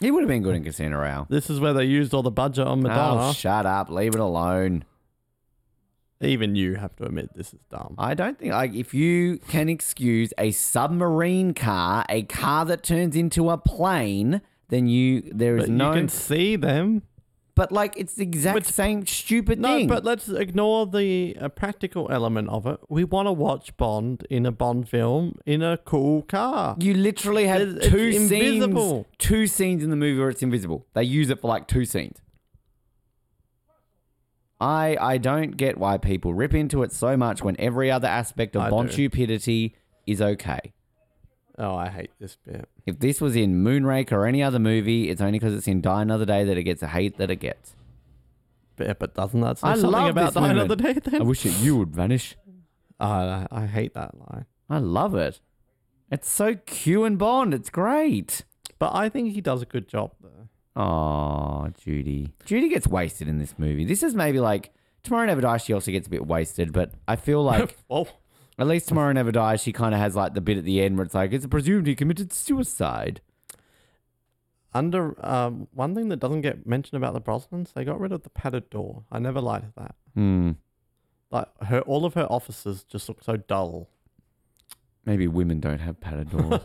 [SPEAKER 1] He would have been good in Casino Royale.
[SPEAKER 2] This is where they used all the budget on Madonna.
[SPEAKER 1] Oh, shut up! Leave it alone.
[SPEAKER 2] Even you have to admit this is dumb.
[SPEAKER 1] I don't think like if you can excuse a submarine car, a car that turns into a plane, then you there is
[SPEAKER 2] But
[SPEAKER 1] no.
[SPEAKER 2] you can see them.
[SPEAKER 1] But like it's the exact
[SPEAKER 2] But-
[SPEAKER 1] same stupid
[SPEAKER 2] No,
[SPEAKER 1] thing.
[SPEAKER 2] but let's ignore the uh, practical element of it. We want to watch Bond in a Bond film in a cool car.
[SPEAKER 1] you literally have
[SPEAKER 2] It's- it's
[SPEAKER 1] two scenes,
[SPEAKER 2] invisible.
[SPEAKER 1] two scenes in the movie where it's invisible. They use it for like two scenes. I I don't get why people rip into it so much when every other aspect of
[SPEAKER 2] I
[SPEAKER 1] Bond
[SPEAKER 2] do.
[SPEAKER 1] stupidity is okay.
[SPEAKER 2] Oh, I hate this bit.
[SPEAKER 1] If this was in Moonraker or any other movie, it's only because it's in Die Another Day that it gets the hate that it gets.
[SPEAKER 2] But, but doesn't that say
[SPEAKER 1] I
[SPEAKER 2] something
[SPEAKER 1] love
[SPEAKER 2] about
[SPEAKER 1] this
[SPEAKER 2] Dine
[SPEAKER 1] woman.
[SPEAKER 2] of the Day then?
[SPEAKER 1] I wish that you would vanish.
[SPEAKER 2] Oh, I, I hate that line.
[SPEAKER 1] I love it. It's so Q and Bond. It's great.
[SPEAKER 2] But I think he does a good job there.
[SPEAKER 1] Oh, Judy. Judy gets wasted in this movie. This is maybe like Tomorrow Never Dies. She also gets a bit wasted, but I feel like
[SPEAKER 2] Oh,
[SPEAKER 1] at least Tomorrow Never Dies, she kind of has like the bit at the end where it's like it's presumed he committed suicide.
[SPEAKER 2] Under um, one thing that doesn't get mentioned about the Brosnans, they got rid of the padded door. I never liked that.
[SPEAKER 1] Hmm.
[SPEAKER 2] Like her, all of her offices just look so dull.
[SPEAKER 1] Maybe women don't have padded doors.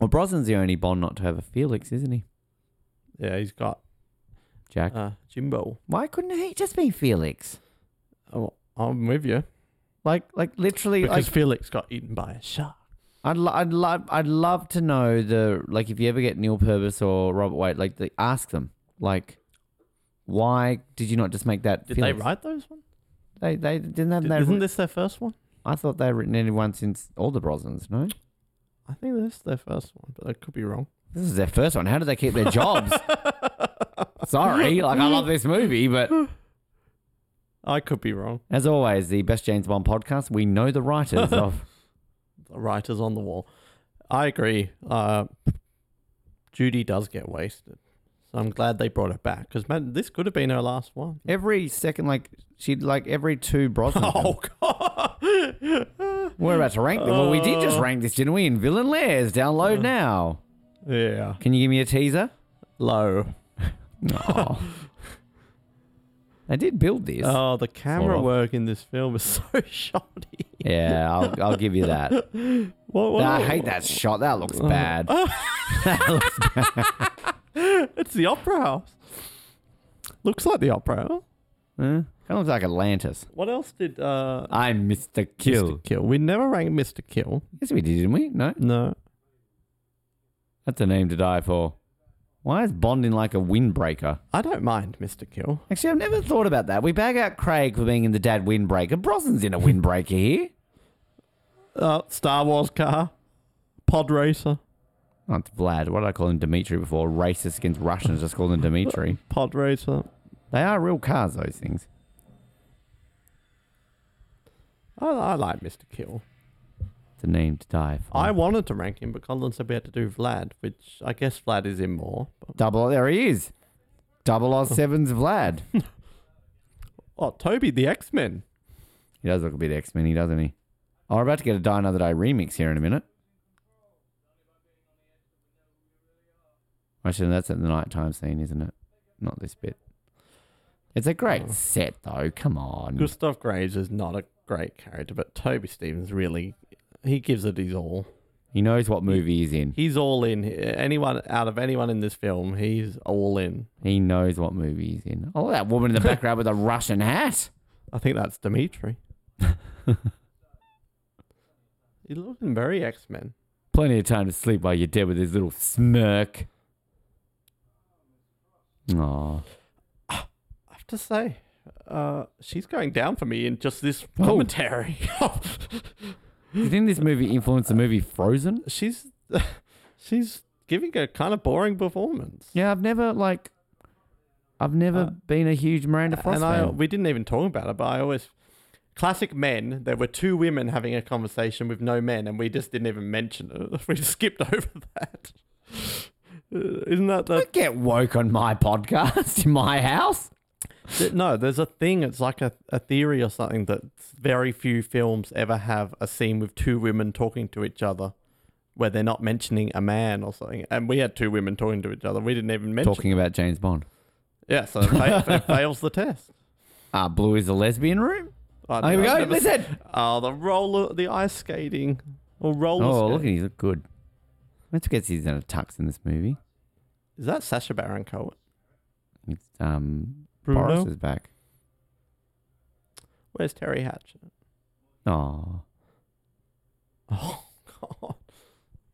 [SPEAKER 1] well, Brosnan's the only Bond not to have a Felix, isn't he?
[SPEAKER 2] Yeah, he's got
[SPEAKER 1] Jack.
[SPEAKER 2] uh, Jimbo.
[SPEAKER 1] Why couldn't he just be Felix?
[SPEAKER 2] Oh, I'm with you
[SPEAKER 1] Like, like literally,
[SPEAKER 2] because
[SPEAKER 1] like
[SPEAKER 2] Felix got eaten by a shark.
[SPEAKER 1] I'd, lo- I'd love, I'd love to know the like if you ever get Neil Purvis or Robert Wade, like the, ask them, like, why did you not just make that?
[SPEAKER 2] Did
[SPEAKER 1] Felix?
[SPEAKER 2] they write those ones?
[SPEAKER 1] They, they didn't have
[SPEAKER 2] Did,
[SPEAKER 1] that.
[SPEAKER 2] isn't this their first one?
[SPEAKER 1] I thought they'd written anyone since all the Brosnans. No,
[SPEAKER 2] I think this is their first one, but I could be wrong.
[SPEAKER 1] this is their first one. How do they keep their jobs? Sorry, like I love this movie, but
[SPEAKER 2] I could be wrong.
[SPEAKER 1] as always, the best James Bond podcast. We know the writers of.
[SPEAKER 2] The writers on the wall. I agree. Uh, Judy does get wasted, so I'm glad they brought her back because man, this could have been her last one.
[SPEAKER 1] Every second, like she'd like every two Brosnan. films.
[SPEAKER 2] Oh god.
[SPEAKER 1] We're about to rank them. well, we did just rank this, didn't we? In Villain Lairs. Download now.
[SPEAKER 2] yeah.
[SPEAKER 1] Can you give me a teaser?
[SPEAKER 2] low.
[SPEAKER 1] No. I did build this.
[SPEAKER 2] Oh, the camera
[SPEAKER 1] off.
[SPEAKER 2] work in this film is so shoddy.
[SPEAKER 1] Yeah, I'll, I'll give you that.
[SPEAKER 2] What, what,
[SPEAKER 1] Nah, I hate that shot. That looks bad.
[SPEAKER 2] It's the opera house. Looks like the opera. house.
[SPEAKER 1] Huh? That looks like Atlantis.
[SPEAKER 2] What else did uh
[SPEAKER 1] I'm Mr. Kill.
[SPEAKER 2] Mr. Kill? We never ranked Mr. Kill.
[SPEAKER 1] Yes, we did, didn't we? No,
[SPEAKER 2] No.
[SPEAKER 1] that's a name to die for. Why is Bond in like a windbreaker?
[SPEAKER 2] I don't mind Mr. Kill.
[SPEAKER 1] Actually, I've never thought about that. We bag out Craig for being in the dad windbreaker. Brosnan's in a windbreaker here.
[SPEAKER 2] Uh, Star Wars car. Pod racer.
[SPEAKER 1] Not Vlad. What did I call him? Dimitri before. Racist against Russians. Just called him Dimitri.
[SPEAKER 2] Pod racer.
[SPEAKER 1] They are real cars, those things.
[SPEAKER 2] I, I like Mr. Kill.
[SPEAKER 1] It's a name to die for.
[SPEAKER 2] I wanted to rank him, but Colin said we had to do Vlad, which I guess Vlad is in more. But,
[SPEAKER 1] Double. There he is. Double O Seven's Vlad.
[SPEAKER 2] oh, Toby, the X Men.
[SPEAKER 1] He does look a bit X Men, doesn't he? Oh, we're about to get a Die Another Day remix here in a minute. Actually, that's at the nighttime scene, isn't it? Not this bit. It's a great set, though. Come on.
[SPEAKER 2] Gustav Graves is not a great character, but Toby Stevens really, he gives it his all.
[SPEAKER 1] He knows what movie he's in.
[SPEAKER 2] He's all in. Anyone out of anyone in this film, he's all in.
[SPEAKER 1] He knows what movie he's in. Oh, that woman in the background with a Russian hat.
[SPEAKER 2] I think that's Dimitri. He's looking very X Men.
[SPEAKER 1] Plenty of time to sleep while you're dead with his little smirk. Aw.
[SPEAKER 2] I have to say, uh, she's going down for me in just this commentary.
[SPEAKER 1] Do you think this movie influenced the movie Frozen?
[SPEAKER 2] she's she's giving a kind of boring performance.
[SPEAKER 1] Yeah, I've never like, I've never been a huge Miranda Frost
[SPEAKER 2] Uh, and I
[SPEAKER 1] fan.
[SPEAKER 2] we didn't even talk about it, but I always classic men. There were two women having a conversation with no men, and we just didn't even mention it. We just skipped over that. Uh, Isn't that the
[SPEAKER 1] Don't get woke on my podcast in my house.
[SPEAKER 2] Th- No, there's a thing. It's like a, a theory or something that very few films ever have a scene with two women talking to each other, where they're not mentioning a man or something. And we had two women talking to each other. We didn't even mention.
[SPEAKER 1] Talking about James Bond.
[SPEAKER 2] Yeah, so it, fa- it fails the test.
[SPEAKER 1] Ah, Blue is a lesbian room.
[SPEAKER 2] I
[SPEAKER 1] Oh, here we
[SPEAKER 2] I've
[SPEAKER 1] go.
[SPEAKER 2] never-
[SPEAKER 1] Listen.
[SPEAKER 2] Oh, the roller, the ice skating or roller.
[SPEAKER 1] Oh,
[SPEAKER 2] skate.
[SPEAKER 1] look at him. He's look good. Let's get he's in a tux in this movie.
[SPEAKER 2] Is that Sasha Baron Cohen?
[SPEAKER 1] It's um
[SPEAKER 2] Bruno?
[SPEAKER 1] Boris is back.
[SPEAKER 2] Where's Terry Hatcher?
[SPEAKER 1] Oh.
[SPEAKER 2] Oh God.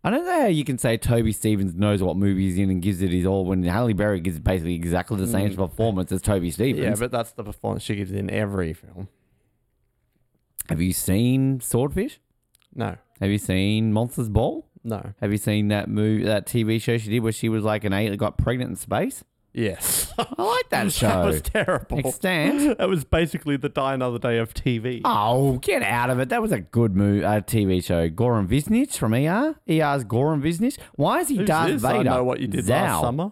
[SPEAKER 1] I don't know how you can say Toby Stevens knows what movie he's in and gives it his all when Halle Berry gives basically exactly the same performance as Toby Stevens.
[SPEAKER 2] Mm. Yeah, but that's the performance she gives in every film.
[SPEAKER 1] Have you seen Swordfish?
[SPEAKER 2] No,
[SPEAKER 1] Have you seen Monsters Ball?
[SPEAKER 2] no.
[SPEAKER 1] Have you seen that movie, that TV show she did where she was like an alien, got pregnant in space?
[SPEAKER 2] Yes.
[SPEAKER 1] I like that show.
[SPEAKER 2] That was terrible.
[SPEAKER 1] Extant.
[SPEAKER 2] That was basically the Die Another Day of TV.
[SPEAKER 1] Oh, get out of it. That was a good movie, uh, TV show. Goran Visnich from ER. ER's Goran Visnich. Why is he
[SPEAKER 2] Who's
[SPEAKER 1] Darth
[SPEAKER 2] this?
[SPEAKER 1] Vader?
[SPEAKER 2] I know what you did
[SPEAKER 1] Zao.
[SPEAKER 2] last summer.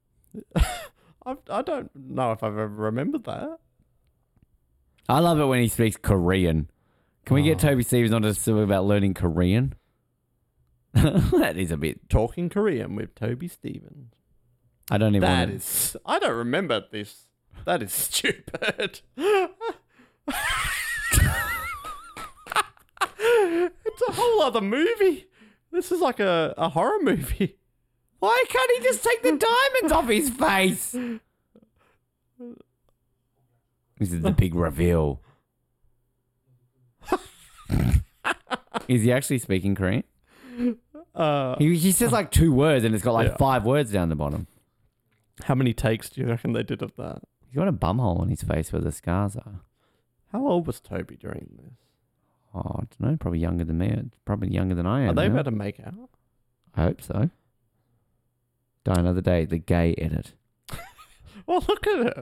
[SPEAKER 2] I, I don't know if I've ever remembered that.
[SPEAKER 1] I love it when he speaks Korean. Can we get
[SPEAKER 2] Oh.
[SPEAKER 1] Toby Stevens on to talk about learning Korean? that is a bit.
[SPEAKER 2] Talking Korean with Toby Stevens.
[SPEAKER 1] I don't even.
[SPEAKER 2] That
[SPEAKER 1] wanna-
[SPEAKER 2] is. I don't remember this. That is stupid. it's a whole other movie. This is like a, a horror movie.
[SPEAKER 1] Why can't he just take the diamonds off his face? This is the big reveal. is he actually speaking Korean?
[SPEAKER 2] Uh,
[SPEAKER 1] He, he says like two words and it's got like
[SPEAKER 2] Yeah.
[SPEAKER 1] five words down the bottom.
[SPEAKER 2] how many takes do you reckon they did of that?
[SPEAKER 1] He's got a bumhole on his face where the scars are.
[SPEAKER 2] How old was Toby during this?
[SPEAKER 1] Oh, I don't know. Probably younger than me. Probably younger than I am.
[SPEAKER 2] Are they
[SPEAKER 1] now.
[SPEAKER 2] about to make out?
[SPEAKER 1] I hope so. Die another day. The gay edit.
[SPEAKER 2] Oh, look at it.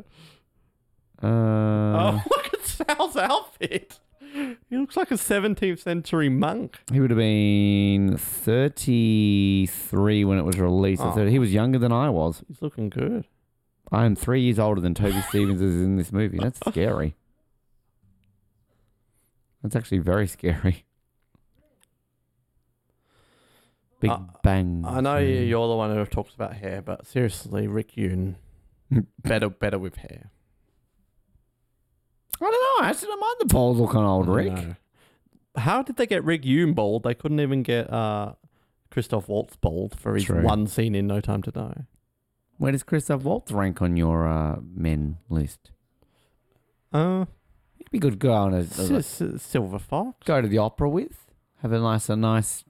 [SPEAKER 1] Uh,
[SPEAKER 2] oh, look at Sal's outfit. He looks like a 17th century monk.
[SPEAKER 1] He would have been 33 when it was released.
[SPEAKER 2] Oh.
[SPEAKER 1] So he was younger than I was.
[SPEAKER 2] He's looking good.
[SPEAKER 1] I am three years older than Toby Stevens is in this movie. That's scary. That's actually very scary. Big
[SPEAKER 2] I-
[SPEAKER 1] Bang.
[SPEAKER 2] Uh, I know you-
[SPEAKER 1] Theory.
[SPEAKER 2] you're the one who talks about hair, but seriously, Rick Yoon, better, better with hair.
[SPEAKER 1] I don't know. I actually don't mind the balls looking old,
[SPEAKER 2] I
[SPEAKER 1] Rick.
[SPEAKER 2] know. How did they get Rick Yoon bald? They couldn't even get uh, Christoph Waltz bald for his
[SPEAKER 1] True.
[SPEAKER 2] one scene in No Time to Die.
[SPEAKER 1] Where does Christoph Waltz rank on your uh, men list?
[SPEAKER 2] Uh,
[SPEAKER 1] He'd be good go on a,
[SPEAKER 2] S-
[SPEAKER 1] a
[SPEAKER 2] S- Silver Fox.
[SPEAKER 1] go to the opera with, have a nice a nice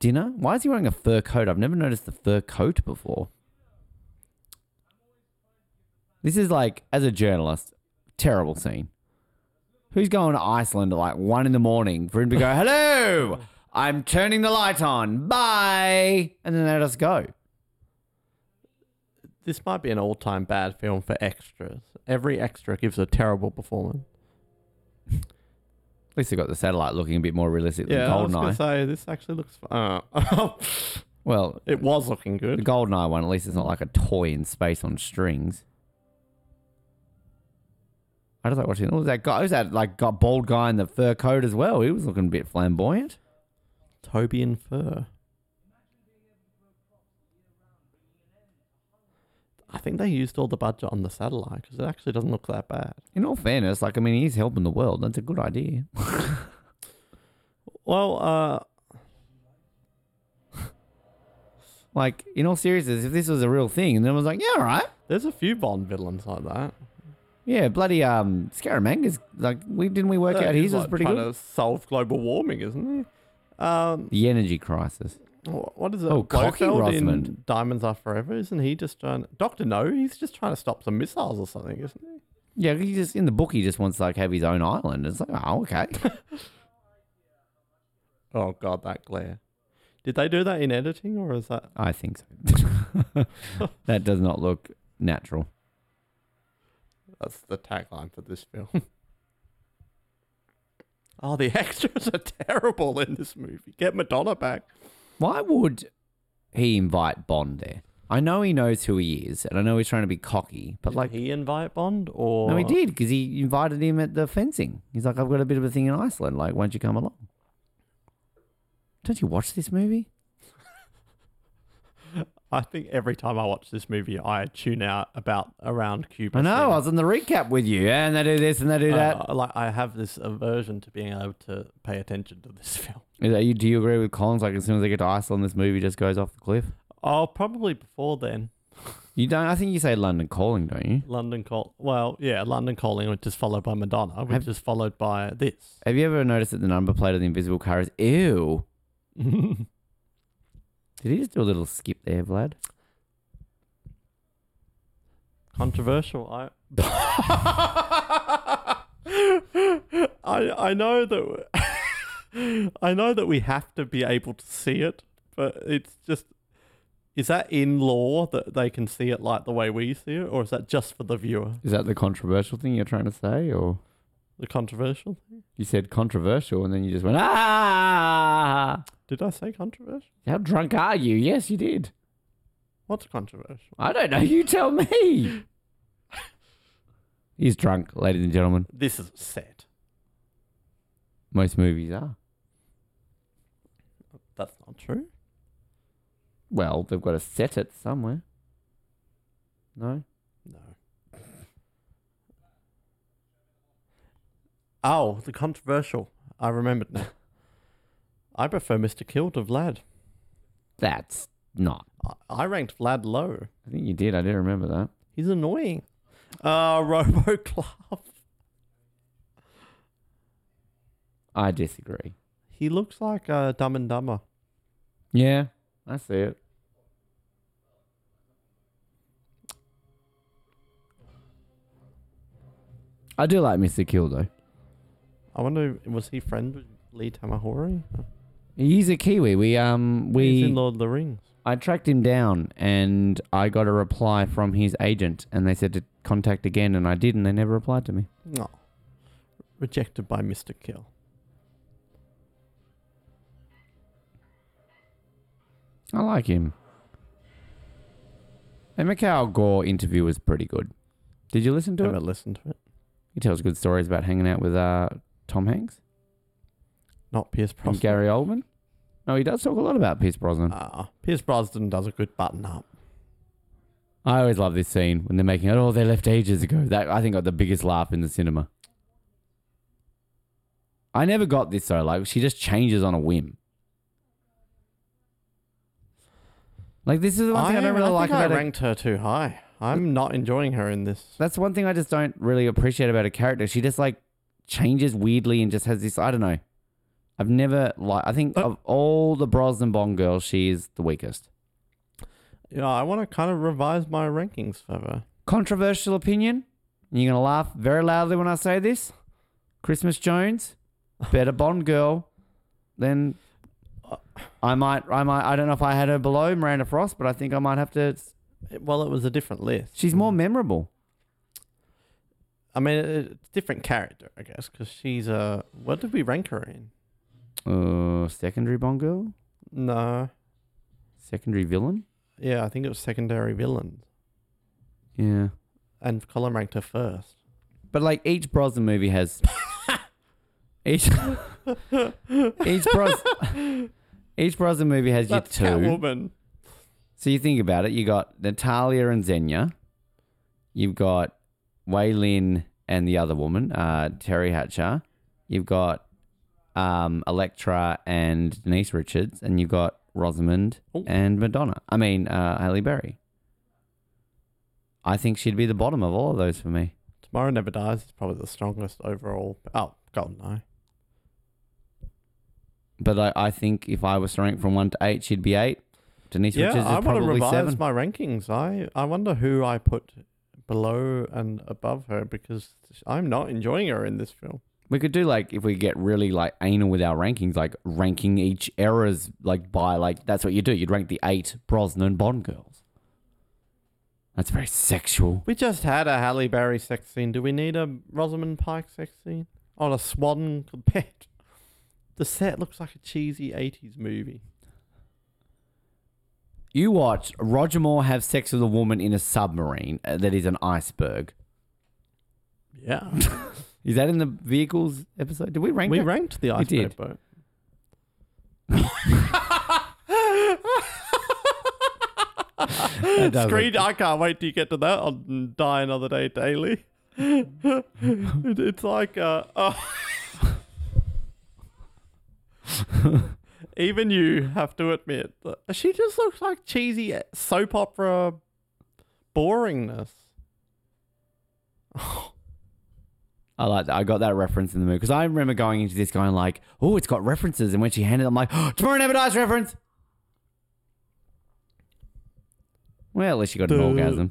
[SPEAKER 1] dinner. Why is he wearing a fur coat? I've never noticed the fur coat before. This is like, as a journalist, terrible scene. Who's going to Iceland at like one in the morning for him to go, hello, I'm turning the light on, bye, and then they just go.
[SPEAKER 2] This might be an all-time bad film for extras. Every extra gives a terrible performance.
[SPEAKER 1] At least they got the satellite looking a bit more realistic than
[SPEAKER 2] I was gonna
[SPEAKER 1] Goldeneye.
[SPEAKER 2] say this actually looks. fu- Uh,
[SPEAKER 1] Well,
[SPEAKER 2] it was looking
[SPEAKER 1] the
[SPEAKER 2] good.
[SPEAKER 1] Goldeneye one, at least it's not like a toy in space on strings. I just like watching. What was that guy? Who's that like got bald guy in the fur coat as well? He was looking a bit flamboyant.
[SPEAKER 2] Toby and Fur. I think they used all the budget on the satellite because it actually doesn't look that bad.
[SPEAKER 1] In all fairness, like I mean, he's helping the world. That's a good idea.
[SPEAKER 2] Well, uh,
[SPEAKER 1] Like in all seriousness, if this was a real thing, and then I was like, yeah, all right,
[SPEAKER 2] there's a few Bond villains like that.
[SPEAKER 1] yeah, bloody um, Scaramanga's like we didn't we work
[SPEAKER 2] Yeah,
[SPEAKER 1] out
[SPEAKER 2] he's
[SPEAKER 1] his was
[SPEAKER 2] like
[SPEAKER 1] pretty
[SPEAKER 2] trying
[SPEAKER 1] good.
[SPEAKER 2] to solve global warming, isn't he? Um,
[SPEAKER 1] The energy crisis.
[SPEAKER 2] wh- what is it?
[SPEAKER 1] Oh, cocky
[SPEAKER 2] Blofeld in
[SPEAKER 1] Rosamund.
[SPEAKER 2] Diamonds Are Forever, isn't he just trying? Doctor No, he's just trying to stop some missiles or something, isn't he?
[SPEAKER 1] Yeah, he just in the book he just wants to like have his own island. It's like, oh, okay.
[SPEAKER 2] Oh God, that glare! Did they do that in editing, or is that?
[SPEAKER 1] I think so. that does not look natural.
[SPEAKER 2] That's the tagline for this film. oh, the extras are terrible in this movie. Get Madonna back.
[SPEAKER 1] Why would he invite Bond there? I know he knows who he is, and I know he's trying to be cocky, but
[SPEAKER 2] Did
[SPEAKER 1] like,
[SPEAKER 2] he invite Bond, or
[SPEAKER 1] no, he did because he invited him at the fencing. He's like, I've got a bit of a thing in Iceland. Like, won't you come along? Don't you watch this movie?
[SPEAKER 2] I think every time I watch this movie, I tune out about around Cuba.
[SPEAKER 1] I know. I
[SPEAKER 2] Cinema.
[SPEAKER 1] was on the recap with you, and they do this and they do that.
[SPEAKER 2] I, like I have this aversion to being able to pay attention to this film.
[SPEAKER 1] Is that you, do you agree with Collins? Like, as soon as they get to Iceland, this movie just goes off the cliff.
[SPEAKER 2] Oh, probably before then,
[SPEAKER 1] You don't? I think you say London Calling, don't you?
[SPEAKER 2] London Call. Well, yeah, London Calling, which is followed by Madonna, which
[SPEAKER 1] Have-
[SPEAKER 2] is followed by this.
[SPEAKER 1] Have you ever noticed that the number plate of the invisible car is ew? Did he just do a little skip there, Vlad?
[SPEAKER 2] Controversial. I. I I know that I know that we have to be able to see it, but it's just. Is that in law that they can see it like the way we see it, or is that just for the viewer?
[SPEAKER 1] Is that the controversial thing you're trying to say, or
[SPEAKER 2] The controversial?
[SPEAKER 1] you said controversial and then you just went ah?
[SPEAKER 2] Did I say controversial?
[SPEAKER 1] How drunk are you? Yes, you did.
[SPEAKER 2] What's controversial?
[SPEAKER 1] I don't know. You tell me. He's drunk, ladies and gentlemen.
[SPEAKER 2] This is set.
[SPEAKER 1] Most movies are.
[SPEAKER 2] That's not true.
[SPEAKER 1] Well, they've got to set it somewhere. No.
[SPEAKER 2] No. Oh, the controversial. I remembered now. I prefer Mr. Kill to Vlad.
[SPEAKER 1] That's not.
[SPEAKER 2] I, I ranked Vlad low.
[SPEAKER 1] I think you did. I didn't remember that.
[SPEAKER 2] He's annoying. Uh, RoboClav.
[SPEAKER 1] I disagree.
[SPEAKER 2] He looks like uh, Dumb and Dumber.
[SPEAKER 1] Yeah, I see it. I do like Mr. Kill though.
[SPEAKER 2] I wonder, was he friend with Lee Tamahori?
[SPEAKER 1] He's a Kiwi. We um
[SPEAKER 2] He's in
[SPEAKER 1] we
[SPEAKER 2] Lord of the Rings.
[SPEAKER 1] I tracked him down and I got a reply from his agent and they said to contact again and I did and they never replied to me.
[SPEAKER 2] No. Rejected by Mr. Kill.
[SPEAKER 1] I like him. And Mikhail Gore interview was pretty good. Did you listen to
[SPEAKER 2] Never
[SPEAKER 1] it?
[SPEAKER 2] listened to it.
[SPEAKER 1] He tells good stories about hanging out with uh Tom Hanks
[SPEAKER 2] Not Pierce
[SPEAKER 1] and
[SPEAKER 2] Brosnan.
[SPEAKER 1] Gary Oldman. No, he does talk a lot about Pierce Brosnan.
[SPEAKER 2] Uh, Pierce Brosnan does a good button up.
[SPEAKER 1] I always love this scene when they're making it. Oh, they left ages ago. That I think got the biggest laugh in the cinema. I never got this though. Like she just changes on a whim. Like this is the one thing I, don't really
[SPEAKER 2] think
[SPEAKER 1] like
[SPEAKER 2] I
[SPEAKER 1] about it.
[SPEAKER 2] ranked her too high. I'm not enjoying her in this.
[SPEAKER 1] That's one thing I just don't really appreciate about a character. She just like changes weirdly and just has this. I don't know. I've never like. I think
[SPEAKER 2] Uh,
[SPEAKER 1] of all the Brosnan Bond girls, she is the weakest.
[SPEAKER 2] Yeah, I want to kind of revise my rankings further.
[SPEAKER 1] Controversial opinion. and You're gonna laugh very loudly when I say this. Christmas Jones, better Bond girl than I might. I might. I don't know if I had her below Miranda Frost, but I think I might have to.
[SPEAKER 2] Well, it was a different list.
[SPEAKER 1] She's more memorable.
[SPEAKER 2] I mean, it- it's different character, I guess, because she's a. What did we rank her in?
[SPEAKER 1] Uh, secondary Bond girl,
[SPEAKER 2] No.
[SPEAKER 1] secondary villain.
[SPEAKER 2] Yeah, I think it was secondary villain,
[SPEAKER 1] Yeah.
[SPEAKER 2] and Colin ranked her first.
[SPEAKER 1] But like each Brosnan movie has each each Bros each Brosnan movie has
[SPEAKER 2] That's
[SPEAKER 1] your two.
[SPEAKER 2] Catwoman.
[SPEAKER 1] So you think about it, you got Natalia and Xenia. You've got Wei Lin and the other woman, uh, Terry Hatcher. You've got um, Electra and Denise Richards, and you've got Rosamund
[SPEAKER 2] Ooh.
[SPEAKER 1] and Madonna. I mean, uh, Halle Berry. I think she'd be the bottom of all of those for me.
[SPEAKER 2] Tomorrow Never Dies is probably the strongest overall. Oh, Goldeneye.
[SPEAKER 1] But I, I think if I was to rank from one to eight, she'd be eight. Denise
[SPEAKER 2] yeah,
[SPEAKER 1] Richards is
[SPEAKER 2] I want to
[SPEAKER 1] probably
[SPEAKER 2] revise
[SPEAKER 1] seven.
[SPEAKER 2] my rankings. I, I wonder who I put below and above her because I'm not enjoying her in this film.
[SPEAKER 1] We could do like if we get really like anal with our rankings, like ranking each errors like by like that's what you do. You'd rank the eight Brosnan Bond girls. That's very sexual.
[SPEAKER 2] We just had a Halle Berry sex scene. Do we need a Rosamund Pike sex scene? On a swan bed. The set looks like a cheesy 80s movie.
[SPEAKER 1] You watched Roger Moore have sex with a woman in a submarine uh, that is an iceberg.
[SPEAKER 2] Yeah.
[SPEAKER 1] Is that in the vehicles episode? Did we rank?
[SPEAKER 2] we
[SPEAKER 1] that?
[SPEAKER 2] ranked the
[SPEAKER 1] We did.
[SPEAKER 2] iceberg boat.
[SPEAKER 1] That does
[SPEAKER 2] Screen, I can't wait till you get to that on Die Another Day Daily. It- it's like, uh, oh. even you have to admit that she just looks like cheesy soap opera boringness.
[SPEAKER 1] I like that. I got that reference in the movie because I remember going into this going like, "Oh, it's got references," and when she handed, it, I'm like, oh, "Tomorrow Never Dies" reference. Well, at least you got an
[SPEAKER 2] Duh.
[SPEAKER 1] orgasm.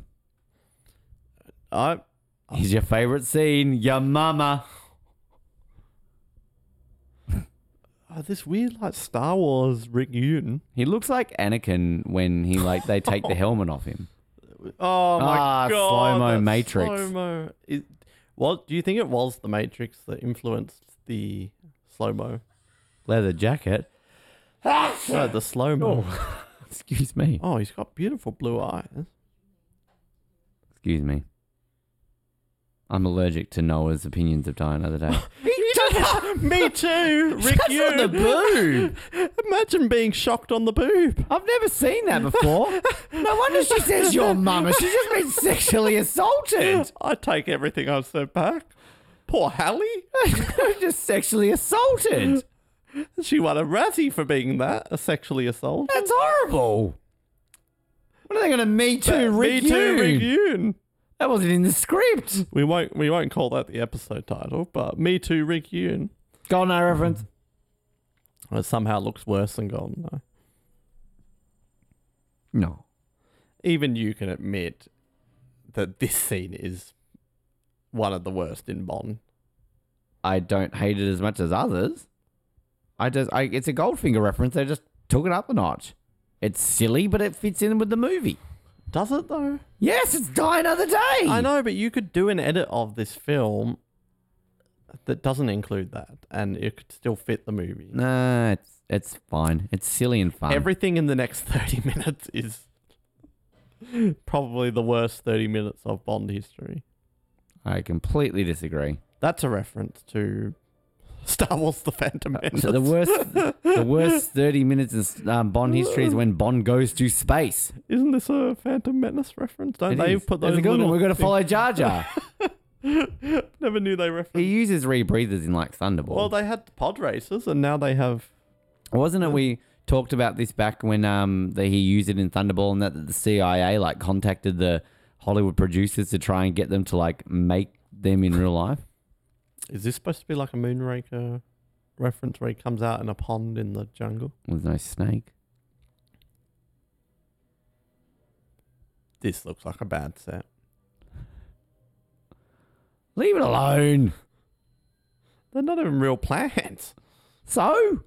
[SPEAKER 2] I
[SPEAKER 1] Here's your favorite scene, your mama.
[SPEAKER 2] oh, this weird like Star Wars Rick Yun.
[SPEAKER 1] He looks like Anakin when he like they take the helmet off him.
[SPEAKER 2] Oh my
[SPEAKER 1] Ah,
[SPEAKER 2] god!
[SPEAKER 1] slow-mo
[SPEAKER 2] that
[SPEAKER 1] Matrix.
[SPEAKER 2] Slow-mo. It, what do you think it was? The Matrix that influenced the slow mo.
[SPEAKER 1] Leather jacket.
[SPEAKER 2] No, the slow mo. Oh.
[SPEAKER 1] Excuse me.
[SPEAKER 2] he's got beautiful blue eyes.
[SPEAKER 1] Excuse me. I'm allergic to Noah's opinions of Die Another Day.
[SPEAKER 2] Me too, Rick.
[SPEAKER 1] That's
[SPEAKER 2] you.
[SPEAKER 1] on the boob.
[SPEAKER 2] Imagine being shocked on the boob.
[SPEAKER 1] I've never seen that before. No wonder she says your mama. She's just been sexually assaulted.
[SPEAKER 2] I take everything I've said back. Poor Hallie.
[SPEAKER 1] just sexually assaulted.
[SPEAKER 2] She won a Razzie for being that a sexually assault.
[SPEAKER 1] That's horrible. What are they going to me too,
[SPEAKER 2] Me
[SPEAKER 1] Rick?
[SPEAKER 2] too,
[SPEAKER 1] you?
[SPEAKER 2] Rick Yoon.
[SPEAKER 1] That wasn't in the script.
[SPEAKER 2] We won't we won't call that the episode title, but Me Too Rick Yoon.
[SPEAKER 1] Golden Eye reference.
[SPEAKER 2] Well, it somehow looks worse than Goldeneye.
[SPEAKER 1] No.
[SPEAKER 2] Even you can admit that this scene is one of the worst in Bond.
[SPEAKER 1] I don't hate it as much as others. I just, I, it's a Goldfinger reference. They just took it up a notch. It's silly, but it fits in with the movie.
[SPEAKER 2] Does it though?
[SPEAKER 1] Yes, it's Die Another Day.
[SPEAKER 2] I know, but you could do an edit of this film that doesn't include that, and it could still fit the movie.
[SPEAKER 1] No, it's it's fine. It's silly and fun.
[SPEAKER 2] Everything in the next thirty minutes is probably the worst thirty minutes of Bond history.
[SPEAKER 1] I completely disagree.
[SPEAKER 2] That's a reference to Star Wars: The Phantom Menace.
[SPEAKER 1] Uh, So the worst, the worst thirty minutes in um, Bond history is when Bond goes to space.
[SPEAKER 2] Isn't this a Phantom Menace reference? Don't
[SPEAKER 1] It
[SPEAKER 2] they
[SPEAKER 1] is.
[SPEAKER 2] put
[SPEAKER 1] There's
[SPEAKER 2] those?
[SPEAKER 1] a good one.
[SPEAKER 2] little
[SPEAKER 1] We're going to
[SPEAKER 2] things-
[SPEAKER 1] follow Jar Jar.
[SPEAKER 2] Never knew they referenced.
[SPEAKER 1] he uses rebreathers in like Thunderball.
[SPEAKER 2] Well, they had pod races, and now they have.
[SPEAKER 1] Wasn't it we talked about this back when um that he used it in Thunderball and that the CIA like contacted the Hollywood producers to try and get them to like make them in real life?
[SPEAKER 2] Is this supposed to be like a Moonraker reference where he comes out in a pond in the jungle?
[SPEAKER 1] With no snake.
[SPEAKER 2] This looks like a bad set.
[SPEAKER 1] Leave it alone.
[SPEAKER 2] They're not even real plants.
[SPEAKER 1] So?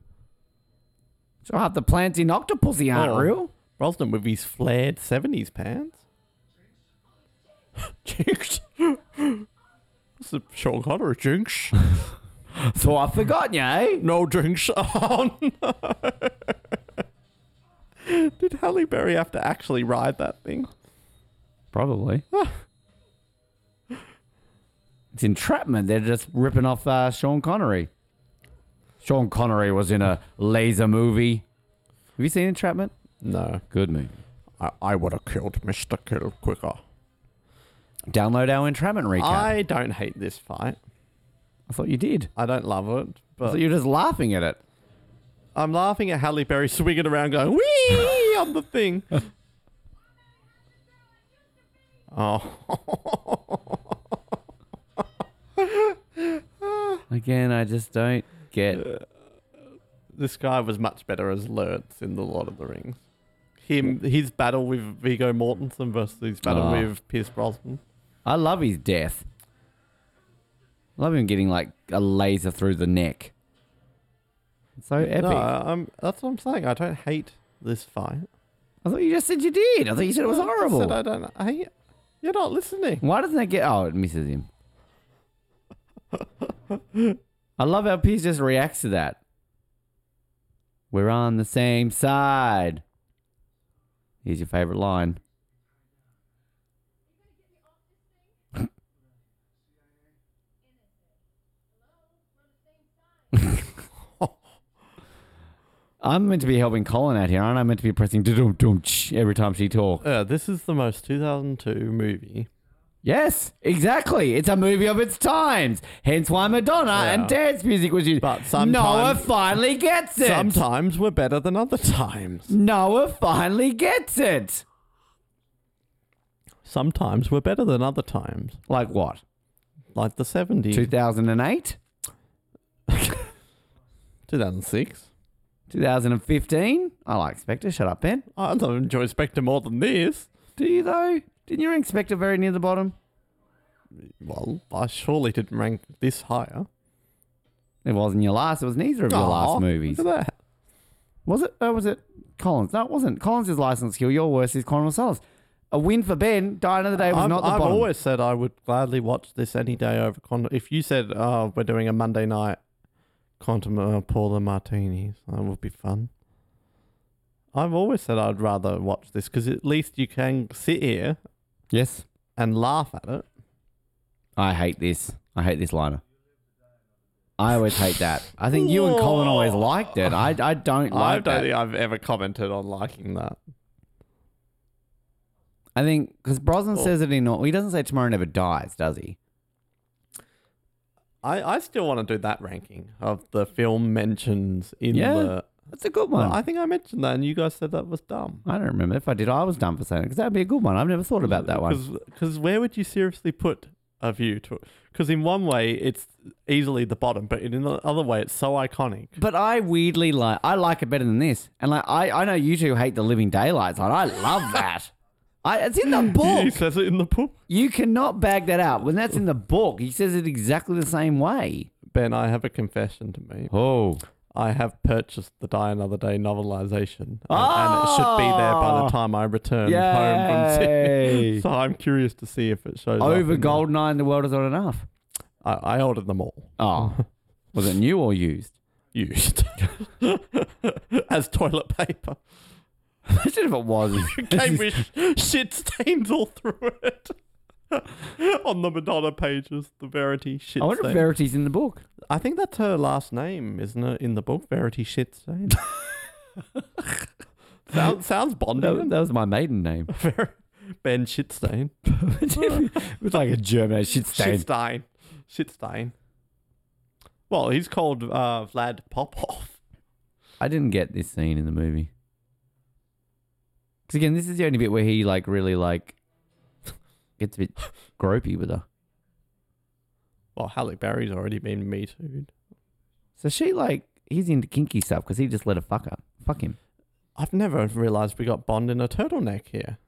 [SPEAKER 1] So half the plants in Octopussy aren't
[SPEAKER 2] Oh.
[SPEAKER 1] real?
[SPEAKER 2] Brosnan with his flared seventies pants. Jinx. It's a Sean Connery jinx.
[SPEAKER 1] So I've forgotten you, eh?
[SPEAKER 2] No jinx. Oh no. Did Halle Berry have to actually ride that thing?
[SPEAKER 1] Probably. it's entrapment. They're just ripping off uh, Sean Connery. Sean Connery was in a laser movie. Have you seen Entrapment?
[SPEAKER 2] No.
[SPEAKER 1] Good movie.
[SPEAKER 2] I, I would have killed Mr. Kill quicker.
[SPEAKER 1] Download our Entrapment recap. I,
[SPEAKER 2] I don't hate this fight.
[SPEAKER 1] thought you did.
[SPEAKER 2] I don't love it,
[SPEAKER 1] I thought
[SPEAKER 2] but
[SPEAKER 1] you were just laughing at it.
[SPEAKER 2] I'm laughing at Halle Berry swinging around going, wee on the thing. oh.
[SPEAKER 1] Again, I just don't get.
[SPEAKER 2] this guy was much better as Lurtz in The Lord of the Rings. Him, his battle with Vigo Mortensen versus his battle
[SPEAKER 1] Ah.
[SPEAKER 2] with Pierce Brosnan.
[SPEAKER 1] I love his death. Love him getting like a laser through the neck. So epic.
[SPEAKER 2] No, I- I'm, that's what I'm saying. I don't hate this fight.
[SPEAKER 1] I thought you just said you did. I thought you said it was
[SPEAKER 2] I just
[SPEAKER 1] horrible.
[SPEAKER 2] said I don't hate. You're not listening.
[SPEAKER 1] Why doesn't that get? Oh, it misses him. I love how Pierce just reacts to that. We're on the same side. Here's your favorite line. I'm meant to be helping Colin out here, aren't I? meant to be pressing dum dum every time she talks.
[SPEAKER 2] Uh, this is the most 2002 movie.
[SPEAKER 1] Yes, exactly. It's a movie of its times. Hence why Madonna
[SPEAKER 2] Yeah.
[SPEAKER 1] and dance music was used.
[SPEAKER 2] But sometime-
[SPEAKER 1] Noah finally gets it.
[SPEAKER 2] Sometimes we're better than other times.
[SPEAKER 1] Noah finally gets it.
[SPEAKER 2] Sometimes we're better than other times,
[SPEAKER 1] Like what?
[SPEAKER 2] like the 70s,
[SPEAKER 1] 2008?
[SPEAKER 2] 2006.
[SPEAKER 1] 2015? I like Spectre. Shut up, Ben.
[SPEAKER 2] I don't enjoy Spectre more than this.
[SPEAKER 1] Do you, though? Didn't you rank Spectre very near the bottom?
[SPEAKER 2] Well, I surely didn't rank this higher.
[SPEAKER 1] It wasn't your last. It was neither of your
[SPEAKER 2] Aw,
[SPEAKER 1] last movies.
[SPEAKER 2] Look at that.
[SPEAKER 1] Was it? Or was it Collins? No, it wasn't. Collins is licensed kill. Your worst is Colin Marcellus. A win for Ben. Die another day was
[SPEAKER 2] I've,
[SPEAKER 1] not the
[SPEAKER 2] I've
[SPEAKER 1] bottom.
[SPEAKER 2] always said I would gladly watch this any day over Quantum. If you said, oh, we're doing a Monday night Quantum uh, Paula Martinis, that would be fun. I've always said I'd rather watch this because at least you can sit here
[SPEAKER 1] yes.
[SPEAKER 2] and laugh at it.
[SPEAKER 1] I hate this. I hate this liner. I always hate that. I think you and Colin always liked it. I, I don't like
[SPEAKER 2] I don't
[SPEAKER 1] that.
[SPEAKER 2] think I've ever commented on liking that.
[SPEAKER 1] I think because Brosnan says it in. He doesn't say tomorrow never dies, does he?
[SPEAKER 2] I, I still want to do that ranking of the film mentions in
[SPEAKER 1] Yeah.
[SPEAKER 2] the.
[SPEAKER 1] That's a good one.
[SPEAKER 2] Well, I think I mentioned that, and you guys said that was dumb.
[SPEAKER 1] I, don't remember if I did. I was dumb for saying it because that'd be a good one. I've never thought about that one.
[SPEAKER 2] Because where would you seriously put a view to it? Because in one way, it's easily the bottom, but in the other way, it's so iconic.
[SPEAKER 1] But I weirdly like. I like it better than this. And like I, I know you two hate the living daylights on. I love that. I, it's in the
[SPEAKER 2] He
[SPEAKER 1] book.
[SPEAKER 2] says it in the book.
[SPEAKER 1] You cannot bag that out. When that's in the book, he says it exactly the same way.
[SPEAKER 2] Ben, I have a confession to make.
[SPEAKER 1] Oh.
[SPEAKER 2] I have purchased the Die Another Day novelization, and, and it should be there by
[SPEAKER 1] Oh!
[SPEAKER 2] the time I return home from
[SPEAKER 1] Yay!
[SPEAKER 2] Sydney. so I'm curious to see if it shows up
[SPEAKER 1] Over
[SPEAKER 2] in the-
[SPEAKER 1] Goldeneye, the world is not enough.
[SPEAKER 2] I, I ordered them all.
[SPEAKER 1] Oh, was it new or used?
[SPEAKER 2] used as toilet paper.
[SPEAKER 1] Imagine if it was.
[SPEAKER 2] Came with shit stains all through it. on the Madonna pages, the Verity shit.
[SPEAKER 1] I wonder if
[SPEAKER 2] stain.
[SPEAKER 1] Verity's in the book.
[SPEAKER 2] I think that's her last name, isn't it? In the book, Verity shit stain. sounds sounds
[SPEAKER 1] That, was-
[SPEAKER 2] Bondian.
[SPEAKER 1] that was my maiden name.
[SPEAKER 2] Ver- ben Shitstain.
[SPEAKER 1] it was like a German shit stain.
[SPEAKER 2] Shitstein. Shitstein. Well, he's called uh, Vlad Popov.
[SPEAKER 1] I didn't get this scene in the movie. Because again, this is the only bit where he like really like gets a bit gropey with her.
[SPEAKER 2] Well, Halle Berry's already been me too.
[SPEAKER 1] So she like he's into kinky stuff because he just let her fuck her, fuck him,
[SPEAKER 2] I've never realized we got Bond in a turtleneck here.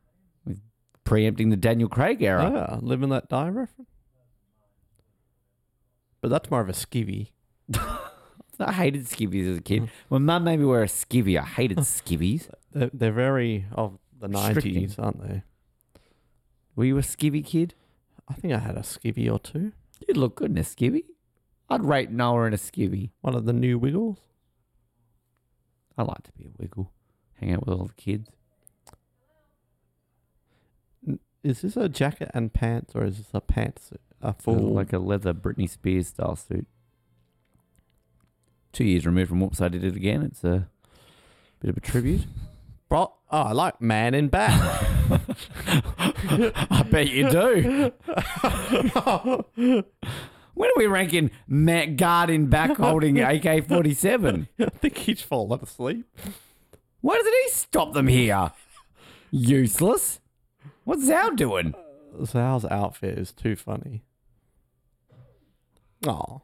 [SPEAKER 1] preempting the Daniel Craig era.
[SPEAKER 2] Yeah, living that die reference. But that's more of a skivvy.
[SPEAKER 1] I hated skivvies as a kid. My mum made me wear a skivvy. I hated skivvies.
[SPEAKER 2] They're, they're very of the
[SPEAKER 1] Restricting.
[SPEAKER 2] nineties, aren't they?
[SPEAKER 1] Were you a skivvy kid?
[SPEAKER 2] I think I had a skivvy or two.
[SPEAKER 1] You'd look good in a skivvy. I'd rate Noah in a skivvy.
[SPEAKER 2] One of the new Wiggles.
[SPEAKER 1] I like to be a wiggle, hang out with all the kids.
[SPEAKER 2] Is this a jacket and pants, or is this a pants a
[SPEAKER 1] Full.
[SPEAKER 2] full?
[SPEAKER 1] Like a leather Britney Spears style suit. Two years removed from Whoops, I Did It Again. It's a bit of a tribute.
[SPEAKER 2] Bro- oh, I like man in bat.
[SPEAKER 1] I bet you do. when are we ranking Matt Guard in back holding AK 47?
[SPEAKER 2] I think he's fallen asleep.
[SPEAKER 1] Why doesn't he stop them here? Useless. What's Zao doing?
[SPEAKER 2] Zal's outfit is too funny. Oh,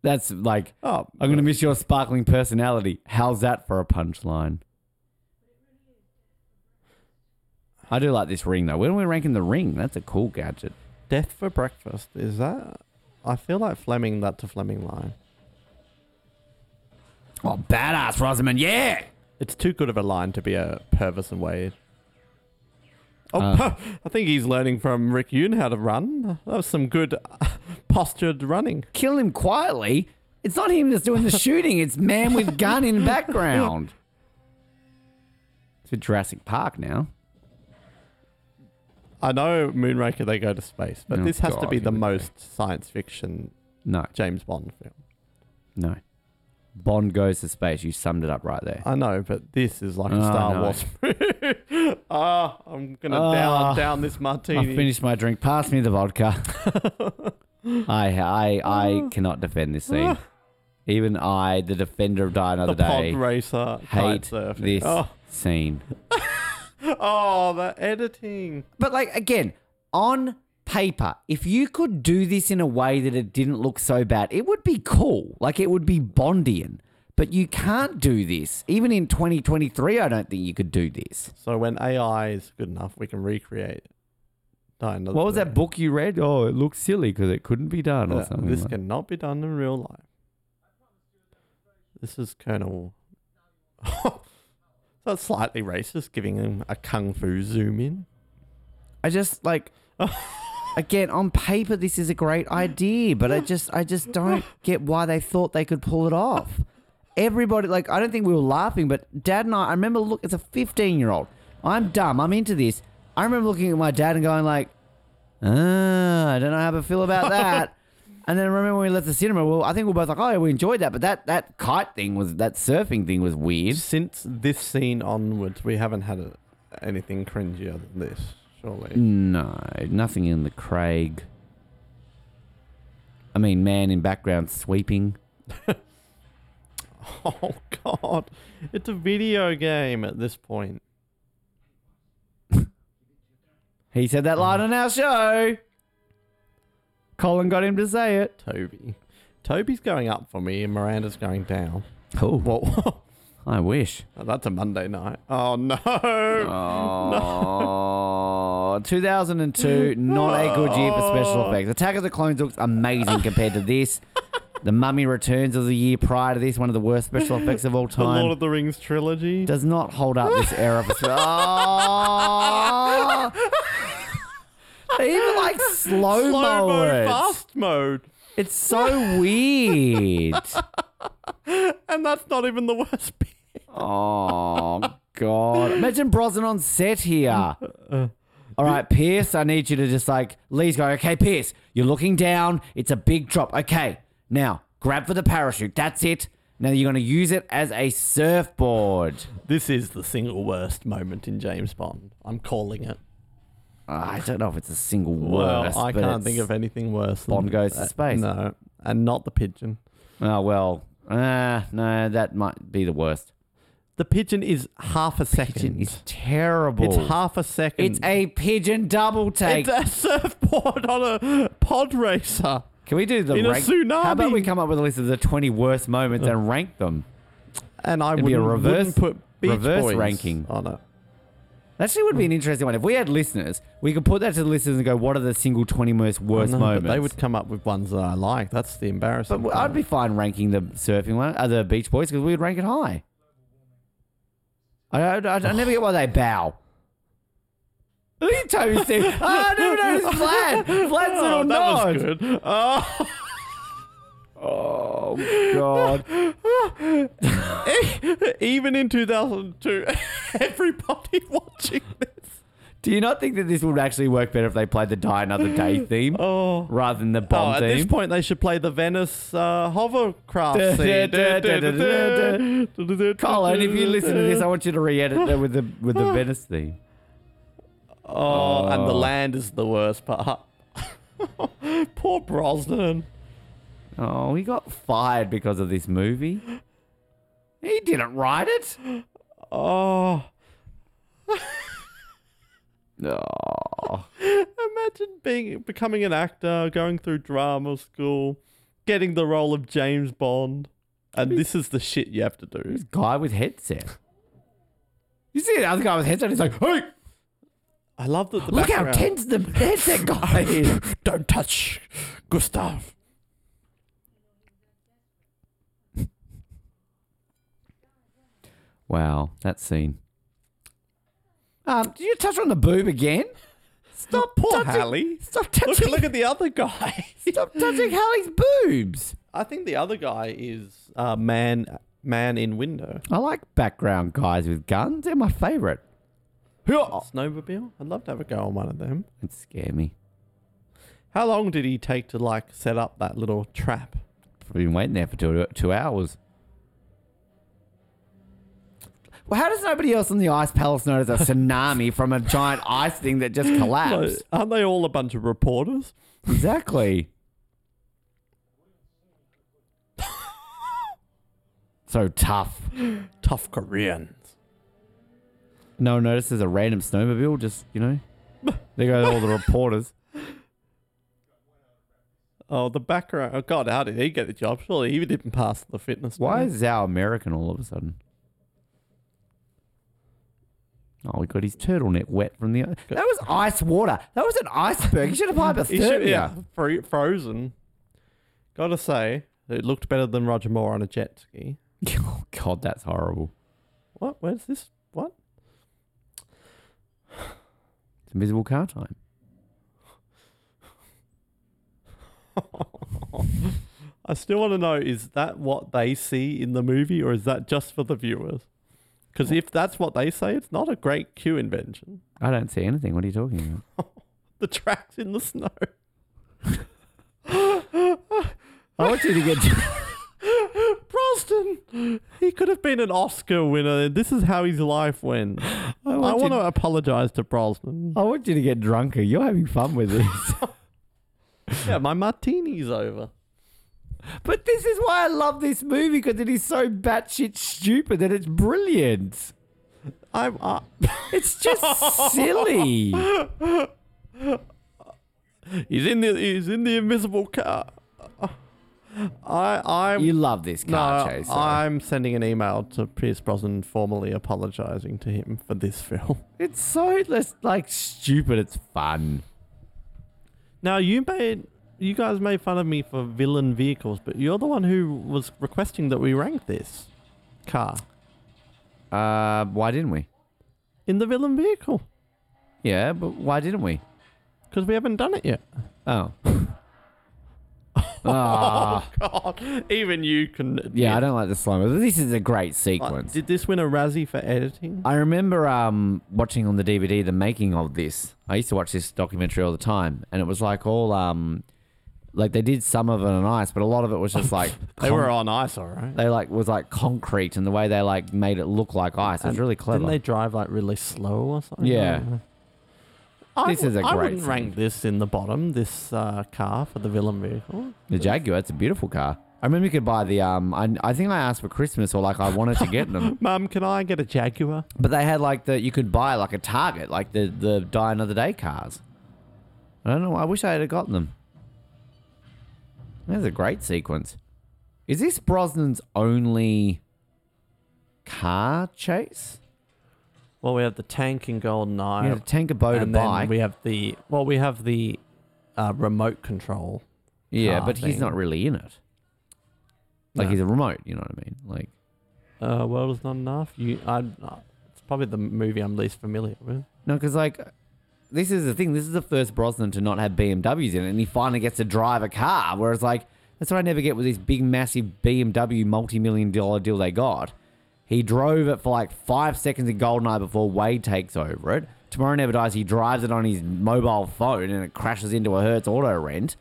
[SPEAKER 1] That's like,
[SPEAKER 2] oh,
[SPEAKER 1] I'm going to miss your sparkling personality. How's that for a punchline? I do like this ring though. When are we ranking the ring? That's a cool gadget.
[SPEAKER 2] death for breakfast. Is that? I feel like Fleming. That's a Fleming line.
[SPEAKER 1] Oh, badass, Rosamund. Yeah.
[SPEAKER 2] It's too good of a line to be a Purvis and Wade. Oh,
[SPEAKER 1] Uh.
[SPEAKER 2] I think he's learning from Rick Yoon how to run. That was some good postured running.
[SPEAKER 1] Kill him quietly. It's not him that's doing the shooting. It's man with gun in background. It's a Jurassic Park now.
[SPEAKER 2] I know Moonraker, they go to space, but
[SPEAKER 1] Oh,
[SPEAKER 2] this has to
[SPEAKER 1] God,
[SPEAKER 2] be
[SPEAKER 1] here
[SPEAKER 2] the
[SPEAKER 1] we go.
[SPEAKER 2] most science fiction
[SPEAKER 1] No,
[SPEAKER 2] James Bond film.
[SPEAKER 1] no. Bond goes to space. You summed it up right there.
[SPEAKER 2] I know, but this is like a
[SPEAKER 1] Oh,
[SPEAKER 2] Star
[SPEAKER 1] no.
[SPEAKER 2] Wars movie. Ah, I'm gonna
[SPEAKER 1] Ah,
[SPEAKER 2] down down this
[SPEAKER 1] I
[SPEAKER 2] martini.
[SPEAKER 1] finished my drink. Pass me the vodka. I I I cannot defend this scene. Even I, the defender of Die Another
[SPEAKER 2] the pod
[SPEAKER 1] Day,
[SPEAKER 2] racer kite
[SPEAKER 1] hate
[SPEAKER 2] surfing.
[SPEAKER 1] this
[SPEAKER 2] Oh,
[SPEAKER 1] scene.
[SPEAKER 2] oh, the editing.
[SPEAKER 1] But like again, on paper, if you could do this in a way that it didn't look so bad, it would be cool. Like it would be Bondian. But you can't do this. Even in 2023, I don't think you could do this.
[SPEAKER 2] So when AI is good enough, we can recreate. Die Another
[SPEAKER 1] What was
[SPEAKER 2] Day.
[SPEAKER 1] that book you read? Oh, it looks silly because it couldn't be done or
[SPEAKER 2] Uh,
[SPEAKER 1] something.
[SPEAKER 2] this
[SPEAKER 1] like-
[SPEAKER 2] cannot be done in real life. This is Colonel. That's slightly racist, giving him a kung fu zoom in.
[SPEAKER 1] I just like again on paper this is a great idea, but I just I just don't get why they thought they could pull it off. Everybody like I don't think we were laughing, but Dad and I I remember look as a fifteen year old. I'm dumb, I'm into this. I remember looking at my dad and going like, Ah, I don't know how to feel about that. and then I remember when we left the cinema, well I think we were both like, Oh yeah, we enjoyed that, but that that kite thing was that surfing thing was weird.
[SPEAKER 2] Since this scene onwards, we haven't had a, anything cringier than this, surely.
[SPEAKER 1] No, nothing in the Craig. I mean, man in background sweeping.
[SPEAKER 2] Oh god, it's a video game at this point.
[SPEAKER 1] He said that line on our show. Colin got him to say it.
[SPEAKER 2] Toby, Toby's going up for me, and Miranda's going down.
[SPEAKER 1] Oh,
[SPEAKER 2] Whoa,
[SPEAKER 1] I wish.
[SPEAKER 2] that's a Monday night. Oh no.
[SPEAKER 1] Oh, 2002, not a good year for special effects. Attack of the Clones looks amazing compared to this. The Mummy Returns of the year prior to this, one of the worst special effects of all
[SPEAKER 2] The
[SPEAKER 1] time.
[SPEAKER 2] Lord of the Rings trilogy.
[SPEAKER 1] does not hold up this era for oh! They even like slow mo
[SPEAKER 2] slow mo
[SPEAKER 1] it.
[SPEAKER 2] fast mode.
[SPEAKER 1] It's so weird.
[SPEAKER 2] And that's not even the worst bit.
[SPEAKER 1] Oh god. Imagine Brosnan on set here. all right, Pierce, I need you to just like, Lee's going, okay, Pierce, you're looking down. It's a big drop. Okay, now grab for the parachute. That's it. Now you're going to use it as a surfboard.
[SPEAKER 2] This is the single worst moment in James Bond. I'm calling it.
[SPEAKER 1] Ah, I don't know if it's a single
[SPEAKER 2] Well,
[SPEAKER 1] worst.
[SPEAKER 2] I
[SPEAKER 1] but
[SPEAKER 2] can't think
[SPEAKER 1] it's-
[SPEAKER 2] of anything worse.
[SPEAKER 1] Bond
[SPEAKER 2] than
[SPEAKER 1] goes to
[SPEAKER 2] that.
[SPEAKER 1] space.
[SPEAKER 2] No, and not the pigeon.
[SPEAKER 1] Oh, well. Uh, no, that might be the worst.
[SPEAKER 2] The pigeon is half a second.
[SPEAKER 1] It's terrible.
[SPEAKER 2] It's half a second.
[SPEAKER 1] It's a pigeon double take.
[SPEAKER 2] It's a surfboard on a pod racer.
[SPEAKER 1] Can we do the
[SPEAKER 2] In a
[SPEAKER 1] rank? How about
[SPEAKER 2] tsunami.
[SPEAKER 1] we come up with a list of the 20 worst moments and rank them?
[SPEAKER 2] And I
[SPEAKER 1] It'd be a
[SPEAKER 2] wouldn't,
[SPEAKER 1] reverse-
[SPEAKER 2] wouldn't put Beach
[SPEAKER 1] reverse
[SPEAKER 2] Boys
[SPEAKER 1] ranking.
[SPEAKER 2] on it.
[SPEAKER 1] That actually would be an interesting one. If we had listeners, we could put that to the listeners and go, what are the single 20 most worst
[SPEAKER 2] No,
[SPEAKER 1] moments?
[SPEAKER 2] But they would come up with ones that I like. That's the
[SPEAKER 1] But
[SPEAKER 2] embarrassing.
[SPEAKER 1] w-
[SPEAKER 2] part.
[SPEAKER 1] I'd be fine ranking the surfing one, uh, the Beach Boys, because we would rank it high. I, I, I, I never get why they bow. Look at Toby Steve. Oh, I never noticed Vlad. Vlad's
[SPEAKER 2] Oh,
[SPEAKER 1] little
[SPEAKER 2] that
[SPEAKER 1] nod.
[SPEAKER 2] was good. Oh,
[SPEAKER 1] Oh, God.
[SPEAKER 2] Oh. even in 2002, everybody watching this.
[SPEAKER 1] Do you not think that this would actually work better if they played the Die Another Day theme
[SPEAKER 2] Oh.
[SPEAKER 1] rather than the
[SPEAKER 2] Oh,
[SPEAKER 1] Bomb
[SPEAKER 2] at this
[SPEAKER 1] theme?
[SPEAKER 2] point, they should play the Venice uh, hovercraft scene.
[SPEAKER 1] Colin, if you listen to this, I want you to re-edit that with the with the Venice theme.
[SPEAKER 2] Oh, and the land is the worst part. Poor Brosnan.
[SPEAKER 1] Oh, he got fired because of this movie. He didn't write it.
[SPEAKER 2] Oh,
[SPEAKER 1] No.
[SPEAKER 2] imagine being becoming an actor, going through drama school, getting the role of James Bond, and this is the shit you have to do.
[SPEAKER 1] This guy with headset. You see the other guy with headset? He's like, hey,
[SPEAKER 2] I love that. The
[SPEAKER 1] look how
[SPEAKER 2] background,
[SPEAKER 1] tense the headset guy is.
[SPEAKER 2] Don't touch Gustav.
[SPEAKER 1] Wow, that scene. Um, did you touch on the boob again? Stop
[SPEAKER 2] Poor
[SPEAKER 1] touching.
[SPEAKER 2] Hallie.
[SPEAKER 1] Stop
[SPEAKER 2] Look, at-
[SPEAKER 1] touching.
[SPEAKER 2] look at the other guy.
[SPEAKER 1] Stop touching Hallie's boobs.
[SPEAKER 2] I think the other guy is uh, man man in window.
[SPEAKER 1] I like background guys with guns. They're my favorite.
[SPEAKER 2] Snowmobile. I'd love to have a go on one of them.
[SPEAKER 1] It scare me.
[SPEAKER 2] How long did he take to like set up that little trap?
[SPEAKER 1] I've been waiting there for two, two hours. Well, how does nobody else on the ice palace notice a tsunami from a giant ice thing that just
[SPEAKER 2] Like,
[SPEAKER 1] collapsed?
[SPEAKER 2] aren't they all a bunch of reporters?
[SPEAKER 1] Exactly. so tough.
[SPEAKER 2] Tough Koreans.
[SPEAKER 1] No one notices a random snowmobile, just, you know. There go all the reporters.
[SPEAKER 2] Oh, the background. Oh, God, how did he get the job? Surely he didn't pass the fitness.
[SPEAKER 1] Why
[SPEAKER 2] test.
[SPEAKER 1] is Zhao American all of a sudden? Oh, he got his turtleneck wet from the. That was ice water. That was an iceberg. He should have
[SPEAKER 2] He
[SPEAKER 1] hypothermia.
[SPEAKER 2] should- yeah, fro- frozen. Gotta say, it looked better than Roger Moore on a jet ski.
[SPEAKER 1] Oh God, that's horrible.
[SPEAKER 2] What? Where's this? What?
[SPEAKER 1] It's invisible car time.
[SPEAKER 2] I still want to know is that what they see in the movie or is that just for the viewers? Because if that's what they say, it's not a great Q invention.
[SPEAKER 1] I don't see anything. What are you talking about?
[SPEAKER 2] The tracks in the snow.
[SPEAKER 1] I want you to get.
[SPEAKER 2] Brosnan! He could have been an Oscar winner. This is how his life went. I Oh.
[SPEAKER 1] want
[SPEAKER 2] want
[SPEAKER 1] you-
[SPEAKER 2] to apologize to Brosnan.
[SPEAKER 1] I want you to get drunker. You're having fun with this.
[SPEAKER 2] yeah, my martini's over.
[SPEAKER 1] but this is why I love this movie because it is so batshit stupid that it's brilliant.
[SPEAKER 2] I'm up.
[SPEAKER 1] It's just silly.
[SPEAKER 2] he's in the he's in the invisible car. I I'm
[SPEAKER 1] You love this car
[SPEAKER 2] no,
[SPEAKER 1] chase. though.
[SPEAKER 2] I'm sending an email to Pierce Brosnan formally apologizing to him for this film.
[SPEAKER 1] It's so less like stupid. It's fun.
[SPEAKER 2] Now you made you guys made fun of me for villain vehicles, but you're the one who was requesting that we rank this car
[SPEAKER 1] Uh, why didn't we?
[SPEAKER 2] in the villain vehicle
[SPEAKER 1] Yeah, but why didn't we?
[SPEAKER 2] because we haven't done it yet.
[SPEAKER 1] Oh, Ah.
[SPEAKER 2] God, Oh, even you can.
[SPEAKER 1] Yeah, I
[SPEAKER 2] admit-
[SPEAKER 1] don't like the slow mo. This is a great
[SPEAKER 2] Uh,
[SPEAKER 1] sequence.
[SPEAKER 2] Did this win a Razzie for editing?
[SPEAKER 1] I remember um, watching on the DVD the making of this. I used to watch this documentary all the time, and it was like all um, like they did some of it on ice, but a lot of it was just like
[SPEAKER 2] They were on ice, all right.
[SPEAKER 1] they like was like concrete, and the way they like made it look like ice. It was really clever.
[SPEAKER 2] Didn't they drive like really slow or something?
[SPEAKER 1] Yeah.
[SPEAKER 2] I
[SPEAKER 1] This
[SPEAKER 2] would-
[SPEAKER 1] is a
[SPEAKER 2] I
[SPEAKER 1] great
[SPEAKER 2] wouldn't rank this in the bottom. This uh, car for the villain vehicle.
[SPEAKER 1] The Jaguar, it's a beautiful car. I remember you could buy the um. I, I think I asked for Christmas or like I wanted to get them,
[SPEAKER 2] Mum, can I get a Jaguar?
[SPEAKER 1] but they had like the you could buy like a Target, like the the die another day cars. I don't know. I wish I had gotten them. That's a great sequence. Is this Brosnan's only car chase?
[SPEAKER 2] Well, we have the tank in Golden
[SPEAKER 1] You had
[SPEAKER 2] Eye,
[SPEAKER 1] a tanker boat, a
[SPEAKER 2] and then
[SPEAKER 1] bike.
[SPEAKER 2] we have the well, we have the uh, remote control.
[SPEAKER 1] yeah,
[SPEAKER 2] car
[SPEAKER 1] but he's
[SPEAKER 2] thing.
[SPEAKER 1] not really in it. Like
[SPEAKER 2] No.
[SPEAKER 1] he's a remote. You know what I mean? Like
[SPEAKER 2] Uh, world is not enough. You, I, uh, it's probably the movie I'm least familiar with.
[SPEAKER 1] No, because like this is the thing. This is the first Brosnan to not have BMWs in it, and he finally gets to drive a car. Whereas like that's what I never get with this big, massive BMW multi-million dollar deal they got. He drove it for like five seconds in Goldeneye before Wade takes over it. Tomorrow Never Dies, he drives it on his mobile phone and it crashes into a Hertz auto rent.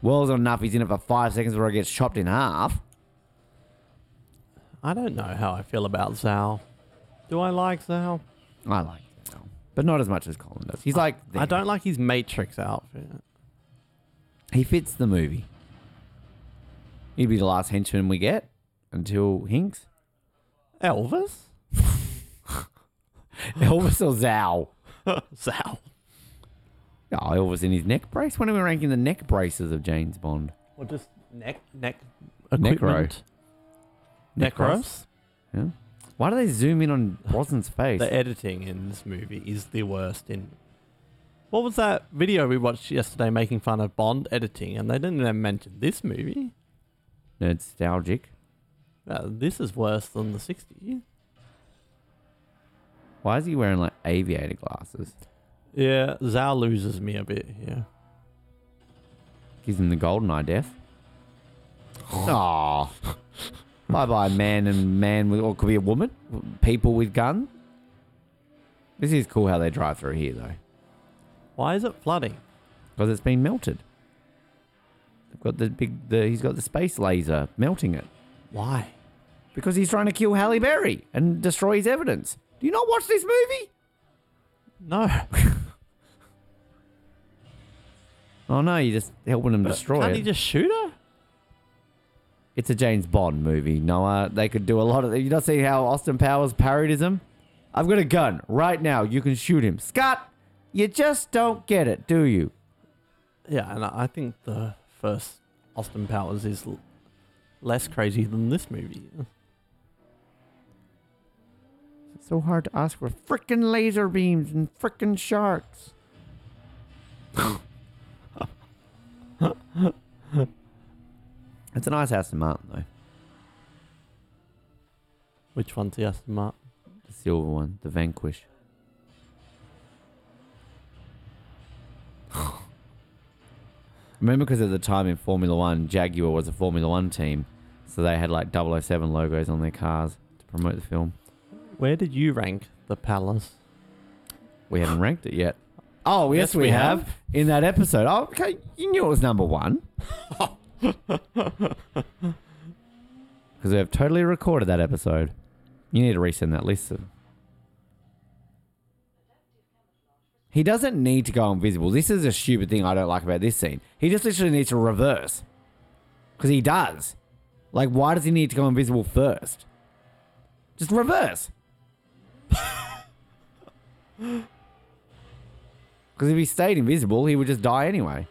[SPEAKER 1] World's not enough, he's in it for five seconds before it gets chopped in half.
[SPEAKER 2] I don't know how I feel about Zhao. Do I like Zhao?
[SPEAKER 1] I like it, though. but not as much as Colin does. He's like,
[SPEAKER 2] I don't like his Matrix outfit.
[SPEAKER 1] He fits the movie. He'd be the last henchman we get until Hinks.
[SPEAKER 2] Elvis?
[SPEAKER 1] Elvis or Zao?
[SPEAKER 2] Zhao.
[SPEAKER 1] Oh, Elvis in his neck brace. When are we ranking the neck braces of James Bond?
[SPEAKER 2] Or just neck neck
[SPEAKER 1] equipment.
[SPEAKER 2] Necros.
[SPEAKER 1] Yeah. Why do they zoom in on Brosnan's face?
[SPEAKER 2] The e- editing in this movie is the worst in what was that video we watched yesterday making fun of Bond editing and they didn't even mention this movie?
[SPEAKER 1] Nostalgic.
[SPEAKER 2] Uh, this is worse than the 60s.
[SPEAKER 1] Why is he wearing like aviator glasses?
[SPEAKER 2] Yeah, Zhao loses me a bit here.
[SPEAKER 1] Gives him the golden eye death. Aw. bye bye, man and man with, or could be a woman. People with gun. This is cool how they drive through here though.
[SPEAKER 2] Why is it flooding?
[SPEAKER 1] because it's been melted. They've got the big, the, he's got the space laser melting it
[SPEAKER 2] Why?
[SPEAKER 1] because he's trying to kill Halle Berry and destroy his evidence. Do you not watch this movie?
[SPEAKER 2] No.
[SPEAKER 1] Oh no, you're just helping him destroy
[SPEAKER 2] Can't
[SPEAKER 1] it.
[SPEAKER 2] he just shoot her?
[SPEAKER 1] it's a James Bond movie, Noah. They could do a lot of. You not see how Austin Powers parodies him? I've got a gun right now. You can shoot him, Scott. You just don't get it, do you?
[SPEAKER 2] Yeah, and I I think the first Austin Powers is l- less crazy than this movie.
[SPEAKER 1] It's so hard to ask for frickin' laser beams and frickin' sharks. it's a nice Aston Martin, though.
[SPEAKER 2] Which one's the Aston Martin?
[SPEAKER 1] The silver one, the Vanquish. Remember, because at the time in Formula One, Jaguar was a Formula One team, so they had like 007 logos on their cars to promote the film.
[SPEAKER 2] Where did you rank the Palace?
[SPEAKER 1] We haven't ranked it yet. Oh, yes, we, have. in that episode. Oh, okay, you knew it was number one. Because we have totally recorded that episode. You need to resend that list. Of... He doesn't need to go invisible. This is a stupid thing I don't like about this scene. He just literally needs to reverse. Because he does. Like, why does he need to go invisible first? Just reverse. Because if he stayed invisible, he would just die anyway.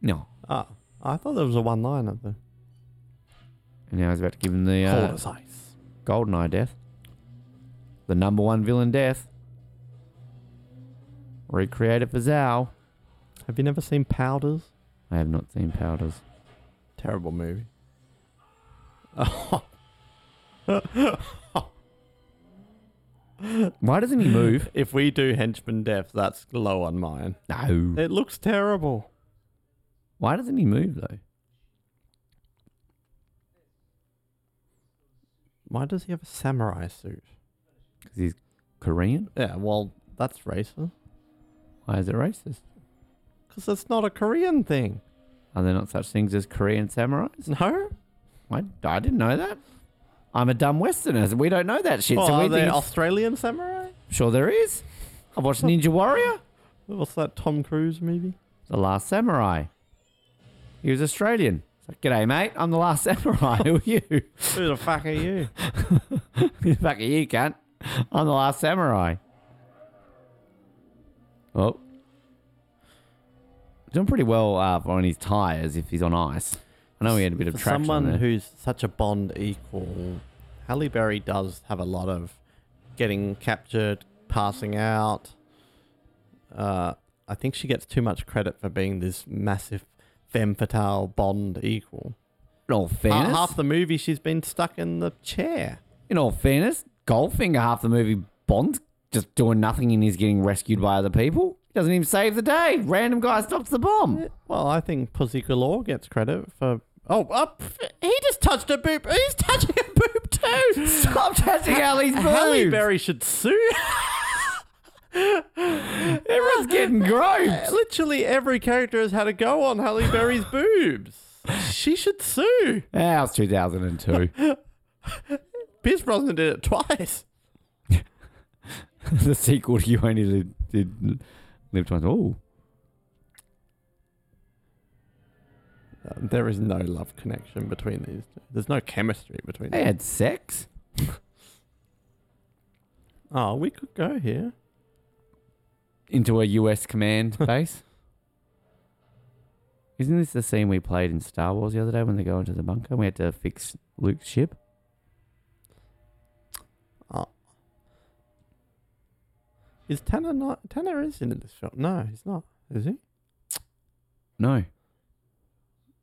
[SPEAKER 1] No.
[SPEAKER 2] Ah, I thought there was a one-liner there.
[SPEAKER 1] And now he's about to give him the uh,
[SPEAKER 2] Cold as ice.
[SPEAKER 1] golden eye death. The number one villain death. Recreate it for Zhao.
[SPEAKER 2] Have you never seen Powders?
[SPEAKER 1] I have not seen powders.
[SPEAKER 2] Terrible movie.
[SPEAKER 1] Why doesn't he move?
[SPEAKER 2] If we do henchman death, that's low on mine.
[SPEAKER 1] No.
[SPEAKER 2] It looks terrible.
[SPEAKER 1] Why doesn't he move though?
[SPEAKER 2] Why does he have a samurai suit?
[SPEAKER 1] Because he's Korean.
[SPEAKER 2] Yeah, well, that's racist.
[SPEAKER 1] Why is it racist?
[SPEAKER 2] Because that's not a Korean thing.
[SPEAKER 1] Are there not such things as Korean samurais?
[SPEAKER 2] No?
[SPEAKER 1] I, I didn't know that. I'm a dumb Westerner. so We don't know that shit.
[SPEAKER 2] Oh,
[SPEAKER 1] so we
[SPEAKER 2] are
[SPEAKER 1] think
[SPEAKER 2] there
[SPEAKER 1] it's-
[SPEAKER 2] Australian samurai?
[SPEAKER 1] sure there is. I've watched Ninja Warrior,
[SPEAKER 2] What's that, Tom Cruise movie?
[SPEAKER 1] The Last Samurai. He was Australian. It's like, G'day, mate. I'm the Last Samurai. Who are you?
[SPEAKER 2] Who the fuck are you?
[SPEAKER 1] Who the fuck are you, cunt? I'm the Last Samurai. Oh. He's Doing pretty well uh, on his tyres if he's on ice. I know he had a bit of
[SPEAKER 2] For
[SPEAKER 1] traction
[SPEAKER 2] someone
[SPEAKER 1] there.
[SPEAKER 2] who's such a Bond equal, Halle Berry does have a lot of getting captured, passing out. Uh, I think she gets too much credit for being this massive femme fatale Bond equal.
[SPEAKER 1] in all
[SPEAKER 2] Ha-
[SPEAKER 1] fairness,
[SPEAKER 2] half the movie, she's been stuck in the chair.
[SPEAKER 1] in all fairness, Goldfinger half the movie Bond's just doing nothing and he's getting rescued by other people. He doesn't even save the day. Random guy stops the bomb.
[SPEAKER 2] Well, I think Pussy Galore gets credit for. Oh, up! he just touched a boob. He's touching a boob too.
[SPEAKER 1] Stop touching Ali's
[SPEAKER 2] Halle
[SPEAKER 1] boobs.
[SPEAKER 2] Berry should sue.
[SPEAKER 1] Everyone's getting gross.
[SPEAKER 2] Literally every character has had a go on Halle Berry's boobs. She should sue.
[SPEAKER 1] That was 2002.
[SPEAKER 2] Pierce Brosnan did it twice.
[SPEAKER 1] the sequel to You Only Live, did, Live Twice. Oh,
[SPEAKER 2] Uh, There is no love connection between these two. There's no chemistry between
[SPEAKER 1] they
[SPEAKER 2] them.
[SPEAKER 1] had sex.
[SPEAKER 2] Oh, we could go here.
[SPEAKER 1] into a US command base. Isn't this the scene we played in Star Wars the other day when they go into the bunker and we had to fix Luke's ship?
[SPEAKER 2] Is Tanner not? Tanner is in this film. No, he's not. Is he?
[SPEAKER 1] No,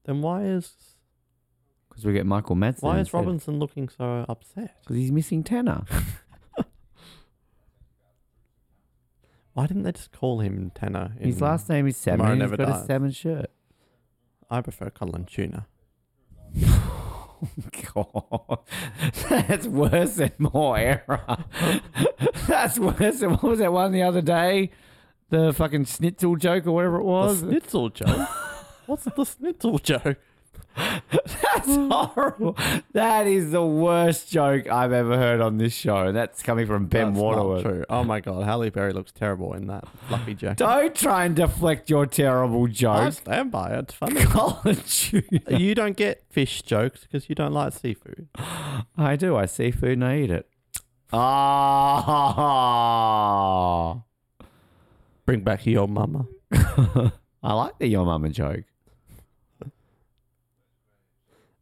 [SPEAKER 2] Then why is
[SPEAKER 1] because we get Michael Madsen.
[SPEAKER 2] why is Robinson looking so upset?
[SPEAKER 1] Because he's missing Tanner.
[SPEAKER 2] Why didn't they just call him Tanner? In,
[SPEAKER 1] His last name is Salmon.
[SPEAKER 2] Tomorrow
[SPEAKER 1] and He's
[SPEAKER 2] Never
[SPEAKER 1] got a
[SPEAKER 2] Dies.
[SPEAKER 1] salmon shirt.
[SPEAKER 2] I prefer Colin Tuna.
[SPEAKER 1] God, that's worse than more error. that's worse than what was that one the other day? The fucking schnitzel joke or whatever it
[SPEAKER 2] The
[SPEAKER 1] was.
[SPEAKER 2] Snitzel joke. What's the Snitzel joke?
[SPEAKER 1] That's horrible. That is the worst joke I've ever heard on this show. That's coming from Ben
[SPEAKER 2] That's not
[SPEAKER 1] Waterworth.
[SPEAKER 2] true. Oh my god, Halle Berry looks terrible in that fluffy jacket.
[SPEAKER 1] Don't try and deflect your terrible
[SPEAKER 2] I
[SPEAKER 1] jokes.
[SPEAKER 2] stand by it. It's funny.
[SPEAKER 1] Colin Tuna.
[SPEAKER 2] you don't get fish jokes because you don't like seafood.
[SPEAKER 1] I do. I see food and I eat it. Ah!
[SPEAKER 2] Bring back your mama.
[SPEAKER 1] I like the your mama joke.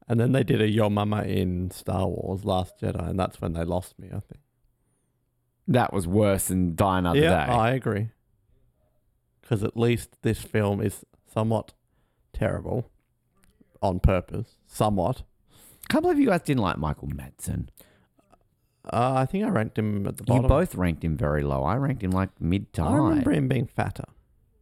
[SPEAKER 2] And then they did a your mama in Star Wars Last Jedi, and that's when they lost me. I think.
[SPEAKER 1] That was worse than Die Another
[SPEAKER 2] yeah,
[SPEAKER 1] Day.
[SPEAKER 2] I agree. Because at least this film is somewhat terrible, on purpose. Somewhat.
[SPEAKER 1] can't believe you guys didn't like Michael Madsen.
[SPEAKER 2] Uh, I think I ranked him at the
[SPEAKER 1] You
[SPEAKER 2] bottom.
[SPEAKER 1] both ranked him very low. I ranked him like mid
[SPEAKER 2] I
[SPEAKER 1] time.
[SPEAKER 2] remember him being fatter.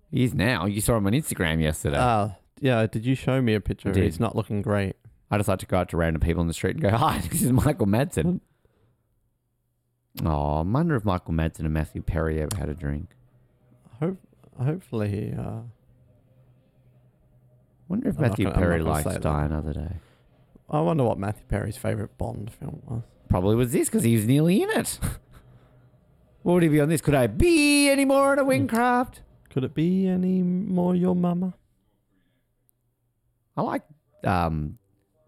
[SPEAKER 1] He is now. You saw him on Instagram yesterday.
[SPEAKER 2] Uh, yeah, did you show me a
[SPEAKER 1] I
[SPEAKER 2] picture? of
[SPEAKER 1] did.
[SPEAKER 2] it? He's not looking great.
[SPEAKER 1] I just like to go out to random people in the street and go, "Hi, this is Michael Madsen." Oh, I wonder if Michael Madsen and Matthew Perry ever had a drink.
[SPEAKER 2] Hope, hopefully, he, uh,
[SPEAKER 1] I wonder if
[SPEAKER 2] I'm not
[SPEAKER 1] Matthew
[SPEAKER 2] gonna- I'm
[SPEAKER 1] Perry
[SPEAKER 2] not gonna
[SPEAKER 1] likes
[SPEAKER 2] say that.
[SPEAKER 1] Die Another Day.
[SPEAKER 2] I wonder what Matthew Perry's favorite Bond film was.
[SPEAKER 1] Probably was this because he was nearly in it. what would he be on this? Could I be any more on a Wingcraft?
[SPEAKER 2] Could it be any more Your Mama?
[SPEAKER 1] I like um,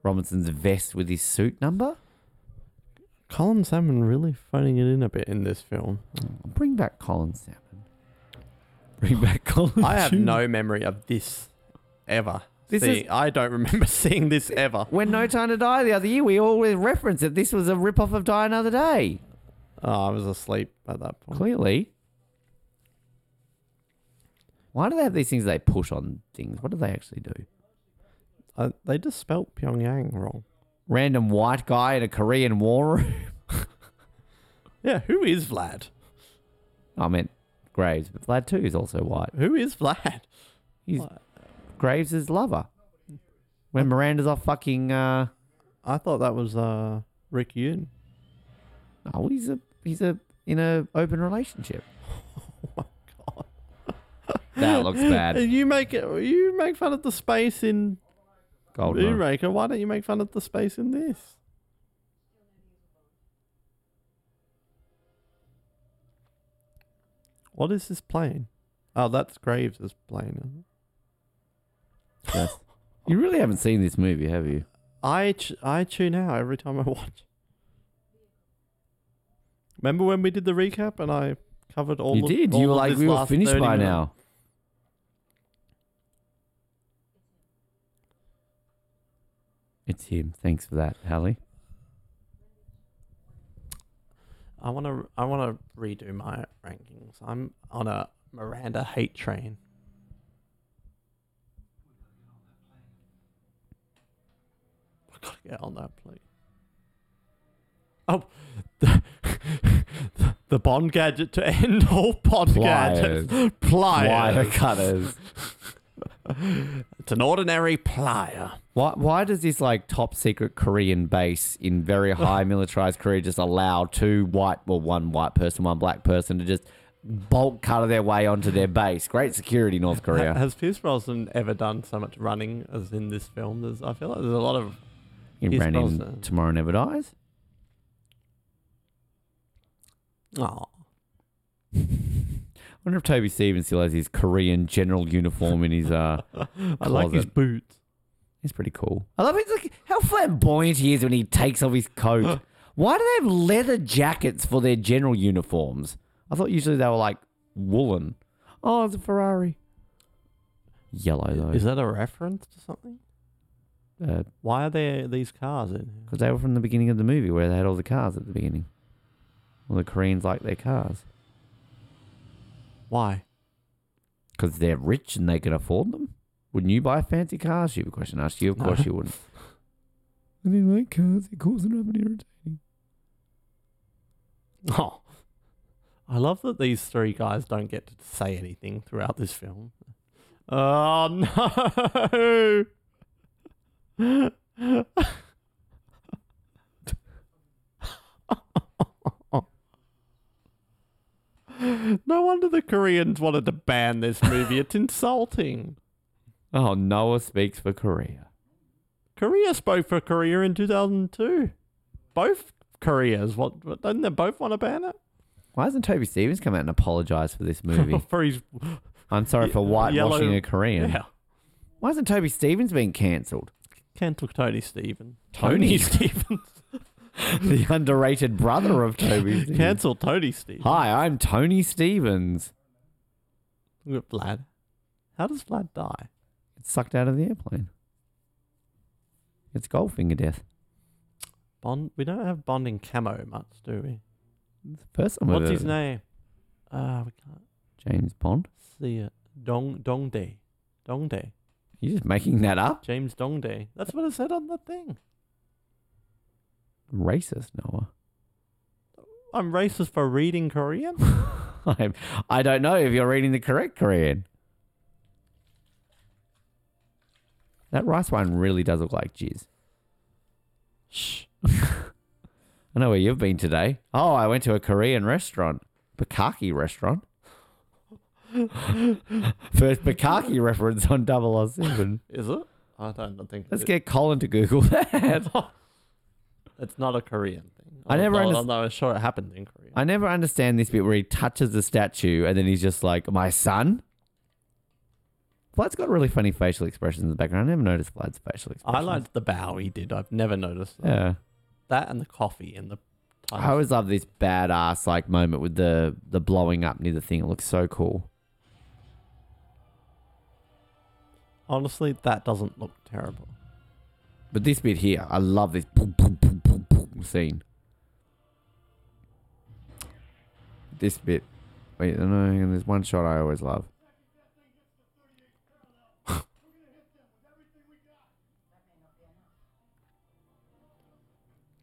[SPEAKER 1] Robinson's vest with his suit number.
[SPEAKER 2] Colin Salmon really phoning it in a bit in this film.
[SPEAKER 1] Bring back Colin Salmon. Bring back Colin.
[SPEAKER 2] I have
[SPEAKER 1] Salmon.
[SPEAKER 2] no memory of this ever.
[SPEAKER 1] This
[SPEAKER 2] See,
[SPEAKER 1] is-
[SPEAKER 2] I don't remember seeing this ever.
[SPEAKER 1] When No Time to Die the other year, we always referenced that this was a rip-off of Die Another Day.
[SPEAKER 2] Oh, I was asleep at that point.
[SPEAKER 1] Clearly. Why do they have these things they push on things? What do they actually do?
[SPEAKER 2] Uh, they just spelt Pyongyang wrong.
[SPEAKER 1] Random white guy in a Korean war room.
[SPEAKER 2] Yeah, who is Vlad?
[SPEAKER 1] I meant Graves, but Vlad too is also white.
[SPEAKER 2] Who is Vlad?
[SPEAKER 1] He's
[SPEAKER 2] What?
[SPEAKER 1] Graves' lover. When Miranda's off fucking, uh,
[SPEAKER 2] I thought that was uh, Rick Yoon.
[SPEAKER 1] oh, he's a he's a in a open relationship.
[SPEAKER 2] Oh my god.
[SPEAKER 1] That looks bad.
[SPEAKER 2] And you make it. You make fun of the space in
[SPEAKER 1] Golden.
[SPEAKER 2] Moonraker. Why don't you make fun of the space in this? What is this plane? Oh, that's Graves' plane. isn't it?
[SPEAKER 1] Yes. You really haven't seen this movie, have you?
[SPEAKER 2] I ch- I tune out every time I watch. Remember when we did the recap and I covered all?
[SPEAKER 1] you
[SPEAKER 2] of-
[SPEAKER 1] did.
[SPEAKER 2] all
[SPEAKER 1] You were
[SPEAKER 2] of
[SPEAKER 1] like,
[SPEAKER 2] this
[SPEAKER 1] we were
[SPEAKER 2] last
[SPEAKER 1] finished
[SPEAKER 2] 30
[SPEAKER 1] by
[SPEAKER 2] minutes?
[SPEAKER 1] now. It's him. Thanks for that, Hallie.
[SPEAKER 2] I want to I want to redo my rankings. I'm on a Miranda hate train. I gotta get on that plane. Oh, the, the Bond gadget to end all Bond gadgets.
[SPEAKER 1] Wire
[SPEAKER 2] Pliers.
[SPEAKER 1] cutters.
[SPEAKER 2] It's an ordinary plier.
[SPEAKER 1] Why, why does this like top secret Korean base in very high militarized Korea just allow two white, well, one white person, one black person to just bulk cutter their way onto their base? Great security, North
[SPEAKER 2] Ha-
[SPEAKER 1] Korea.
[SPEAKER 2] Has Pierce Brosnan ever done so much running as in this film? There's, I feel like there's a lot of
[SPEAKER 1] You
[SPEAKER 2] he's
[SPEAKER 1] ran
[SPEAKER 2] supposed
[SPEAKER 1] in
[SPEAKER 2] to-
[SPEAKER 1] Tomorrow Never Dies.
[SPEAKER 2] oh,
[SPEAKER 1] I wonder if Toby Stevens still has his Korean general uniform in his. uh
[SPEAKER 2] I like his
[SPEAKER 1] Closet.
[SPEAKER 2] boots.
[SPEAKER 1] He's pretty cool. I love it. Look how flamboyant he is when he takes off his coat. Why do they have leather jackets for their general uniforms? I thought usually they were like woolen. Oh, it's a Ferrari. Yellow though,
[SPEAKER 2] Is that a reference to something?
[SPEAKER 1] because
[SPEAKER 2] Why are there these cars in here?
[SPEAKER 1] they were from the beginning of the movie where they had all the cars at the beginning. Well, the Koreans like their cars
[SPEAKER 2] Why?
[SPEAKER 1] because they're rich and they can afford them. Wouldn't you buy a fancy car? Stupid question. Asked you. Of
[SPEAKER 2] No.
[SPEAKER 1] course you wouldn't. I didn't like cars. It caused an irritation.
[SPEAKER 2] Oh. I love that these three guys don't get to say anything throughout this film. Oh no. no wonder the Koreans wanted to ban this movie. It's insulting.
[SPEAKER 1] Oh, Noah speaks for Korea.
[SPEAKER 2] Korea spoke for Korea in 2002. Both Koreas. What? what didn't they both want to ban it?
[SPEAKER 1] Why hasn't Toby Stevens come out and apologized for this movie?
[SPEAKER 2] for his.
[SPEAKER 1] I'm sorry for whitewashing
[SPEAKER 2] Yellow-
[SPEAKER 1] a Korean.
[SPEAKER 2] Yeah.
[SPEAKER 1] Why hasn't Toby Stevens been cancelled?
[SPEAKER 2] Cancel Tony Stevens.
[SPEAKER 1] Tony?
[SPEAKER 2] Stevens.
[SPEAKER 1] the underrated brother of Toby Stevens.
[SPEAKER 2] Cancel Tony Stevens.
[SPEAKER 1] Hi, I'm Tony Stevens.
[SPEAKER 2] Look at Vlad. How does Vlad die?
[SPEAKER 1] It's sucked out of the airplane. It's Goldfinger death.
[SPEAKER 2] Bond. We don't have Bond in camo much, do we?
[SPEAKER 1] It's the first time we've
[SPEAKER 2] What's his
[SPEAKER 1] ever-
[SPEAKER 2] name? Ah, we can't
[SPEAKER 1] James Bond.
[SPEAKER 2] see it. Dong Dong Day. Dong Day.
[SPEAKER 1] You're just making that up?
[SPEAKER 2] James Dong Day. That's what it said on the thing.
[SPEAKER 1] Racist, Noah.
[SPEAKER 2] I'm racist for reading Korean.
[SPEAKER 1] I'm, I don't know if you're reading the correct Korean. That rice wine really does look like jizz.
[SPEAKER 2] Shh.
[SPEAKER 1] I know where you've been today. Oh, I went to a Korean restaurant, Bukkake restaurant. First Bukkake reference on 007.
[SPEAKER 2] Is it? I don't think.
[SPEAKER 1] Let's
[SPEAKER 2] it-
[SPEAKER 1] get Colin to Google that.
[SPEAKER 2] It's not a Korean thing.
[SPEAKER 1] I never
[SPEAKER 2] Although,
[SPEAKER 1] underst-
[SPEAKER 2] although I'm sure it happened in Korea.
[SPEAKER 1] I never understand this bit where he touches the statue and then he's just like, "My son." Vlad's got really funny facial expressions in the background. I never noticed Vlad's facial expressions.
[SPEAKER 2] I liked the bow he did. I've never noticed that.
[SPEAKER 1] Yeah.
[SPEAKER 2] That and the coffee and the.
[SPEAKER 1] I always love this badass like moment with the the blowing up near the thing. It looks so cool.
[SPEAKER 2] Honestly, that doesn't look terrible.
[SPEAKER 1] But this bit here, I love this boom, boom, boom, boom, boom scene. This bit. Wait, no, hang on, there's one shot I always love.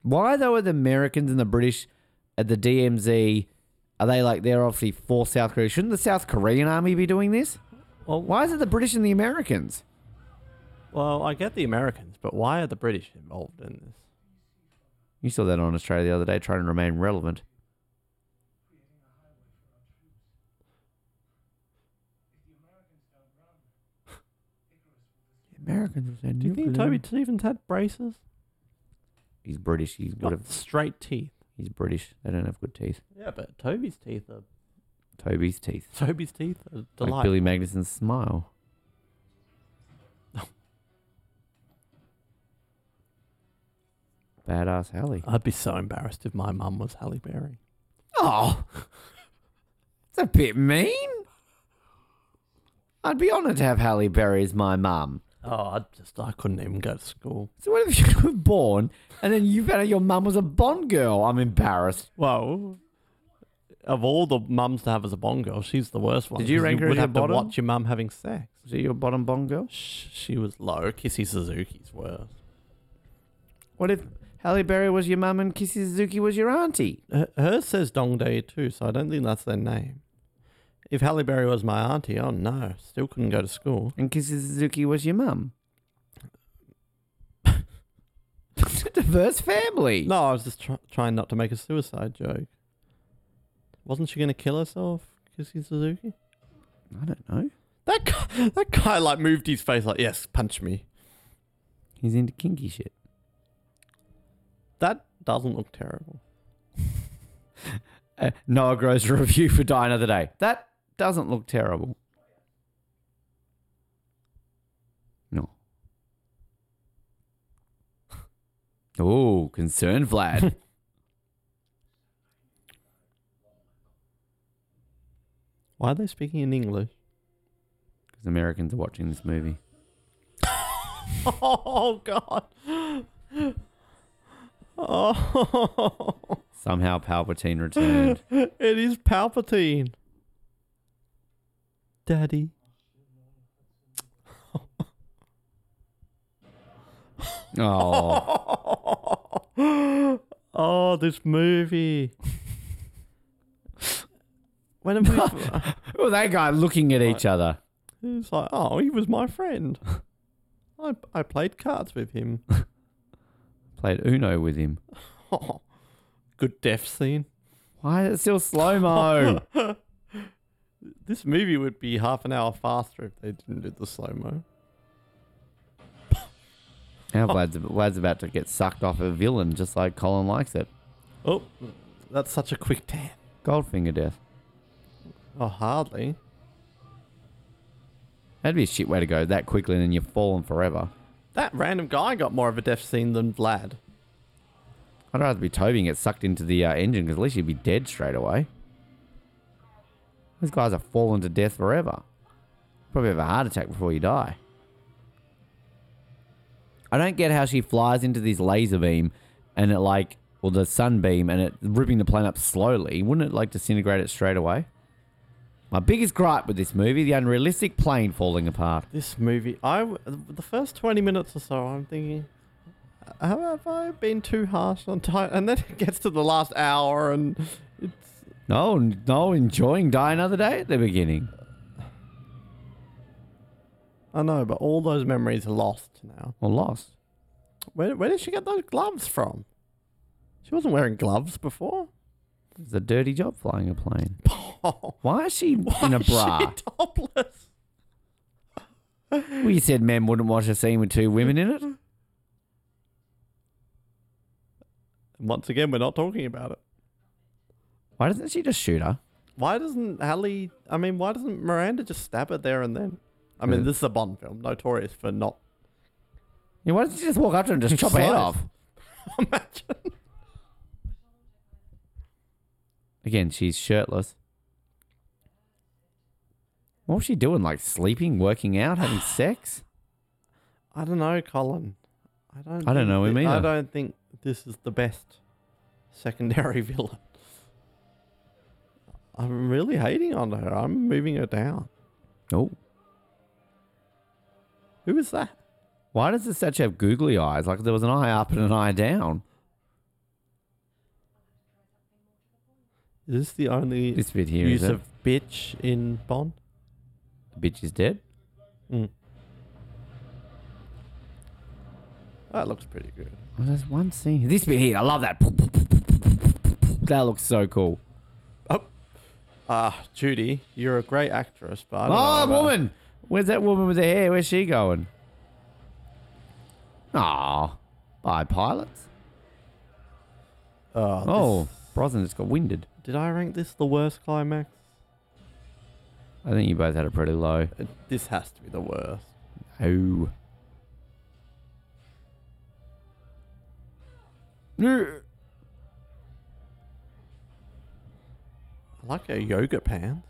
[SPEAKER 1] Why though are the Americans and the British at the DMZ? Are they like they're obviously for South Korea? Shouldn't the South Korean army be doing this?
[SPEAKER 2] Well,
[SPEAKER 1] Why is it the British and the Americans?
[SPEAKER 2] well, I get the Americans, but why are the British involved in this?
[SPEAKER 1] You saw that on Australia the other day, trying to remain relevant. The Americans will send
[SPEAKER 2] Do you think Toby Stevens had braces?
[SPEAKER 1] He's British. He's got a,
[SPEAKER 2] Got straight teeth.
[SPEAKER 1] He's British. They don't have good teeth.
[SPEAKER 2] Yeah, but Toby's teeth are
[SPEAKER 1] Toby's teeth.
[SPEAKER 2] Toby's teeth are
[SPEAKER 1] Like
[SPEAKER 2] delightful.
[SPEAKER 1] Billy Magnuson's smile. Badass Hallie.
[SPEAKER 2] I'd be so embarrassed if my mum was Halle Berry.
[SPEAKER 1] Oh, it's a bit mean. I'd be honoured to have Halle Berry as my mum.
[SPEAKER 2] Oh, I just I couldn't even go to school.
[SPEAKER 1] So what if you were born and then you found out your mum was a Bond girl? I'm embarrassed.
[SPEAKER 2] Well, of all the mums to have as a Bond girl, she's the worst one.
[SPEAKER 1] Did you
[SPEAKER 2] 'cause
[SPEAKER 1] rank her
[SPEAKER 2] would
[SPEAKER 1] as a
[SPEAKER 2] have to
[SPEAKER 1] bottom?
[SPEAKER 2] watch your mum having sex.
[SPEAKER 1] Is it your bottom Bond girl?
[SPEAKER 2] Sh- She was low. Kissy Suzuki's worse.
[SPEAKER 1] What if Halle Berry was your mum and Kissy Suzuki was your auntie?
[SPEAKER 2] Her- Hers says Dongdae too, so I don't think that's their name. If Halle Berry was my auntie, oh no, still couldn't go to school.
[SPEAKER 1] And Kissy Suzuki was your mum? it's a diverse family.
[SPEAKER 2] No, I was just try- trying not to make a suicide joke. Wasn't she going to kill herself, Kissy Suzuki?
[SPEAKER 1] I don't know.
[SPEAKER 2] That guy, that guy like moved his face like, yes, punch me.
[SPEAKER 1] He's into kinky shit.
[SPEAKER 2] That doesn't look terrible.
[SPEAKER 1] Uh, Noah Gross review for Die Another Day. That doesn't look terrible. No. Oh, concern Vlad.
[SPEAKER 2] Why are they speaking in English?
[SPEAKER 1] Because Americans are watching this movie.
[SPEAKER 2] Oh God. Oh,
[SPEAKER 1] Somehow Palpatine returned.
[SPEAKER 2] it is Palpatine. Daddy.
[SPEAKER 1] Oh,
[SPEAKER 2] Oh, this movie. when am I?
[SPEAKER 1] well, they got looking at each other.
[SPEAKER 2] It's like, oh, he was my friend. I I played cards with him.
[SPEAKER 1] Played Uno with him.
[SPEAKER 2] good death scene.
[SPEAKER 1] Why is it still slow mo?
[SPEAKER 2] This movie would be half an hour faster if they didn't do the slow mo.
[SPEAKER 1] now Vlad's, Vlad's about to get sucked off a villain, just like Colin likes it.
[SPEAKER 2] Oh, that's such a quick tan.
[SPEAKER 1] Goldfinger death.
[SPEAKER 2] Oh, hardly.
[SPEAKER 1] That'd be a shit way to go that quickly, and then you've fallen forever.
[SPEAKER 2] That random guy got more of a death scene than Vlad.
[SPEAKER 1] I'd rather be Toby and get sucked into the uh, engine because at least you'd be dead straight away. These guys are falling to death forever. Probably have a heart attack before you die. I don't get how she flies into this laser beam and it like, well, the sunbeam and it ripping the plane up slowly. Wouldn't it like disintegrate it straight away? My biggest gripe with this movie, the unrealistic plane falling apart.
[SPEAKER 2] This movie, I w- the first twenty minutes or so, I'm thinking, have, have I been too harsh on time? And then it gets to the last hour, and it's
[SPEAKER 1] No, no, enjoying Die Another Day at the beginning.
[SPEAKER 2] I know, but all those memories are lost now.
[SPEAKER 1] Or lost.
[SPEAKER 2] Where where did she get those gloves from? She wasn't wearing gloves before.
[SPEAKER 1] It's a dirty job flying a plane.
[SPEAKER 2] Oh,
[SPEAKER 1] Why is she
[SPEAKER 2] why
[SPEAKER 1] in a
[SPEAKER 2] is she
[SPEAKER 1] bra?
[SPEAKER 2] topless?
[SPEAKER 1] Well, you said men wouldn't watch a scene with two women in it.
[SPEAKER 2] Once again, we're not talking about it.
[SPEAKER 1] Why doesn't she just shoot her?
[SPEAKER 2] Why doesn't Hallie? I mean, why doesn't Miranda just stab her there and then? I mean,
[SPEAKER 1] Yeah.
[SPEAKER 2] this is a Bond film, notorious for not.
[SPEAKER 1] Yeah, why doesn't she just walk up to her and just chop her head
[SPEAKER 2] Slice.
[SPEAKER 1] off?
[SPEAKER 2] Imagine.
[SPEAKER 1] Again, she's shirtless. What was she doing? Like sleeping, working out, having sex?
[SPEAKER 2] I don't know, Colin. I don't.
[SPEAKER 1] I don't
[SPEAKER 2] think
[SPEAKER 1] know him
[SPEAKER 2] thi- I
[SPEAKER 1] either.
[SPEAKER 2] don't think this is the best secondary villain. I'm really hating on her. I'm moving her down.
[SPEAKER 1] Oh.
[SPEAKER 2] Who is that?
[SPEAKER 1] Why does the statue have googly eyes? Like there was an eye up and an eye down.
[SPEAKER 2] Is this the only
[SPEAKER 1] This bit here is
[SPEAKER 2] use
[SPEAKER 1] it?
[SPEAKER 2] of bitch in Bond?
[SPEAKER 1] Bitch is dead.
[SPEAKER 2] Mm. That looks pretty good.
[SPEAKER 1] Oh, there's one scene. This bit here, I love that. That looks so cool.
[SPEAKER 2] Ah, Judy, you're a great actress, but I
[SPEAKER 1] Oh,
[SPEAKER 2] don't know about-
[SPEAKER 1] woman! Where's that woman with the hair? Where's she going? Aw. By pilots?
[SPEAKER 2] Oh,
[SPEAKER 1] Oh, Brosnan just got winded.
[SPEAKER 2] this- did I rank this the worst climax?
[SPEAKER 1] I think you both had it pretty low.
[SPEAKER 2] Uh, This has to be the worst.
[SPEAKER 1] Oh.
[SPEAKER 2] I like her yoga pants.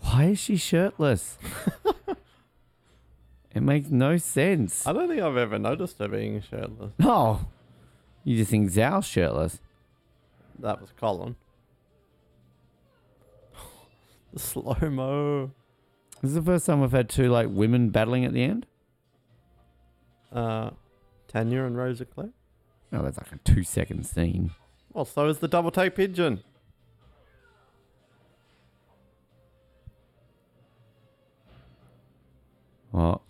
[SPEAKER 1] Why is she shirtless? it makes no sense.
[SPEAKER 2] I don't think I've ever noticed her being shirtless.
[SPEAKER 1] Oh. You just think Zhao's shirtless.
[SPEAKER 2] That was Colin. the slow mo.
[SPEAKER 1] This is the first time we've had two like women battling at the end.
[SPEAKER 2] Uh, Tanya and Rosa Claire.
[SPEAKER 1] Oh, that's like a two second scene.
[SPEAKER 2] Well, so is the double take pigeon.
[SPEAKER 1] Oh,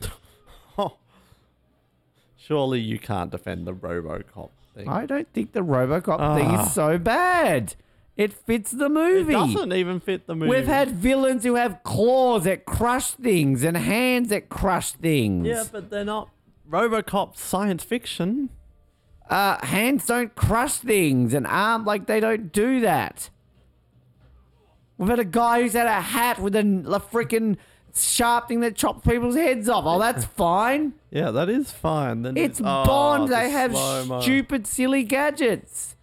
[SPEAKER 2] Surely you can't defend the RoboCop thing.
[SPEAKER 1] I don't think the Robocop thing
[SPEAKER 2] Ah.
[SPEAKER 1] is so bad. It fits the
[SPEAKER 2] it
[SPEAKER 1] movie.
[SPEAKER 2] doesn't even fit the movie.
[SPEAKER 1] We've had villains who have claws that crush things and hands that crush things.
[SPEAKER 2] yeah, but they're not RoboCop science fiction.
[SPEAKER 1] Uh, hands don't crush things and arm like they don't do that. We've had a guy who's had a hat with a, a freaking sharp thing that chops people's heads off. Oh, that's fine.
[SPEAKER 2] Yeah, that is fine. Then
[SPEAKER 1] It's
[SPEAKER 2] oh,
[SPEAKER 1] Bond.
[SPEAKER 2] the
[SPEAKER 1] They have
[SPEAKER 2] slow-mo.
[SPEAKER 1] stupid, silly gadgets.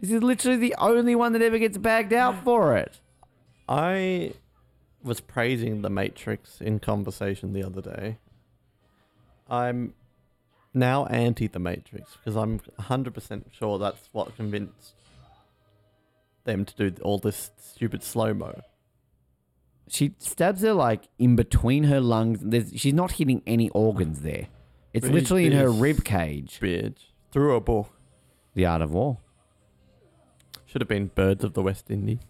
[SPEAKER 1] this is literally the only one that ever gets bagged out for it.
[SPEAKER 2] I was praising The Matrix in conversation the other day. I'm now anti The Matrix because I'm 100% sure that's what convinced them to do all this stupid slow mo.
[SPEAKER 1] She stabs her like in between her lungs. There's, she's not hitting any organs there. It's
[SPEAKER 2] Really
[SPEAKER 1] literally in her
[SPEAKER 2] big.
[SPEAKER 1] rib cage.
[SPEAKER 2] Bitch. Through a book.
[SPEAKER 1] The Art of War
[SPEAKER 2] Should have been Birds of the West Indies.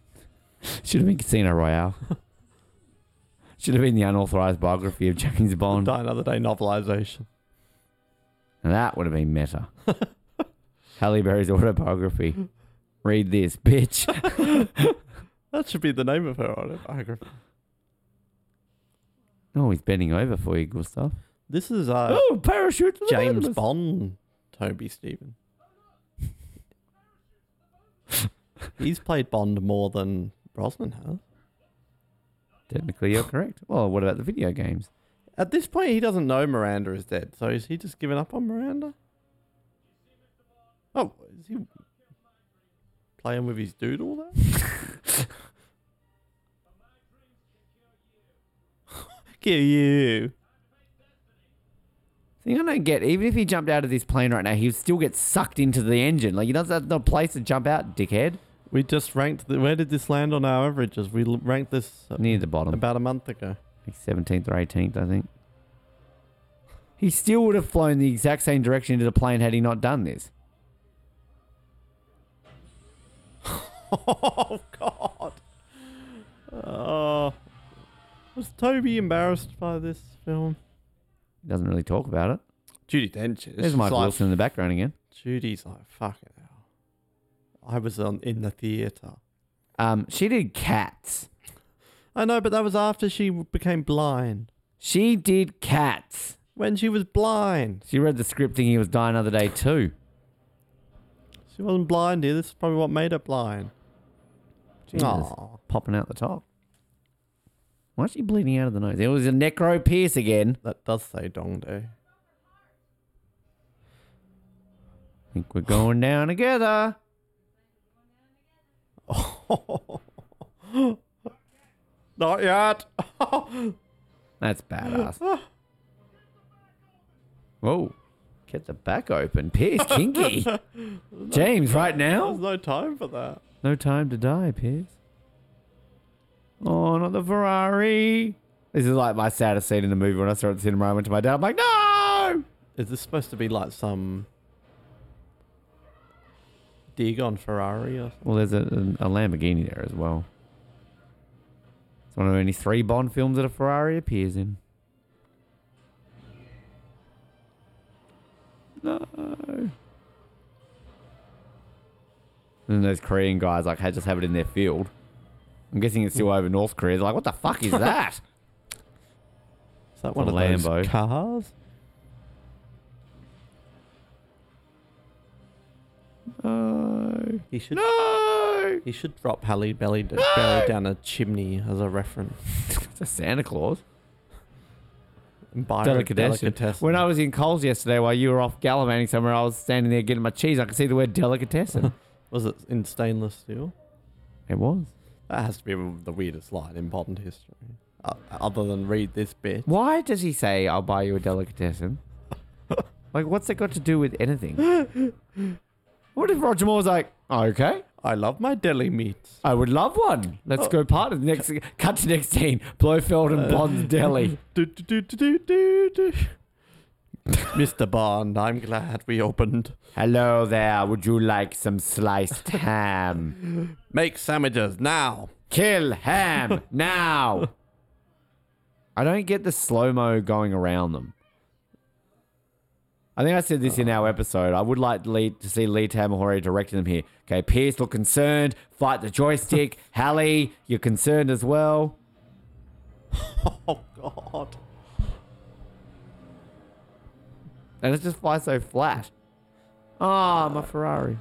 [SPEAKER 1] should have been Casino Royale. should have been the unauthorized biography of James Bond.
[SPEAKER 2] Die Another Day novelization.
[SPEAKER 1] And that would have been meta. Halle Berry's autobiography. Read this, bitch.
[SPEAKER 2] That should be the name of her autobiography.
[SPEAKER 1] Oh, he's bending over for you, Gustav.
[SPEAKER 2] This is uh,
[SPEAKER 1] oh, parachute.
[SPEAKER 2] James Bond, Toby Stephen. He's played Bond more than Brosnan has.
[SPEAKER 1] Technically, you're correct. Well, what about the video games?
[SPEAKER 2] At this point, he doesn't know Miranda is dead, so is he just giving up on Miranda? Oh, is he playing with his doodle there? Kill you.
[SPEAKER 1] Thing I don't get, even if he jumped out of this plane right now, he would still get sucked into the engine. Like, he doesn't have no place to jump out, dickhead.
[SPEAKER 2] We just ranked. The, where did this land on our averages? We l- ranked this uh,
[SPEAKER 1] Near the bottom.
[SPEAKER 2] about a month ago.
[SPEAKER 1] like 17th or 18th, I think. He still would have flown the exact same direction into the plane had he not done this.
[SPEAKER 2] Oh God! Oh, was Toby embarrassed by this film?
[SPEAKER 1] He doesn't really talk about it.
[SPEAKER 2] Judy Dench. is
[SPEAKER 1] There's
[SPEAKER 2] just
[SPEAKER 1] Michael
[SPEAKER 2] like,
[SPEAKER 1] Wilson in the background again.
[SPEAKER 2] Judy's like fucking hell. I was on in the theater.
[SPEAKER 1] Um, she did cats.
[SPEAKER 2] I know, but that was after she became blind.
[SPEAKER 1] She did cats.
[SPEAKER 2] When she was blind,
[SPEAKER 1] She read the script thinking it was Die Another Day too.
[SPEAKER 2] she wasn't blind here. This is probably what made her blind.
[SPEAKER 1] Jesus.
[SPEAKER 2] Aw.
[SPEAKER 1] Popping out the top. Why is she bleeding out of the nose? It was a necro pierce again.
[SPEAKER 2] That does say Dong Day.
[SPEAKER 1] I think we're going down together.
[SPEAKER 2] Not yet.
[SPEAKER 1] That's badass. Whoa. Get the back open. Pierce, kinky. James, right
[SPEAKER 2] There's
[SPEAKER 1] now?
[SPEAKER 2] no time for that.
[SPEAKER 1] No time to die, Pierce. Oh, not the Ferrari. This is like my saddest scene in the movie when I saw it at the cinema. I went to my dad. I'm like, no!
[SPEAKER 2] Is this supposed to be like some dig on Ferrari or
[SPEAKER 1] Well, there's a, a Lamborghini there as well. It's one of only three Bond films that a Ferrari appears in. No. And those Korean guys like had just have it in their field. I'm guessing it's still over North Korea. They're like, what the fuck is that?
[SPEAKER 2] Is that one
[SPEAKER 1] a
[SPEAKER 2] of
[SPEAKER 1] Lambo.
[SPEAKER 2] those cars?
[SPEAKER 1] no.
[SPEAKER 2] He should
[SPEAKER 1] No.
[SPEAKER 2] he should drop Halle Belly, d-
[SPEAKER 1] No!
[SPEAKER 2] Belly down a chimney as a reference.
[SPEAKER 1] It's a Santa Claus.
[SPEAKER 2] And buy her a
[SPEAKER 1] Delicatessen.
[SPEAKER 2] delicatessen.
[SPEAKER 1] When I was in Coles yesterday while you were off gallivanting somewhere, I was standing there getting my cheese. I could see the word delicatessen.
[SPEAKER 2] was it in stainless steel?
[SPEAKER 1] it was.
[SPEAKER 2] That has to be the weirdest line in modern history. Uh, other than read this bit.
[SPEAKER 1] Why does he say, I'll buy you a delicatessen? like, what's it got to do with anything? what if Roger Moore's like, "Oh, okay,
[SPEAKER 2] I love my deli meats.
[SPEAKER 1] I would love one. Let's go part of the next. Cut to next scene. Blofeld and Bond's deli.
[SPEAKER 2] Do, do, do, do, do, do. Mr. Bond, I'm glad we opened.
[SPEAKER 1] Hello there. Would you like some sliced ham?
[SPEAKER 2] Make sandwiches now.
[SPEAKER 1] Kill ham now. I don't get the slow mo going around them. I think I said this in our episode. I would like Lee, to see Lee Tamahori directing them here. Okay, Pierce, look concerned. Fight the joystick. Hallie, you're concerned as well.
[SPEAKER 2] Oh God.
[SPEAKER 1] And it just flies so flat. Ah, my Ferrari.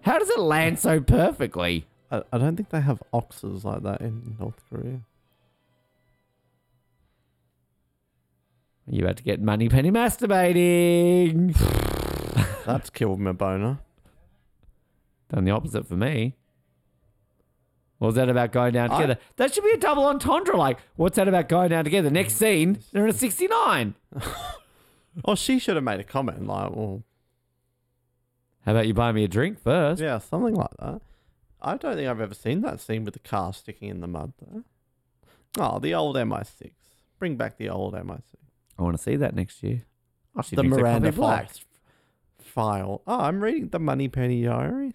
[SPEAKER 1] How does it land so perfectly?
[SPEAKER 2] I, I don't think they have oxes like that in North Korea.
[SPEAKER 1] Are you about to get money penny masturbating?
[SPEAKER 2] That's killed my boner.
[SPEAKER 1] Done the opposite for me. What was that about going down
[SPEAKER 2] I-
[SPEAKER 1] together? That should be a double entendre. Like, what's that about going down together?
[SPEAKER 2] Mm.
[SPEAKER 1] Next scene, they're in a 69.
[SPEAKER 2] Or Oh, she should have made a comment like, "Well,
[SPEAKER 1] How about you buy me a drink first?
[SPEAKER 2] yeah, something like that." I don't think I've ever seen that scene with the car sticking in the mud. Though. Oh, the old MI6. Bring back the old MI6.
[SPEAKER 1] I want to see that next year. Oh, she
[SPEAKER 2] the
[SPEAKER 1] thinks I can't
[SPEAKER 2] Miranda
[SPEAKER 1] be black.
[SPEAKER 2] Fox file. Oh, I'm reading the Money Penny Diary.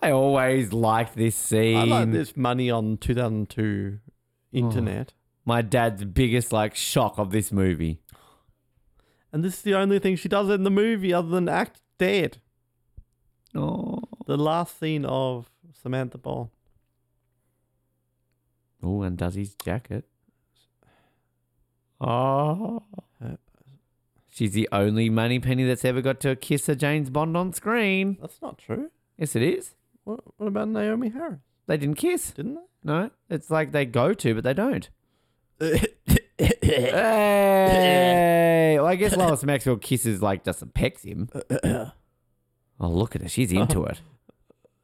[SPEAKER 1] I always liked this scene.
[SPEAKER 2] I like this money on 2002 internet.
[SPEAKER 1] My dad's biggest like shock of this movie.
[SPEAKER 2] And this is the only thing she does in the movie other than act dead.
[SPEAKER 1] Oh.
[SPEAKER 2] The last scene of Samantha Bond.
[SPEAKER 1] Oh, and does his jacket. Oh. She's the only money penny that's ever got to kiss a James Bond on screen.
[SPEAKER 2] That's not true.
[SPEAKER 1] Yes, it is.
[SPEAKER 2] What, what about Naomi Harris?
[SPEAKER 1] They didn't kiss.
[SPEAKER 2] Didn't
[SPEAKER 1] No, it's like they go to, but they don't.
[SPEAKER 2] they? Eh.
[SPEAKER 1] Hey! well, I guess Lois Maxwell kisses like just pecks him. oh, look at her. She's into it.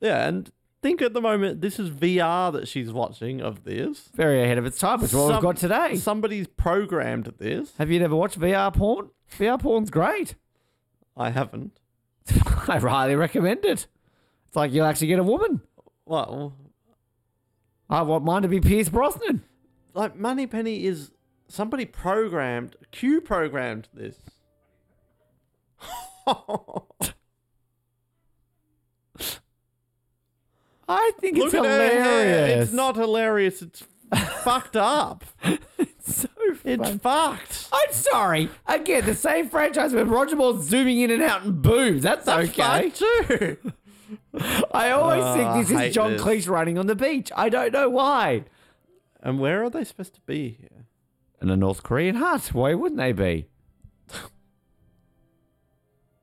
[SPEAKER 2] yeah, and think at the moment, this is VR that she's watching of this.
[SPEAKER 1] Very ahead of its time, which is what we've
[SPEAKER 2] Some-
[SPEAKER 1] got today.
[SPEAKER 2] Somebody's programmed this.
[SPEAKER 1] Have you never watched VR porn? VR porn's great.
[SPEAKER 2] I haven't.
[SPEAKER 1] I highly recommend it. It's like you'll actually get a woman.
[SPEAKER 2] Well,
[SPEAKER 1] I want mine to be Pierce Brosnan.
[SPEAKER 2] like Money Penny is somebody programmed, Q programmed this.
[SPEAKER 1] I think
[SPEAKER 2] Look
[SPEAKER 1] it's
[SPEAKER 2] at her hair.
[SPEAKER 1] hilarious.
[SPEAKER 2] It's not hilarious. It's fucked up.
[SPEAKER 1] so
[SPEAKER 2] It's
[SPEAKER 1] funny.
[SPEAKER 2] fucked.
[SPEAKER 1] I'm sorry. Again, the same franchise with Roger Moore's zooming in and out in boobs. That's,
[SPEAKER 2] That's
[SPEAKER 1] okay.
[SPEAKER 2] fucked too.
[SPEAKER 1] I always
[SPEAKER 2] Oh, I
[SPEAKER 1] think Ah, this is
[SPEAKER 2] hate
[SPEAKER 1] John
[SPEAKER 2] this.
[SPEAKER 1] Cleese running on the beach. I don't know why.
[SPEAKER 2] And where are they supposed to be here?
[SPEAKER 1] In a North Korean hut. Why wouldn't they be?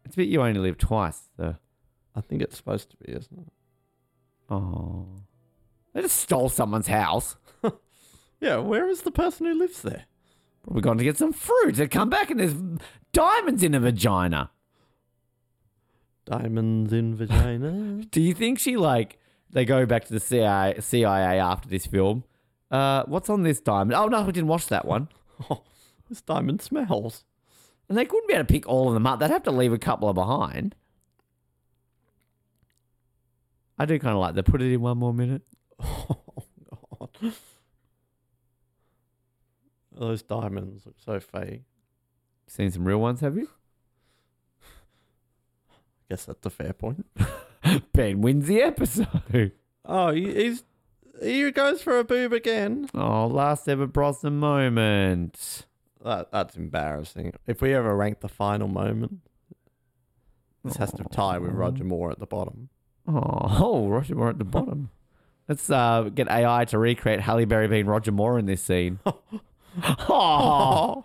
[SPEAKER 1] it's a bit you only live twice, though.
[SPEAKER 2] I think it's supposed to be, isn't it?
[SPEAKER 1] Oh. They just stole someone's house.
[SPEAKER 2] Yeah, where is the person who lives there?
[SPEAKER 1] Probably gone to get some fruit. They come back and there's diamonds in her vagina.
[SPEAKER 2] Diamonds in vagina.
[SPEAKER 1] Do you think she like they go back to the CIA, CIA after this film? Uh, what's on this diamond? Oh no, we didn't watch that one.
[SPEAKER 2] oh, this diamond smells.
[SPEAKER 1] And they couldn't be able to pick all of them up. They'd have to leave a couple of behind. I do kind of like they put it in one more minute.
[SPEAKER 2] Oh god. Those diamonds look so fake.
[SPEAKER 1] Seen some real ones, have you?
[SPEAKER 2] guess that's a fair point.
[SPEAKER 1] Ben wins the episode.
[SPEAKER 2] Oh, he- he's he goes for a boob again.
[SPEAKER 1] Oh, last ever Brosnan moment.
[SPEAKER 2] That, that's embarrassing. If we ever rank the final moment, this has to tie with Roger Moore at the bottom.
[SPEAKER 1] Oh, oh Roger Moore at the bottom. Let's uh, get AI to recreate Halle Berry being Roger Moore in this scene. oh,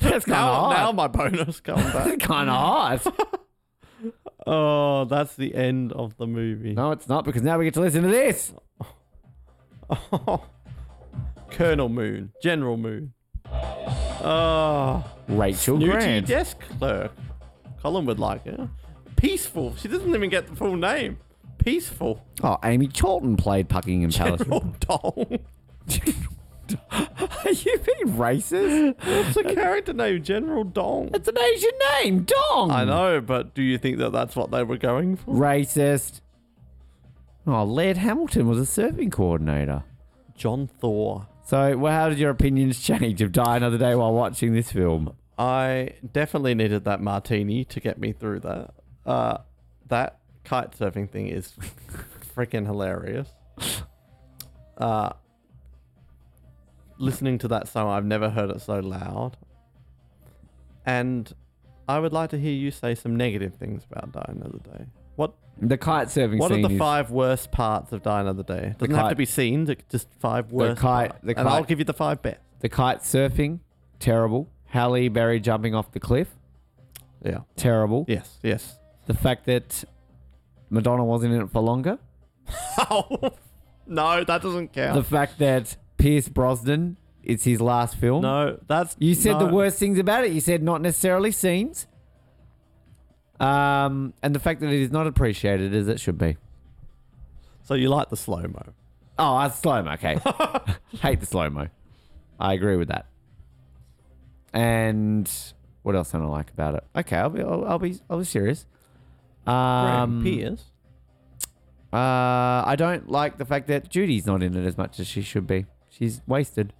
[SPEAKER 1] that's kind of
[SPEAKER 2] now, now
[SPEAKER 1] hot.
[SPEAKER 2] my bonus comes back.
[SPEAKER 1] That's kind of hot.
[SPEAKER 2] oh, that's the end of the movie.
[SPEAKER 1] No, it's not because now we get to listen to this.
[SPEAKER 2] Colonel Moon, General Moon. Oh,
[SPEAKER 1] Rachel
[SPEAKER 2] duty
[SPEAKER 1] Grant.
[SPEAKER 2] desk clerk. Colin would like it. Peaceful. She doesn't even get the full name. Peaceful.
[SPEAKER 1] Oh, Amy Chawton played Buckingham Palace.
[SPEAKER 2] General Dong.
[SPEAKER 1] Are you being racist?
[SPEAKER 2] What's a character name? General Dong.
[SPEAKER 1] It's an Asian name, Dong.
[SPEAKER 2] I know, but do you think that that's what they were going for?
[SPEAKER 1] Racist. Oh, Laird Hamilton was a surfing coordinator.
[SPEAKER 2] John Thor.
[SPEAKER 1] So, well, how did your opinions change of Die Another Day while watching this film?
[SPEAKER 2] I definitely needed that martini to get me through that. Uh, that kite surfing thing is freaking hilarious. Uh, listening to that song, I've never heard it so loud. And I would like to hear you say some negative things about Die Another Day. What
[SPEAKER 1] The kite surfing
[SPEAKER 2] What
[SPEAKER 1] scene
[SPEAKER 2] are the
[SPEAKER 1] is-
[SPEAKER 2] five worst parts of Die Another Day? It doesn't have to
[SPEAKER 1] kite-
[SPEAKER 2] be scenes, it- just five worst.
[SPEAKER 1] kite-
[SPEAKER 2] parts.
[SPEAKER 1] the
[SPEAKER 2] and I'll
[SPEAKER 1] kite-
[SPEAKER 2] give you the five best.
[SPEAKER 1] the kite surfing, terrible. Halle Berry jumping off the cliff,
[SPEAKER 2] Yeah.
[SPEAKER 1] terrible.
[SPEAKER 2] Yes. Yes.
[SPEAKER 1] The fact that Madonna wasn't in it for longer.
[SPEAKER 2] Oh, no, that doesn't count.
[SPEAKER 1] The fact that Pierce Brosnan, it's his last film.
[SPEAKER 2] no, that's
[SPEAKER 1] You said the
[SPEAKER 2] no.
[SPEAKER 1] worst things about it. You said not necessarily scenes. Um, and the fact that it is not appreciated as it should be.
[SPEAKER 2] So you like the slow mo?
[SPEAKER 1] Oh, that's slow mo. Okay. Hate the slow mo. I agree with that. And what else don't I like about it? Okay, I'll be, I'll, I'll be, I'll be serious. Um,
[SPEAKER 2] Pierce.
[SPEAKER 1] uh, I don't like the fact that Judy's not in it as much as she should be. She's wasted.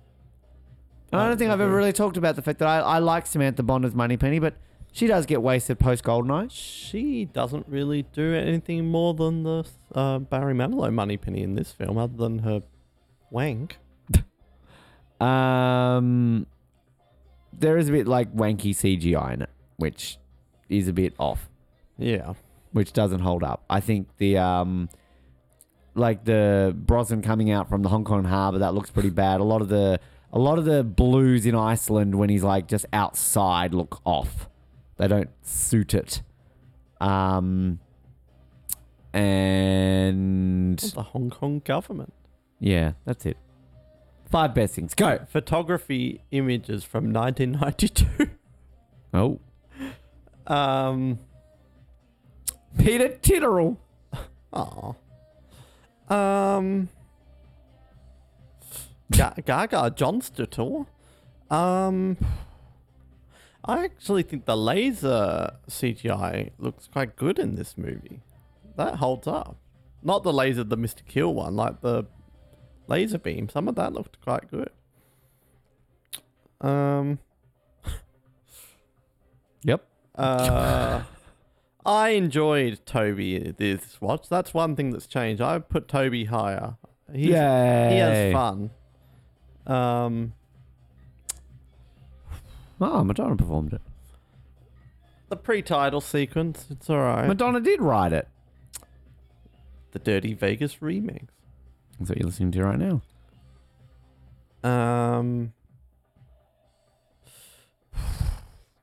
[SPEAKER 1] And I
[SPEAKER 2] Oh,
[SPEAKER 1] don't think I've ever
[SPEAKER 2] okay.
[SPEAKER 1] really talked about the fact that I, I like Samantha Bond as Moneypenny, but she does get wasted post Goldeneye.
[SPEAKER 2] She doesn't really do anything more than the uh, Barry Manilow moneypenny in this film, other than her wank.
[SPEAKER 1] Um, there is a bit like wanky CGI in it, which is a bit off.
[SPEAKER 2] Yeah.
[SPEAKER 1] which doesn't hold up. I think the um, like the Brosnan coming out from the Hong Kong harbour that looks pretty bad. A lot of the a lot of the blues in Iceland when he's like just outside look off. They don't suit it. Um, and
[SPEAKER 2] The Hong Kong government.
[SPEAKER 1] yeah, that's it. Five best things. Go.
[SPEAKER 2] Photography images from 1992.
[SPEAKER 1] Oh,
[SPEAKER 2] um.
[SPEAKER 1] Peter Titterell.
[SPEAKER 2] Oh. Um. Ga- Gaga Johnstator. Um. I actually think the laser CGI looks quite good in this movie. That holds up. Not the laser, the Mr. Kill one, like the laser beam. Some of that looked quite good. Um.
[SPEAKER 1] Yep.
[SPEAKER 2] Uh, I enjoyed Toby this watch. That's one thing that's changed. I put Toby higher. He's, He
[SPEAKER 1] Yay.
[SPEAKER 2] has fun. Um,
[SPEAKER 1] Oh, Madonna performed it.
[SPEAKER 2] the pre-title sequence, it's all right.
[SPEAKER 1] Madonna did write it.
[SPEAKER 2] the Dirty Vegas remix.
[SPEAKER 1] That's what you're listening to right now.
[SPEAKER 2] Um,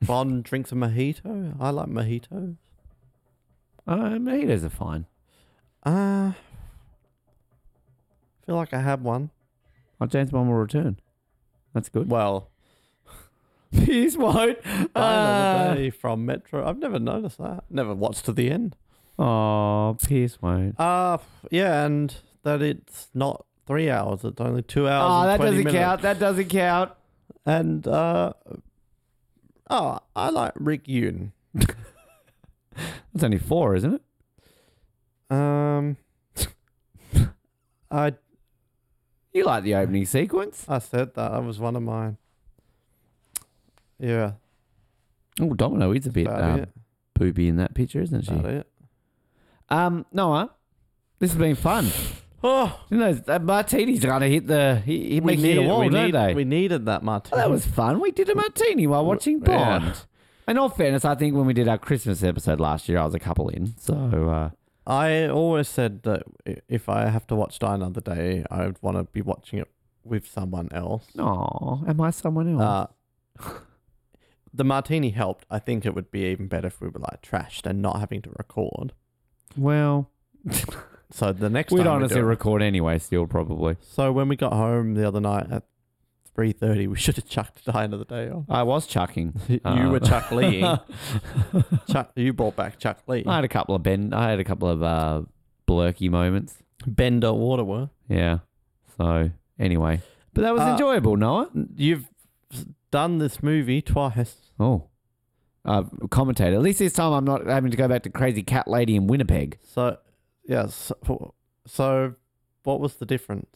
[SPEAKER 2] Bond drinks a mojito. I like mojitos.
[SPEAKER 1] Uh, mojitos are fine.
[SPEAKER 2] Uh, feel like I have one.
[SPEAKER 1] Oh, James Bond will return. That's good.
[SPEAKER 2] Well,
[SPEAKER 1] Please won't. Uh.
[SPEAKER 2] Another Day from Metro. I've never noticed that. Never watched to the end.
[SPEAKER 1] oh, Pierce won't.
[SPEAKER 2] Uh yeah, and that it's not three hours. It's only two hours.
[SPEAKER 1] Oh,
[SPEAKER 2] and
[SPEAKER 1] that
[SPEAKER 2] 20
[SPEAKER 1] doesn't
[SPEAKER 2] minutes.
[SPEAKER 1] count. That doesn't count.
[SPEAKER 2] And uh, oh, I like Rick Yoon.
[SPEAKER 1] That's only four, isn't it?
[SPEAKER 2] Um, I
[SPEAKER 1] You like the opening sequence?
[SPEAKER 2] I said that that was one of mine. Yeah,
[SPEAKER 1] Oh, Domino is a bit
[SPEAKER 2] about
[SPEAKER 1] um,
[SPEAKER 2] it.
[SPEAKER 1] booby in that picture, isn't she?
[SPEAKER 2] About it.
[SPEAKER 1] Um, Noah, this has been fun.
[SPEAKER 2] Oh,
[SPEAKER 1] You know, that martini's gonna hit the he, he makes it hit the wall,
[SPEAKER 2] we,
[SPEAKER 1] don't
[SPEAKER 2] need-
[SPEAKER 1] they?
[SPEAKER 2] we needed that Martin.
[SPEAKER 1] Well, that was fun. We did a martini while watching
[SPEAKER 2] Yeah.
[SPEAKER 1] Bond. In all fairness, I think when we did our Christmas episode last year, I was a couple in. So uh,
[SPEAKER 2] I always said that i- if I have to watch Die Another Day, I would want to be watching it with someone else.
[SPEAKER 1] no, am I someone else?
[SPEAKER 2] Uh, the martini helped. I think it would be even better if we were like trashed and not having to record.
[SPEAKER 1] well,
[SPEAKER 2] So the next
[SPEAKER 1] we'd
[SPEAKER 2] time we
[SPEAKER 1] honestly
[SPEAKER 2] do it-
[SPEAKER 1] record anyway. Still, probably.
[SPEAKER 2] So when we got home the other night at three thirty, we should have chucked Die Another Day on.
[SPEAKER 1] I was chucking.
[SPEAKER 2] You
[SPEAKER 1] Uh,
[SPEAKER 2] were Chuck Lee. Chuck, you brought back Chuck Lee.
[SPEAKER 1] I had a couple of ben. I had a couple of uh, blurky moments.
[SPEAKER 2] Bender Waterworth.
[SPEAKER 1] Yeah. So anyway, but that was
[SPEAKER 2] Uh,
[SPEAKER 1] enjoyable, Noah.
[SPEAKER 2] You've s- done this movie twice.
[SPEAKER 1] Oh, uh, commentator. At least this time I'm not having to go back to Crazy Cat Lady in Winnipeg.
[SPEAKER 2] So, yes. So, so what was the difference?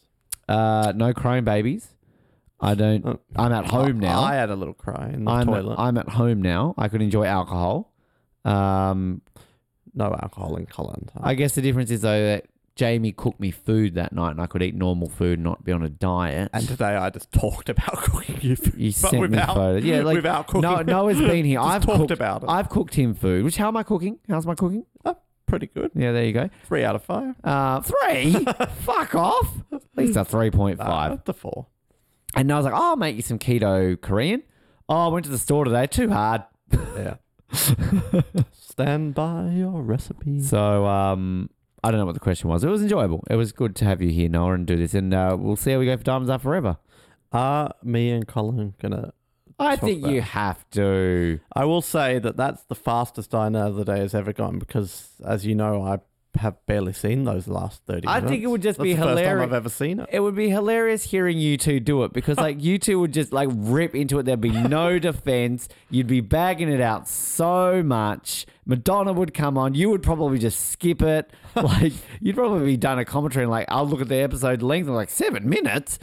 [SPEAKER 1] Uh, no crying babies. I don't.
[SPEAKER 2] Oh.
[SPEAKER 1] I'm at home now.
[SPEAKER 2] I had a little cry in the
[SPEAKER 1] I'm
[SPEAKER 2] toilet.
[SPEAKER 1] I'm at home now. I could enjoy alcohol. Um,
[SPEAKER 2] no alcohol in Holland.
[SPEAKER 1] I guess the difference is though that Jamie cooked me food that night, and I could eat normal food, and not be on a diet.
[SPEAKER 2] and today I just talked about cooking you food.
[SPEAKER 1] you
[SPEAKER 2] but
[SPEAKER 1] sent
[SPEAKER 2] without,
[SPEAKER 1] me photos. Yeah, like
[SPEAKER 2] without cooking.
[SPEAKER 1] no, Noah's been here.
[SPEAKER 2] Just
[SPEAKER 1] I've
[SPEAKER 2] talked
[SPEAKER 1] cooked.
[SPEAKER 2] about it.
[SPEAKER 1] I've cooked him food. Which how am I cooking? How's my cooking?
[SPEAKER 2] Pretty good.
[SPEAKER 1] Yeah, there you go.
[SPEAKER 2] Three out of five.
[SPEAKER 1] Uh, three? Fuck off. At least a 3.5.
[SPEAKER 2] Nah, up to four.
[SPEAKER 1] And I was like, oh, I'll make you some keto Korean. Oh, I went to the store today. Too hard.
[SPEAKER 2] Yeah. Stand by your recipe.
[SPEAKER 1] So, um, I don't know what the question was. It was enjoyable. It was good to have you here, Noah, and do this. And uh, we'll see how we go for Diamonds Are Forever.
[SPEAKER 2] Are me and Colin gonna?
[SPEAKER 1] I
[SPEAKER 2] Talk
[SPEAKER 1] think
[SPEAKER 2] about
[SPEAKER 1] you
[SPEAKER 2] it.
[SPEAKER 1] have to.
[SPEAKER 2] I will say that that's the fastest diner the day has ever gone because, as you know, I have barely seen those last thirty.
[SPEAKER 1] I
[SPEAKER 2] minutes.
[SPEAKER 1] think it would just
[SPEAKER 2] That's
[SPEAKER 1] be
[SPEAKER 2] the First time
[SPEAKER 1] hilarious.
[SPEAKER 2] I've ever seen it.
[SPEAKER 1] It would be hilarious hearing you two do it because, like, you two would just like rip into it. There'd be no defense. You'd be bagging it out so much. Madonna would come on. You would probably just skip it. Like, you'd probably be done a commentary and like, I'll look at the episode length. I'm like, seven minutes.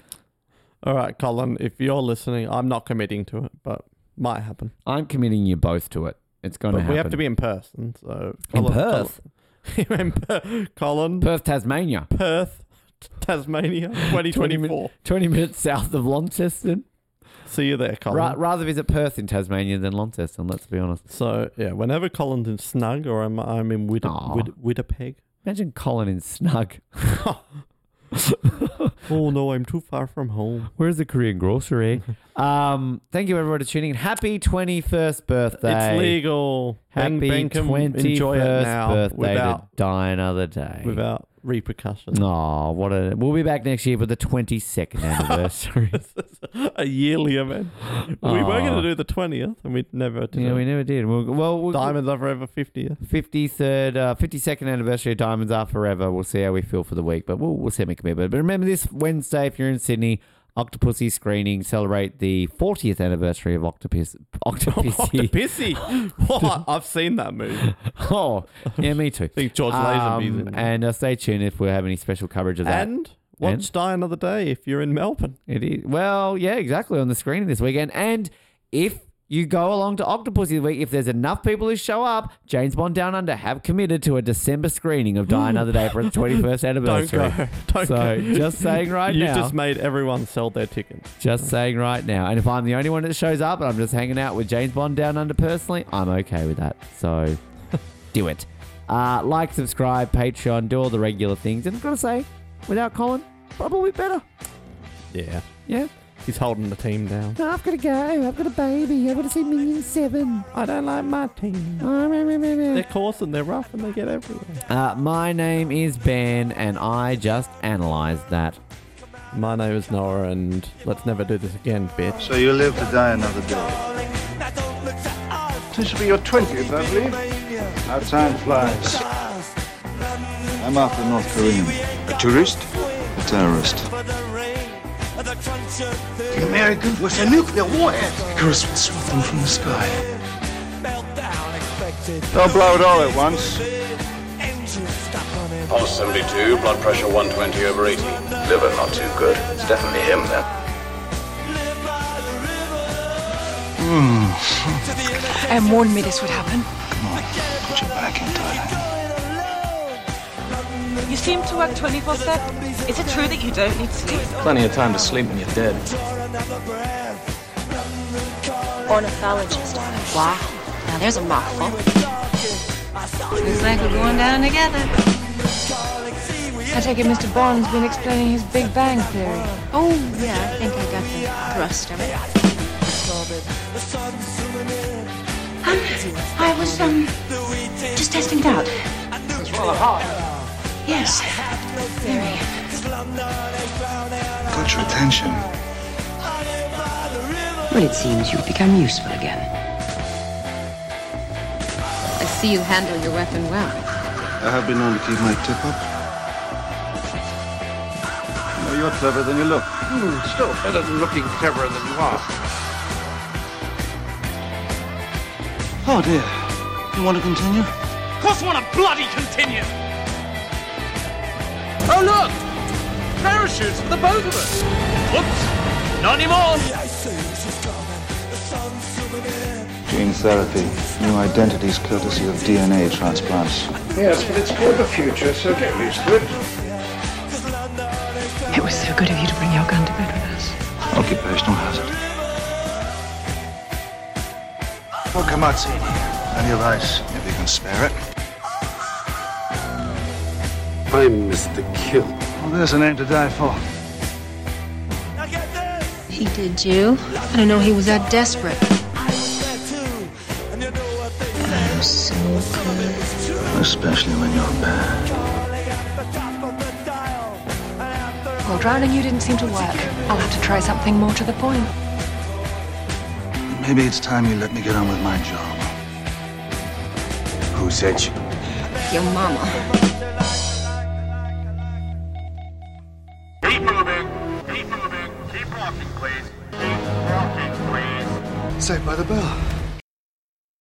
[SPEAKER 2] All right, Colin, if you're listening, I'm not committing to it, but might happen.
[SPEAKER 1] I'm committing you both to it. It's going
[SPEAKER 2] But
[SPEAKER 1] to happen.
[SPEAKER 2] we have to be in person, so
[SPEAKER 1] in
[SPEAKER 2] Colin-
[SPEAKER 1] Perth,
[SPEAKER 2] Colin, in Per- Colin,
[SPEAKER 1] Perth, Tasmania,
[SPEAKER 2] Perth, T- Tasmania, 2024.
[SPEAKER 1] 20 minutes south of Launceston.
[SPEAKER 2] See you there, Colin.
[SPEAKER 1] Ra- rather visit Perth in Tasmania than Launceston. Let's be honest.
[SPEAKER 2] So yeah, whenever Colin's in Snug or I'm I'm in Wid-
[SPEAKER 1] Aw.
[SPEAKER 2] Wid- Winnipeg.
[SPEAKER 1] Imagine Colin in Snug.
[SPEAKER 2] Oh no, I'm too far from home.
[SPEAKER 1] Where's the Korean grocery? um, thank you everyone for tuning in. Happy 21st birthday.
[SPEAKER 2] It's legal.
[SPEAKER 1] Happy
[SPEAKER 2] Bang, bang, come,
[SPEAKER 1] 21st
[SPEAKER 2] enjoy it now
[SPEAKER 1] birthday
[SPEAKER 2] without
[SPEAKER 1] to die another day.
[SPEAKER 2] without repercussions.
[SPEAKER 1] Oh, what a! We'll be back next year for the 22nd anniversary.
[SPEAKER 2] A yearly event. We were going to do the twentieth, and we never did.
[SPEAKER 1] yeah,
[SPEAKER 2] it.
[SPEAKER 1] we never did. We'll, well, we'll
[SPEAKER 2] Diamonds are forever fiftieth.
[SPEAKER 1] 53rd, uh, 52nd anniversary of Diamonds Are Forever. We'll see how we feel for the week, but we'll, we'll see how we can be about it. But remember this Wednesday, if you're in Sydney, Octopussy screening celebrate the 40th anniversary of Octopus. Octopussy.
[SPEAKER 2] Pissy. what? I've seen that movie. I
[SPEAKER 1] oh, yeah, me too.
[SPEAKER 2] think George Lazenby's
[SPEAKER 1] Um,
[SPEAKER 2] in it.
[SPEAKER 1] and uh, stay tuned if we have any special coverage of that.
[SPEAKER 2] And watch
[SPEAKER 1] And?
[SPEAKER 2] Die Another Day if you're in Melbourne.
[SPEAKER 1] It is well, yeah, exactly on the screen this weekend. And if you go along to Octopussy the week, if there's enough people who show up, James Bond Down Under have committed to a December screening of Die Another Day for its 21st
[SPEAKER 2] Don't
[SPEAKER 1] anniversary.
[SPEAKER 2] go. Don't
[SPEAKER 1] So
[SPEAKER 2] go.
[SPEAKER 1] just saying right
[SPEAKER 2] You've
[SPEAKER 1] now,
[SPEAKER 2] just
[SPEAKER 1] just,
[SPEAKER 2] made everyone sell their tickets.
[SPEAKER 1] saying right now. And if I'm the only one that shows up and I'm just hanging out with James Bond Down Under personally, I'm okay with that. So do it. Uh, like, subscribe, Patreon, do all the regular things. And I've got to say, without Colin, probably better.
[SPEAKER 2] Yeah.
[SPEAKER 1] Yeah.
[SPEAKER 2] He's holding the team down.
[SPEAKER 1] I've got to go. I've got a baby. I've got to see Minion Ah, 7.
[SPEAKER 2] I don't like my team. They're coarse and they're rough and they get everywhere.
[SPEAKER 1] Uh, my name is Ben, and I just analyzed that.
[SPEAKER 2] My name is Noah, and let's never do this again, bitch.
[SPEAKER 3] So you live to die another day. This will be your 20th, I believe. How time flies. I'm after North Korean. A tourist? A terrorist.
[SPEAKER 4] The
[SPEAKER 3] American was a nuclear warhead. Icarus would swoop them from the sky. Don't blow it all at once.
[SPEAKER 5] Pulse 72, blood pressure 120 over 80. Liver not too good. It's definitely him then.
[SPEAKER 6] I warned me this would happen.
[SPEAKER 3] Mona, put your back into it.
[SPEAKER 4] You seem to work 24 7. Is it true that you don't need sleep?
[SPEAKER 6] Plenty of time to sleep when you're dead.
[SPEAKER 7] Ornithologist. Wow. Now there's a mouthful.
[SPEAKER 4] Looks like we're going down together.
[SPEAKER 8] I take it Mr. Bond's been explaining his Big Bang Theory.
[SPEAKER 7] Oh, yeah, I think I got the thrust of it. Um, I was, um, just testing it out.
[SPEAKER 6] It's rather hot.
[SPEAKER 7] Yes. Very.
[SPEAKER 3] Got your attention.
[SPEAKER 9] But it seems you've become useful again.
[SPEAKER 7] I see you handle your weapon well.
[SPEAKER 3] I have been known to keep my tip up. No, you're cleverer than you look.
[SPEAKER 6] Hmm, Still better than looking cleverer than you are.
[SPEAKER 3] Oh dear. You want to continue?
[SPEAKER 6] Of course, want to bloody continue. Oh look, parachutes for the both of us. Whoops, not anymore.
[SPEAKER 3] Gene therapy. New identities courtesy of DNA transplants.
[SPEAKER 5] Yes, but it's called the future, so get used to it.
[SPEAKER 8] It was so good of you to bring your gun to bed with us.
[SPEAKER 3] Occupational hazard. Oh, come on, senior. Plenty of ice, if you can spare it.
[SPEAKER 5] I'm Mr. Kill.
[SPEAKER 3] Well, there's a name to die for.
[SPEAKER 7] He did you? I don't know he was that desperate. I'm so good.
[SPEAKER 3] Especially when you're bad.
[SPEAKER 8] Well, drowning you didn't seem to work. I'll have to try something more to the point.
[SPEAKER 3] Maybe it's time you let me get on with my job.
[SPEAKER 5] Who sent you?
[SPEAKER 7] Your mama.
[SPEAKER 10] Keep moving. Keep moving. Keep walking, please. Keep walking, please.
[SPEAKER 3] Saved by the bell.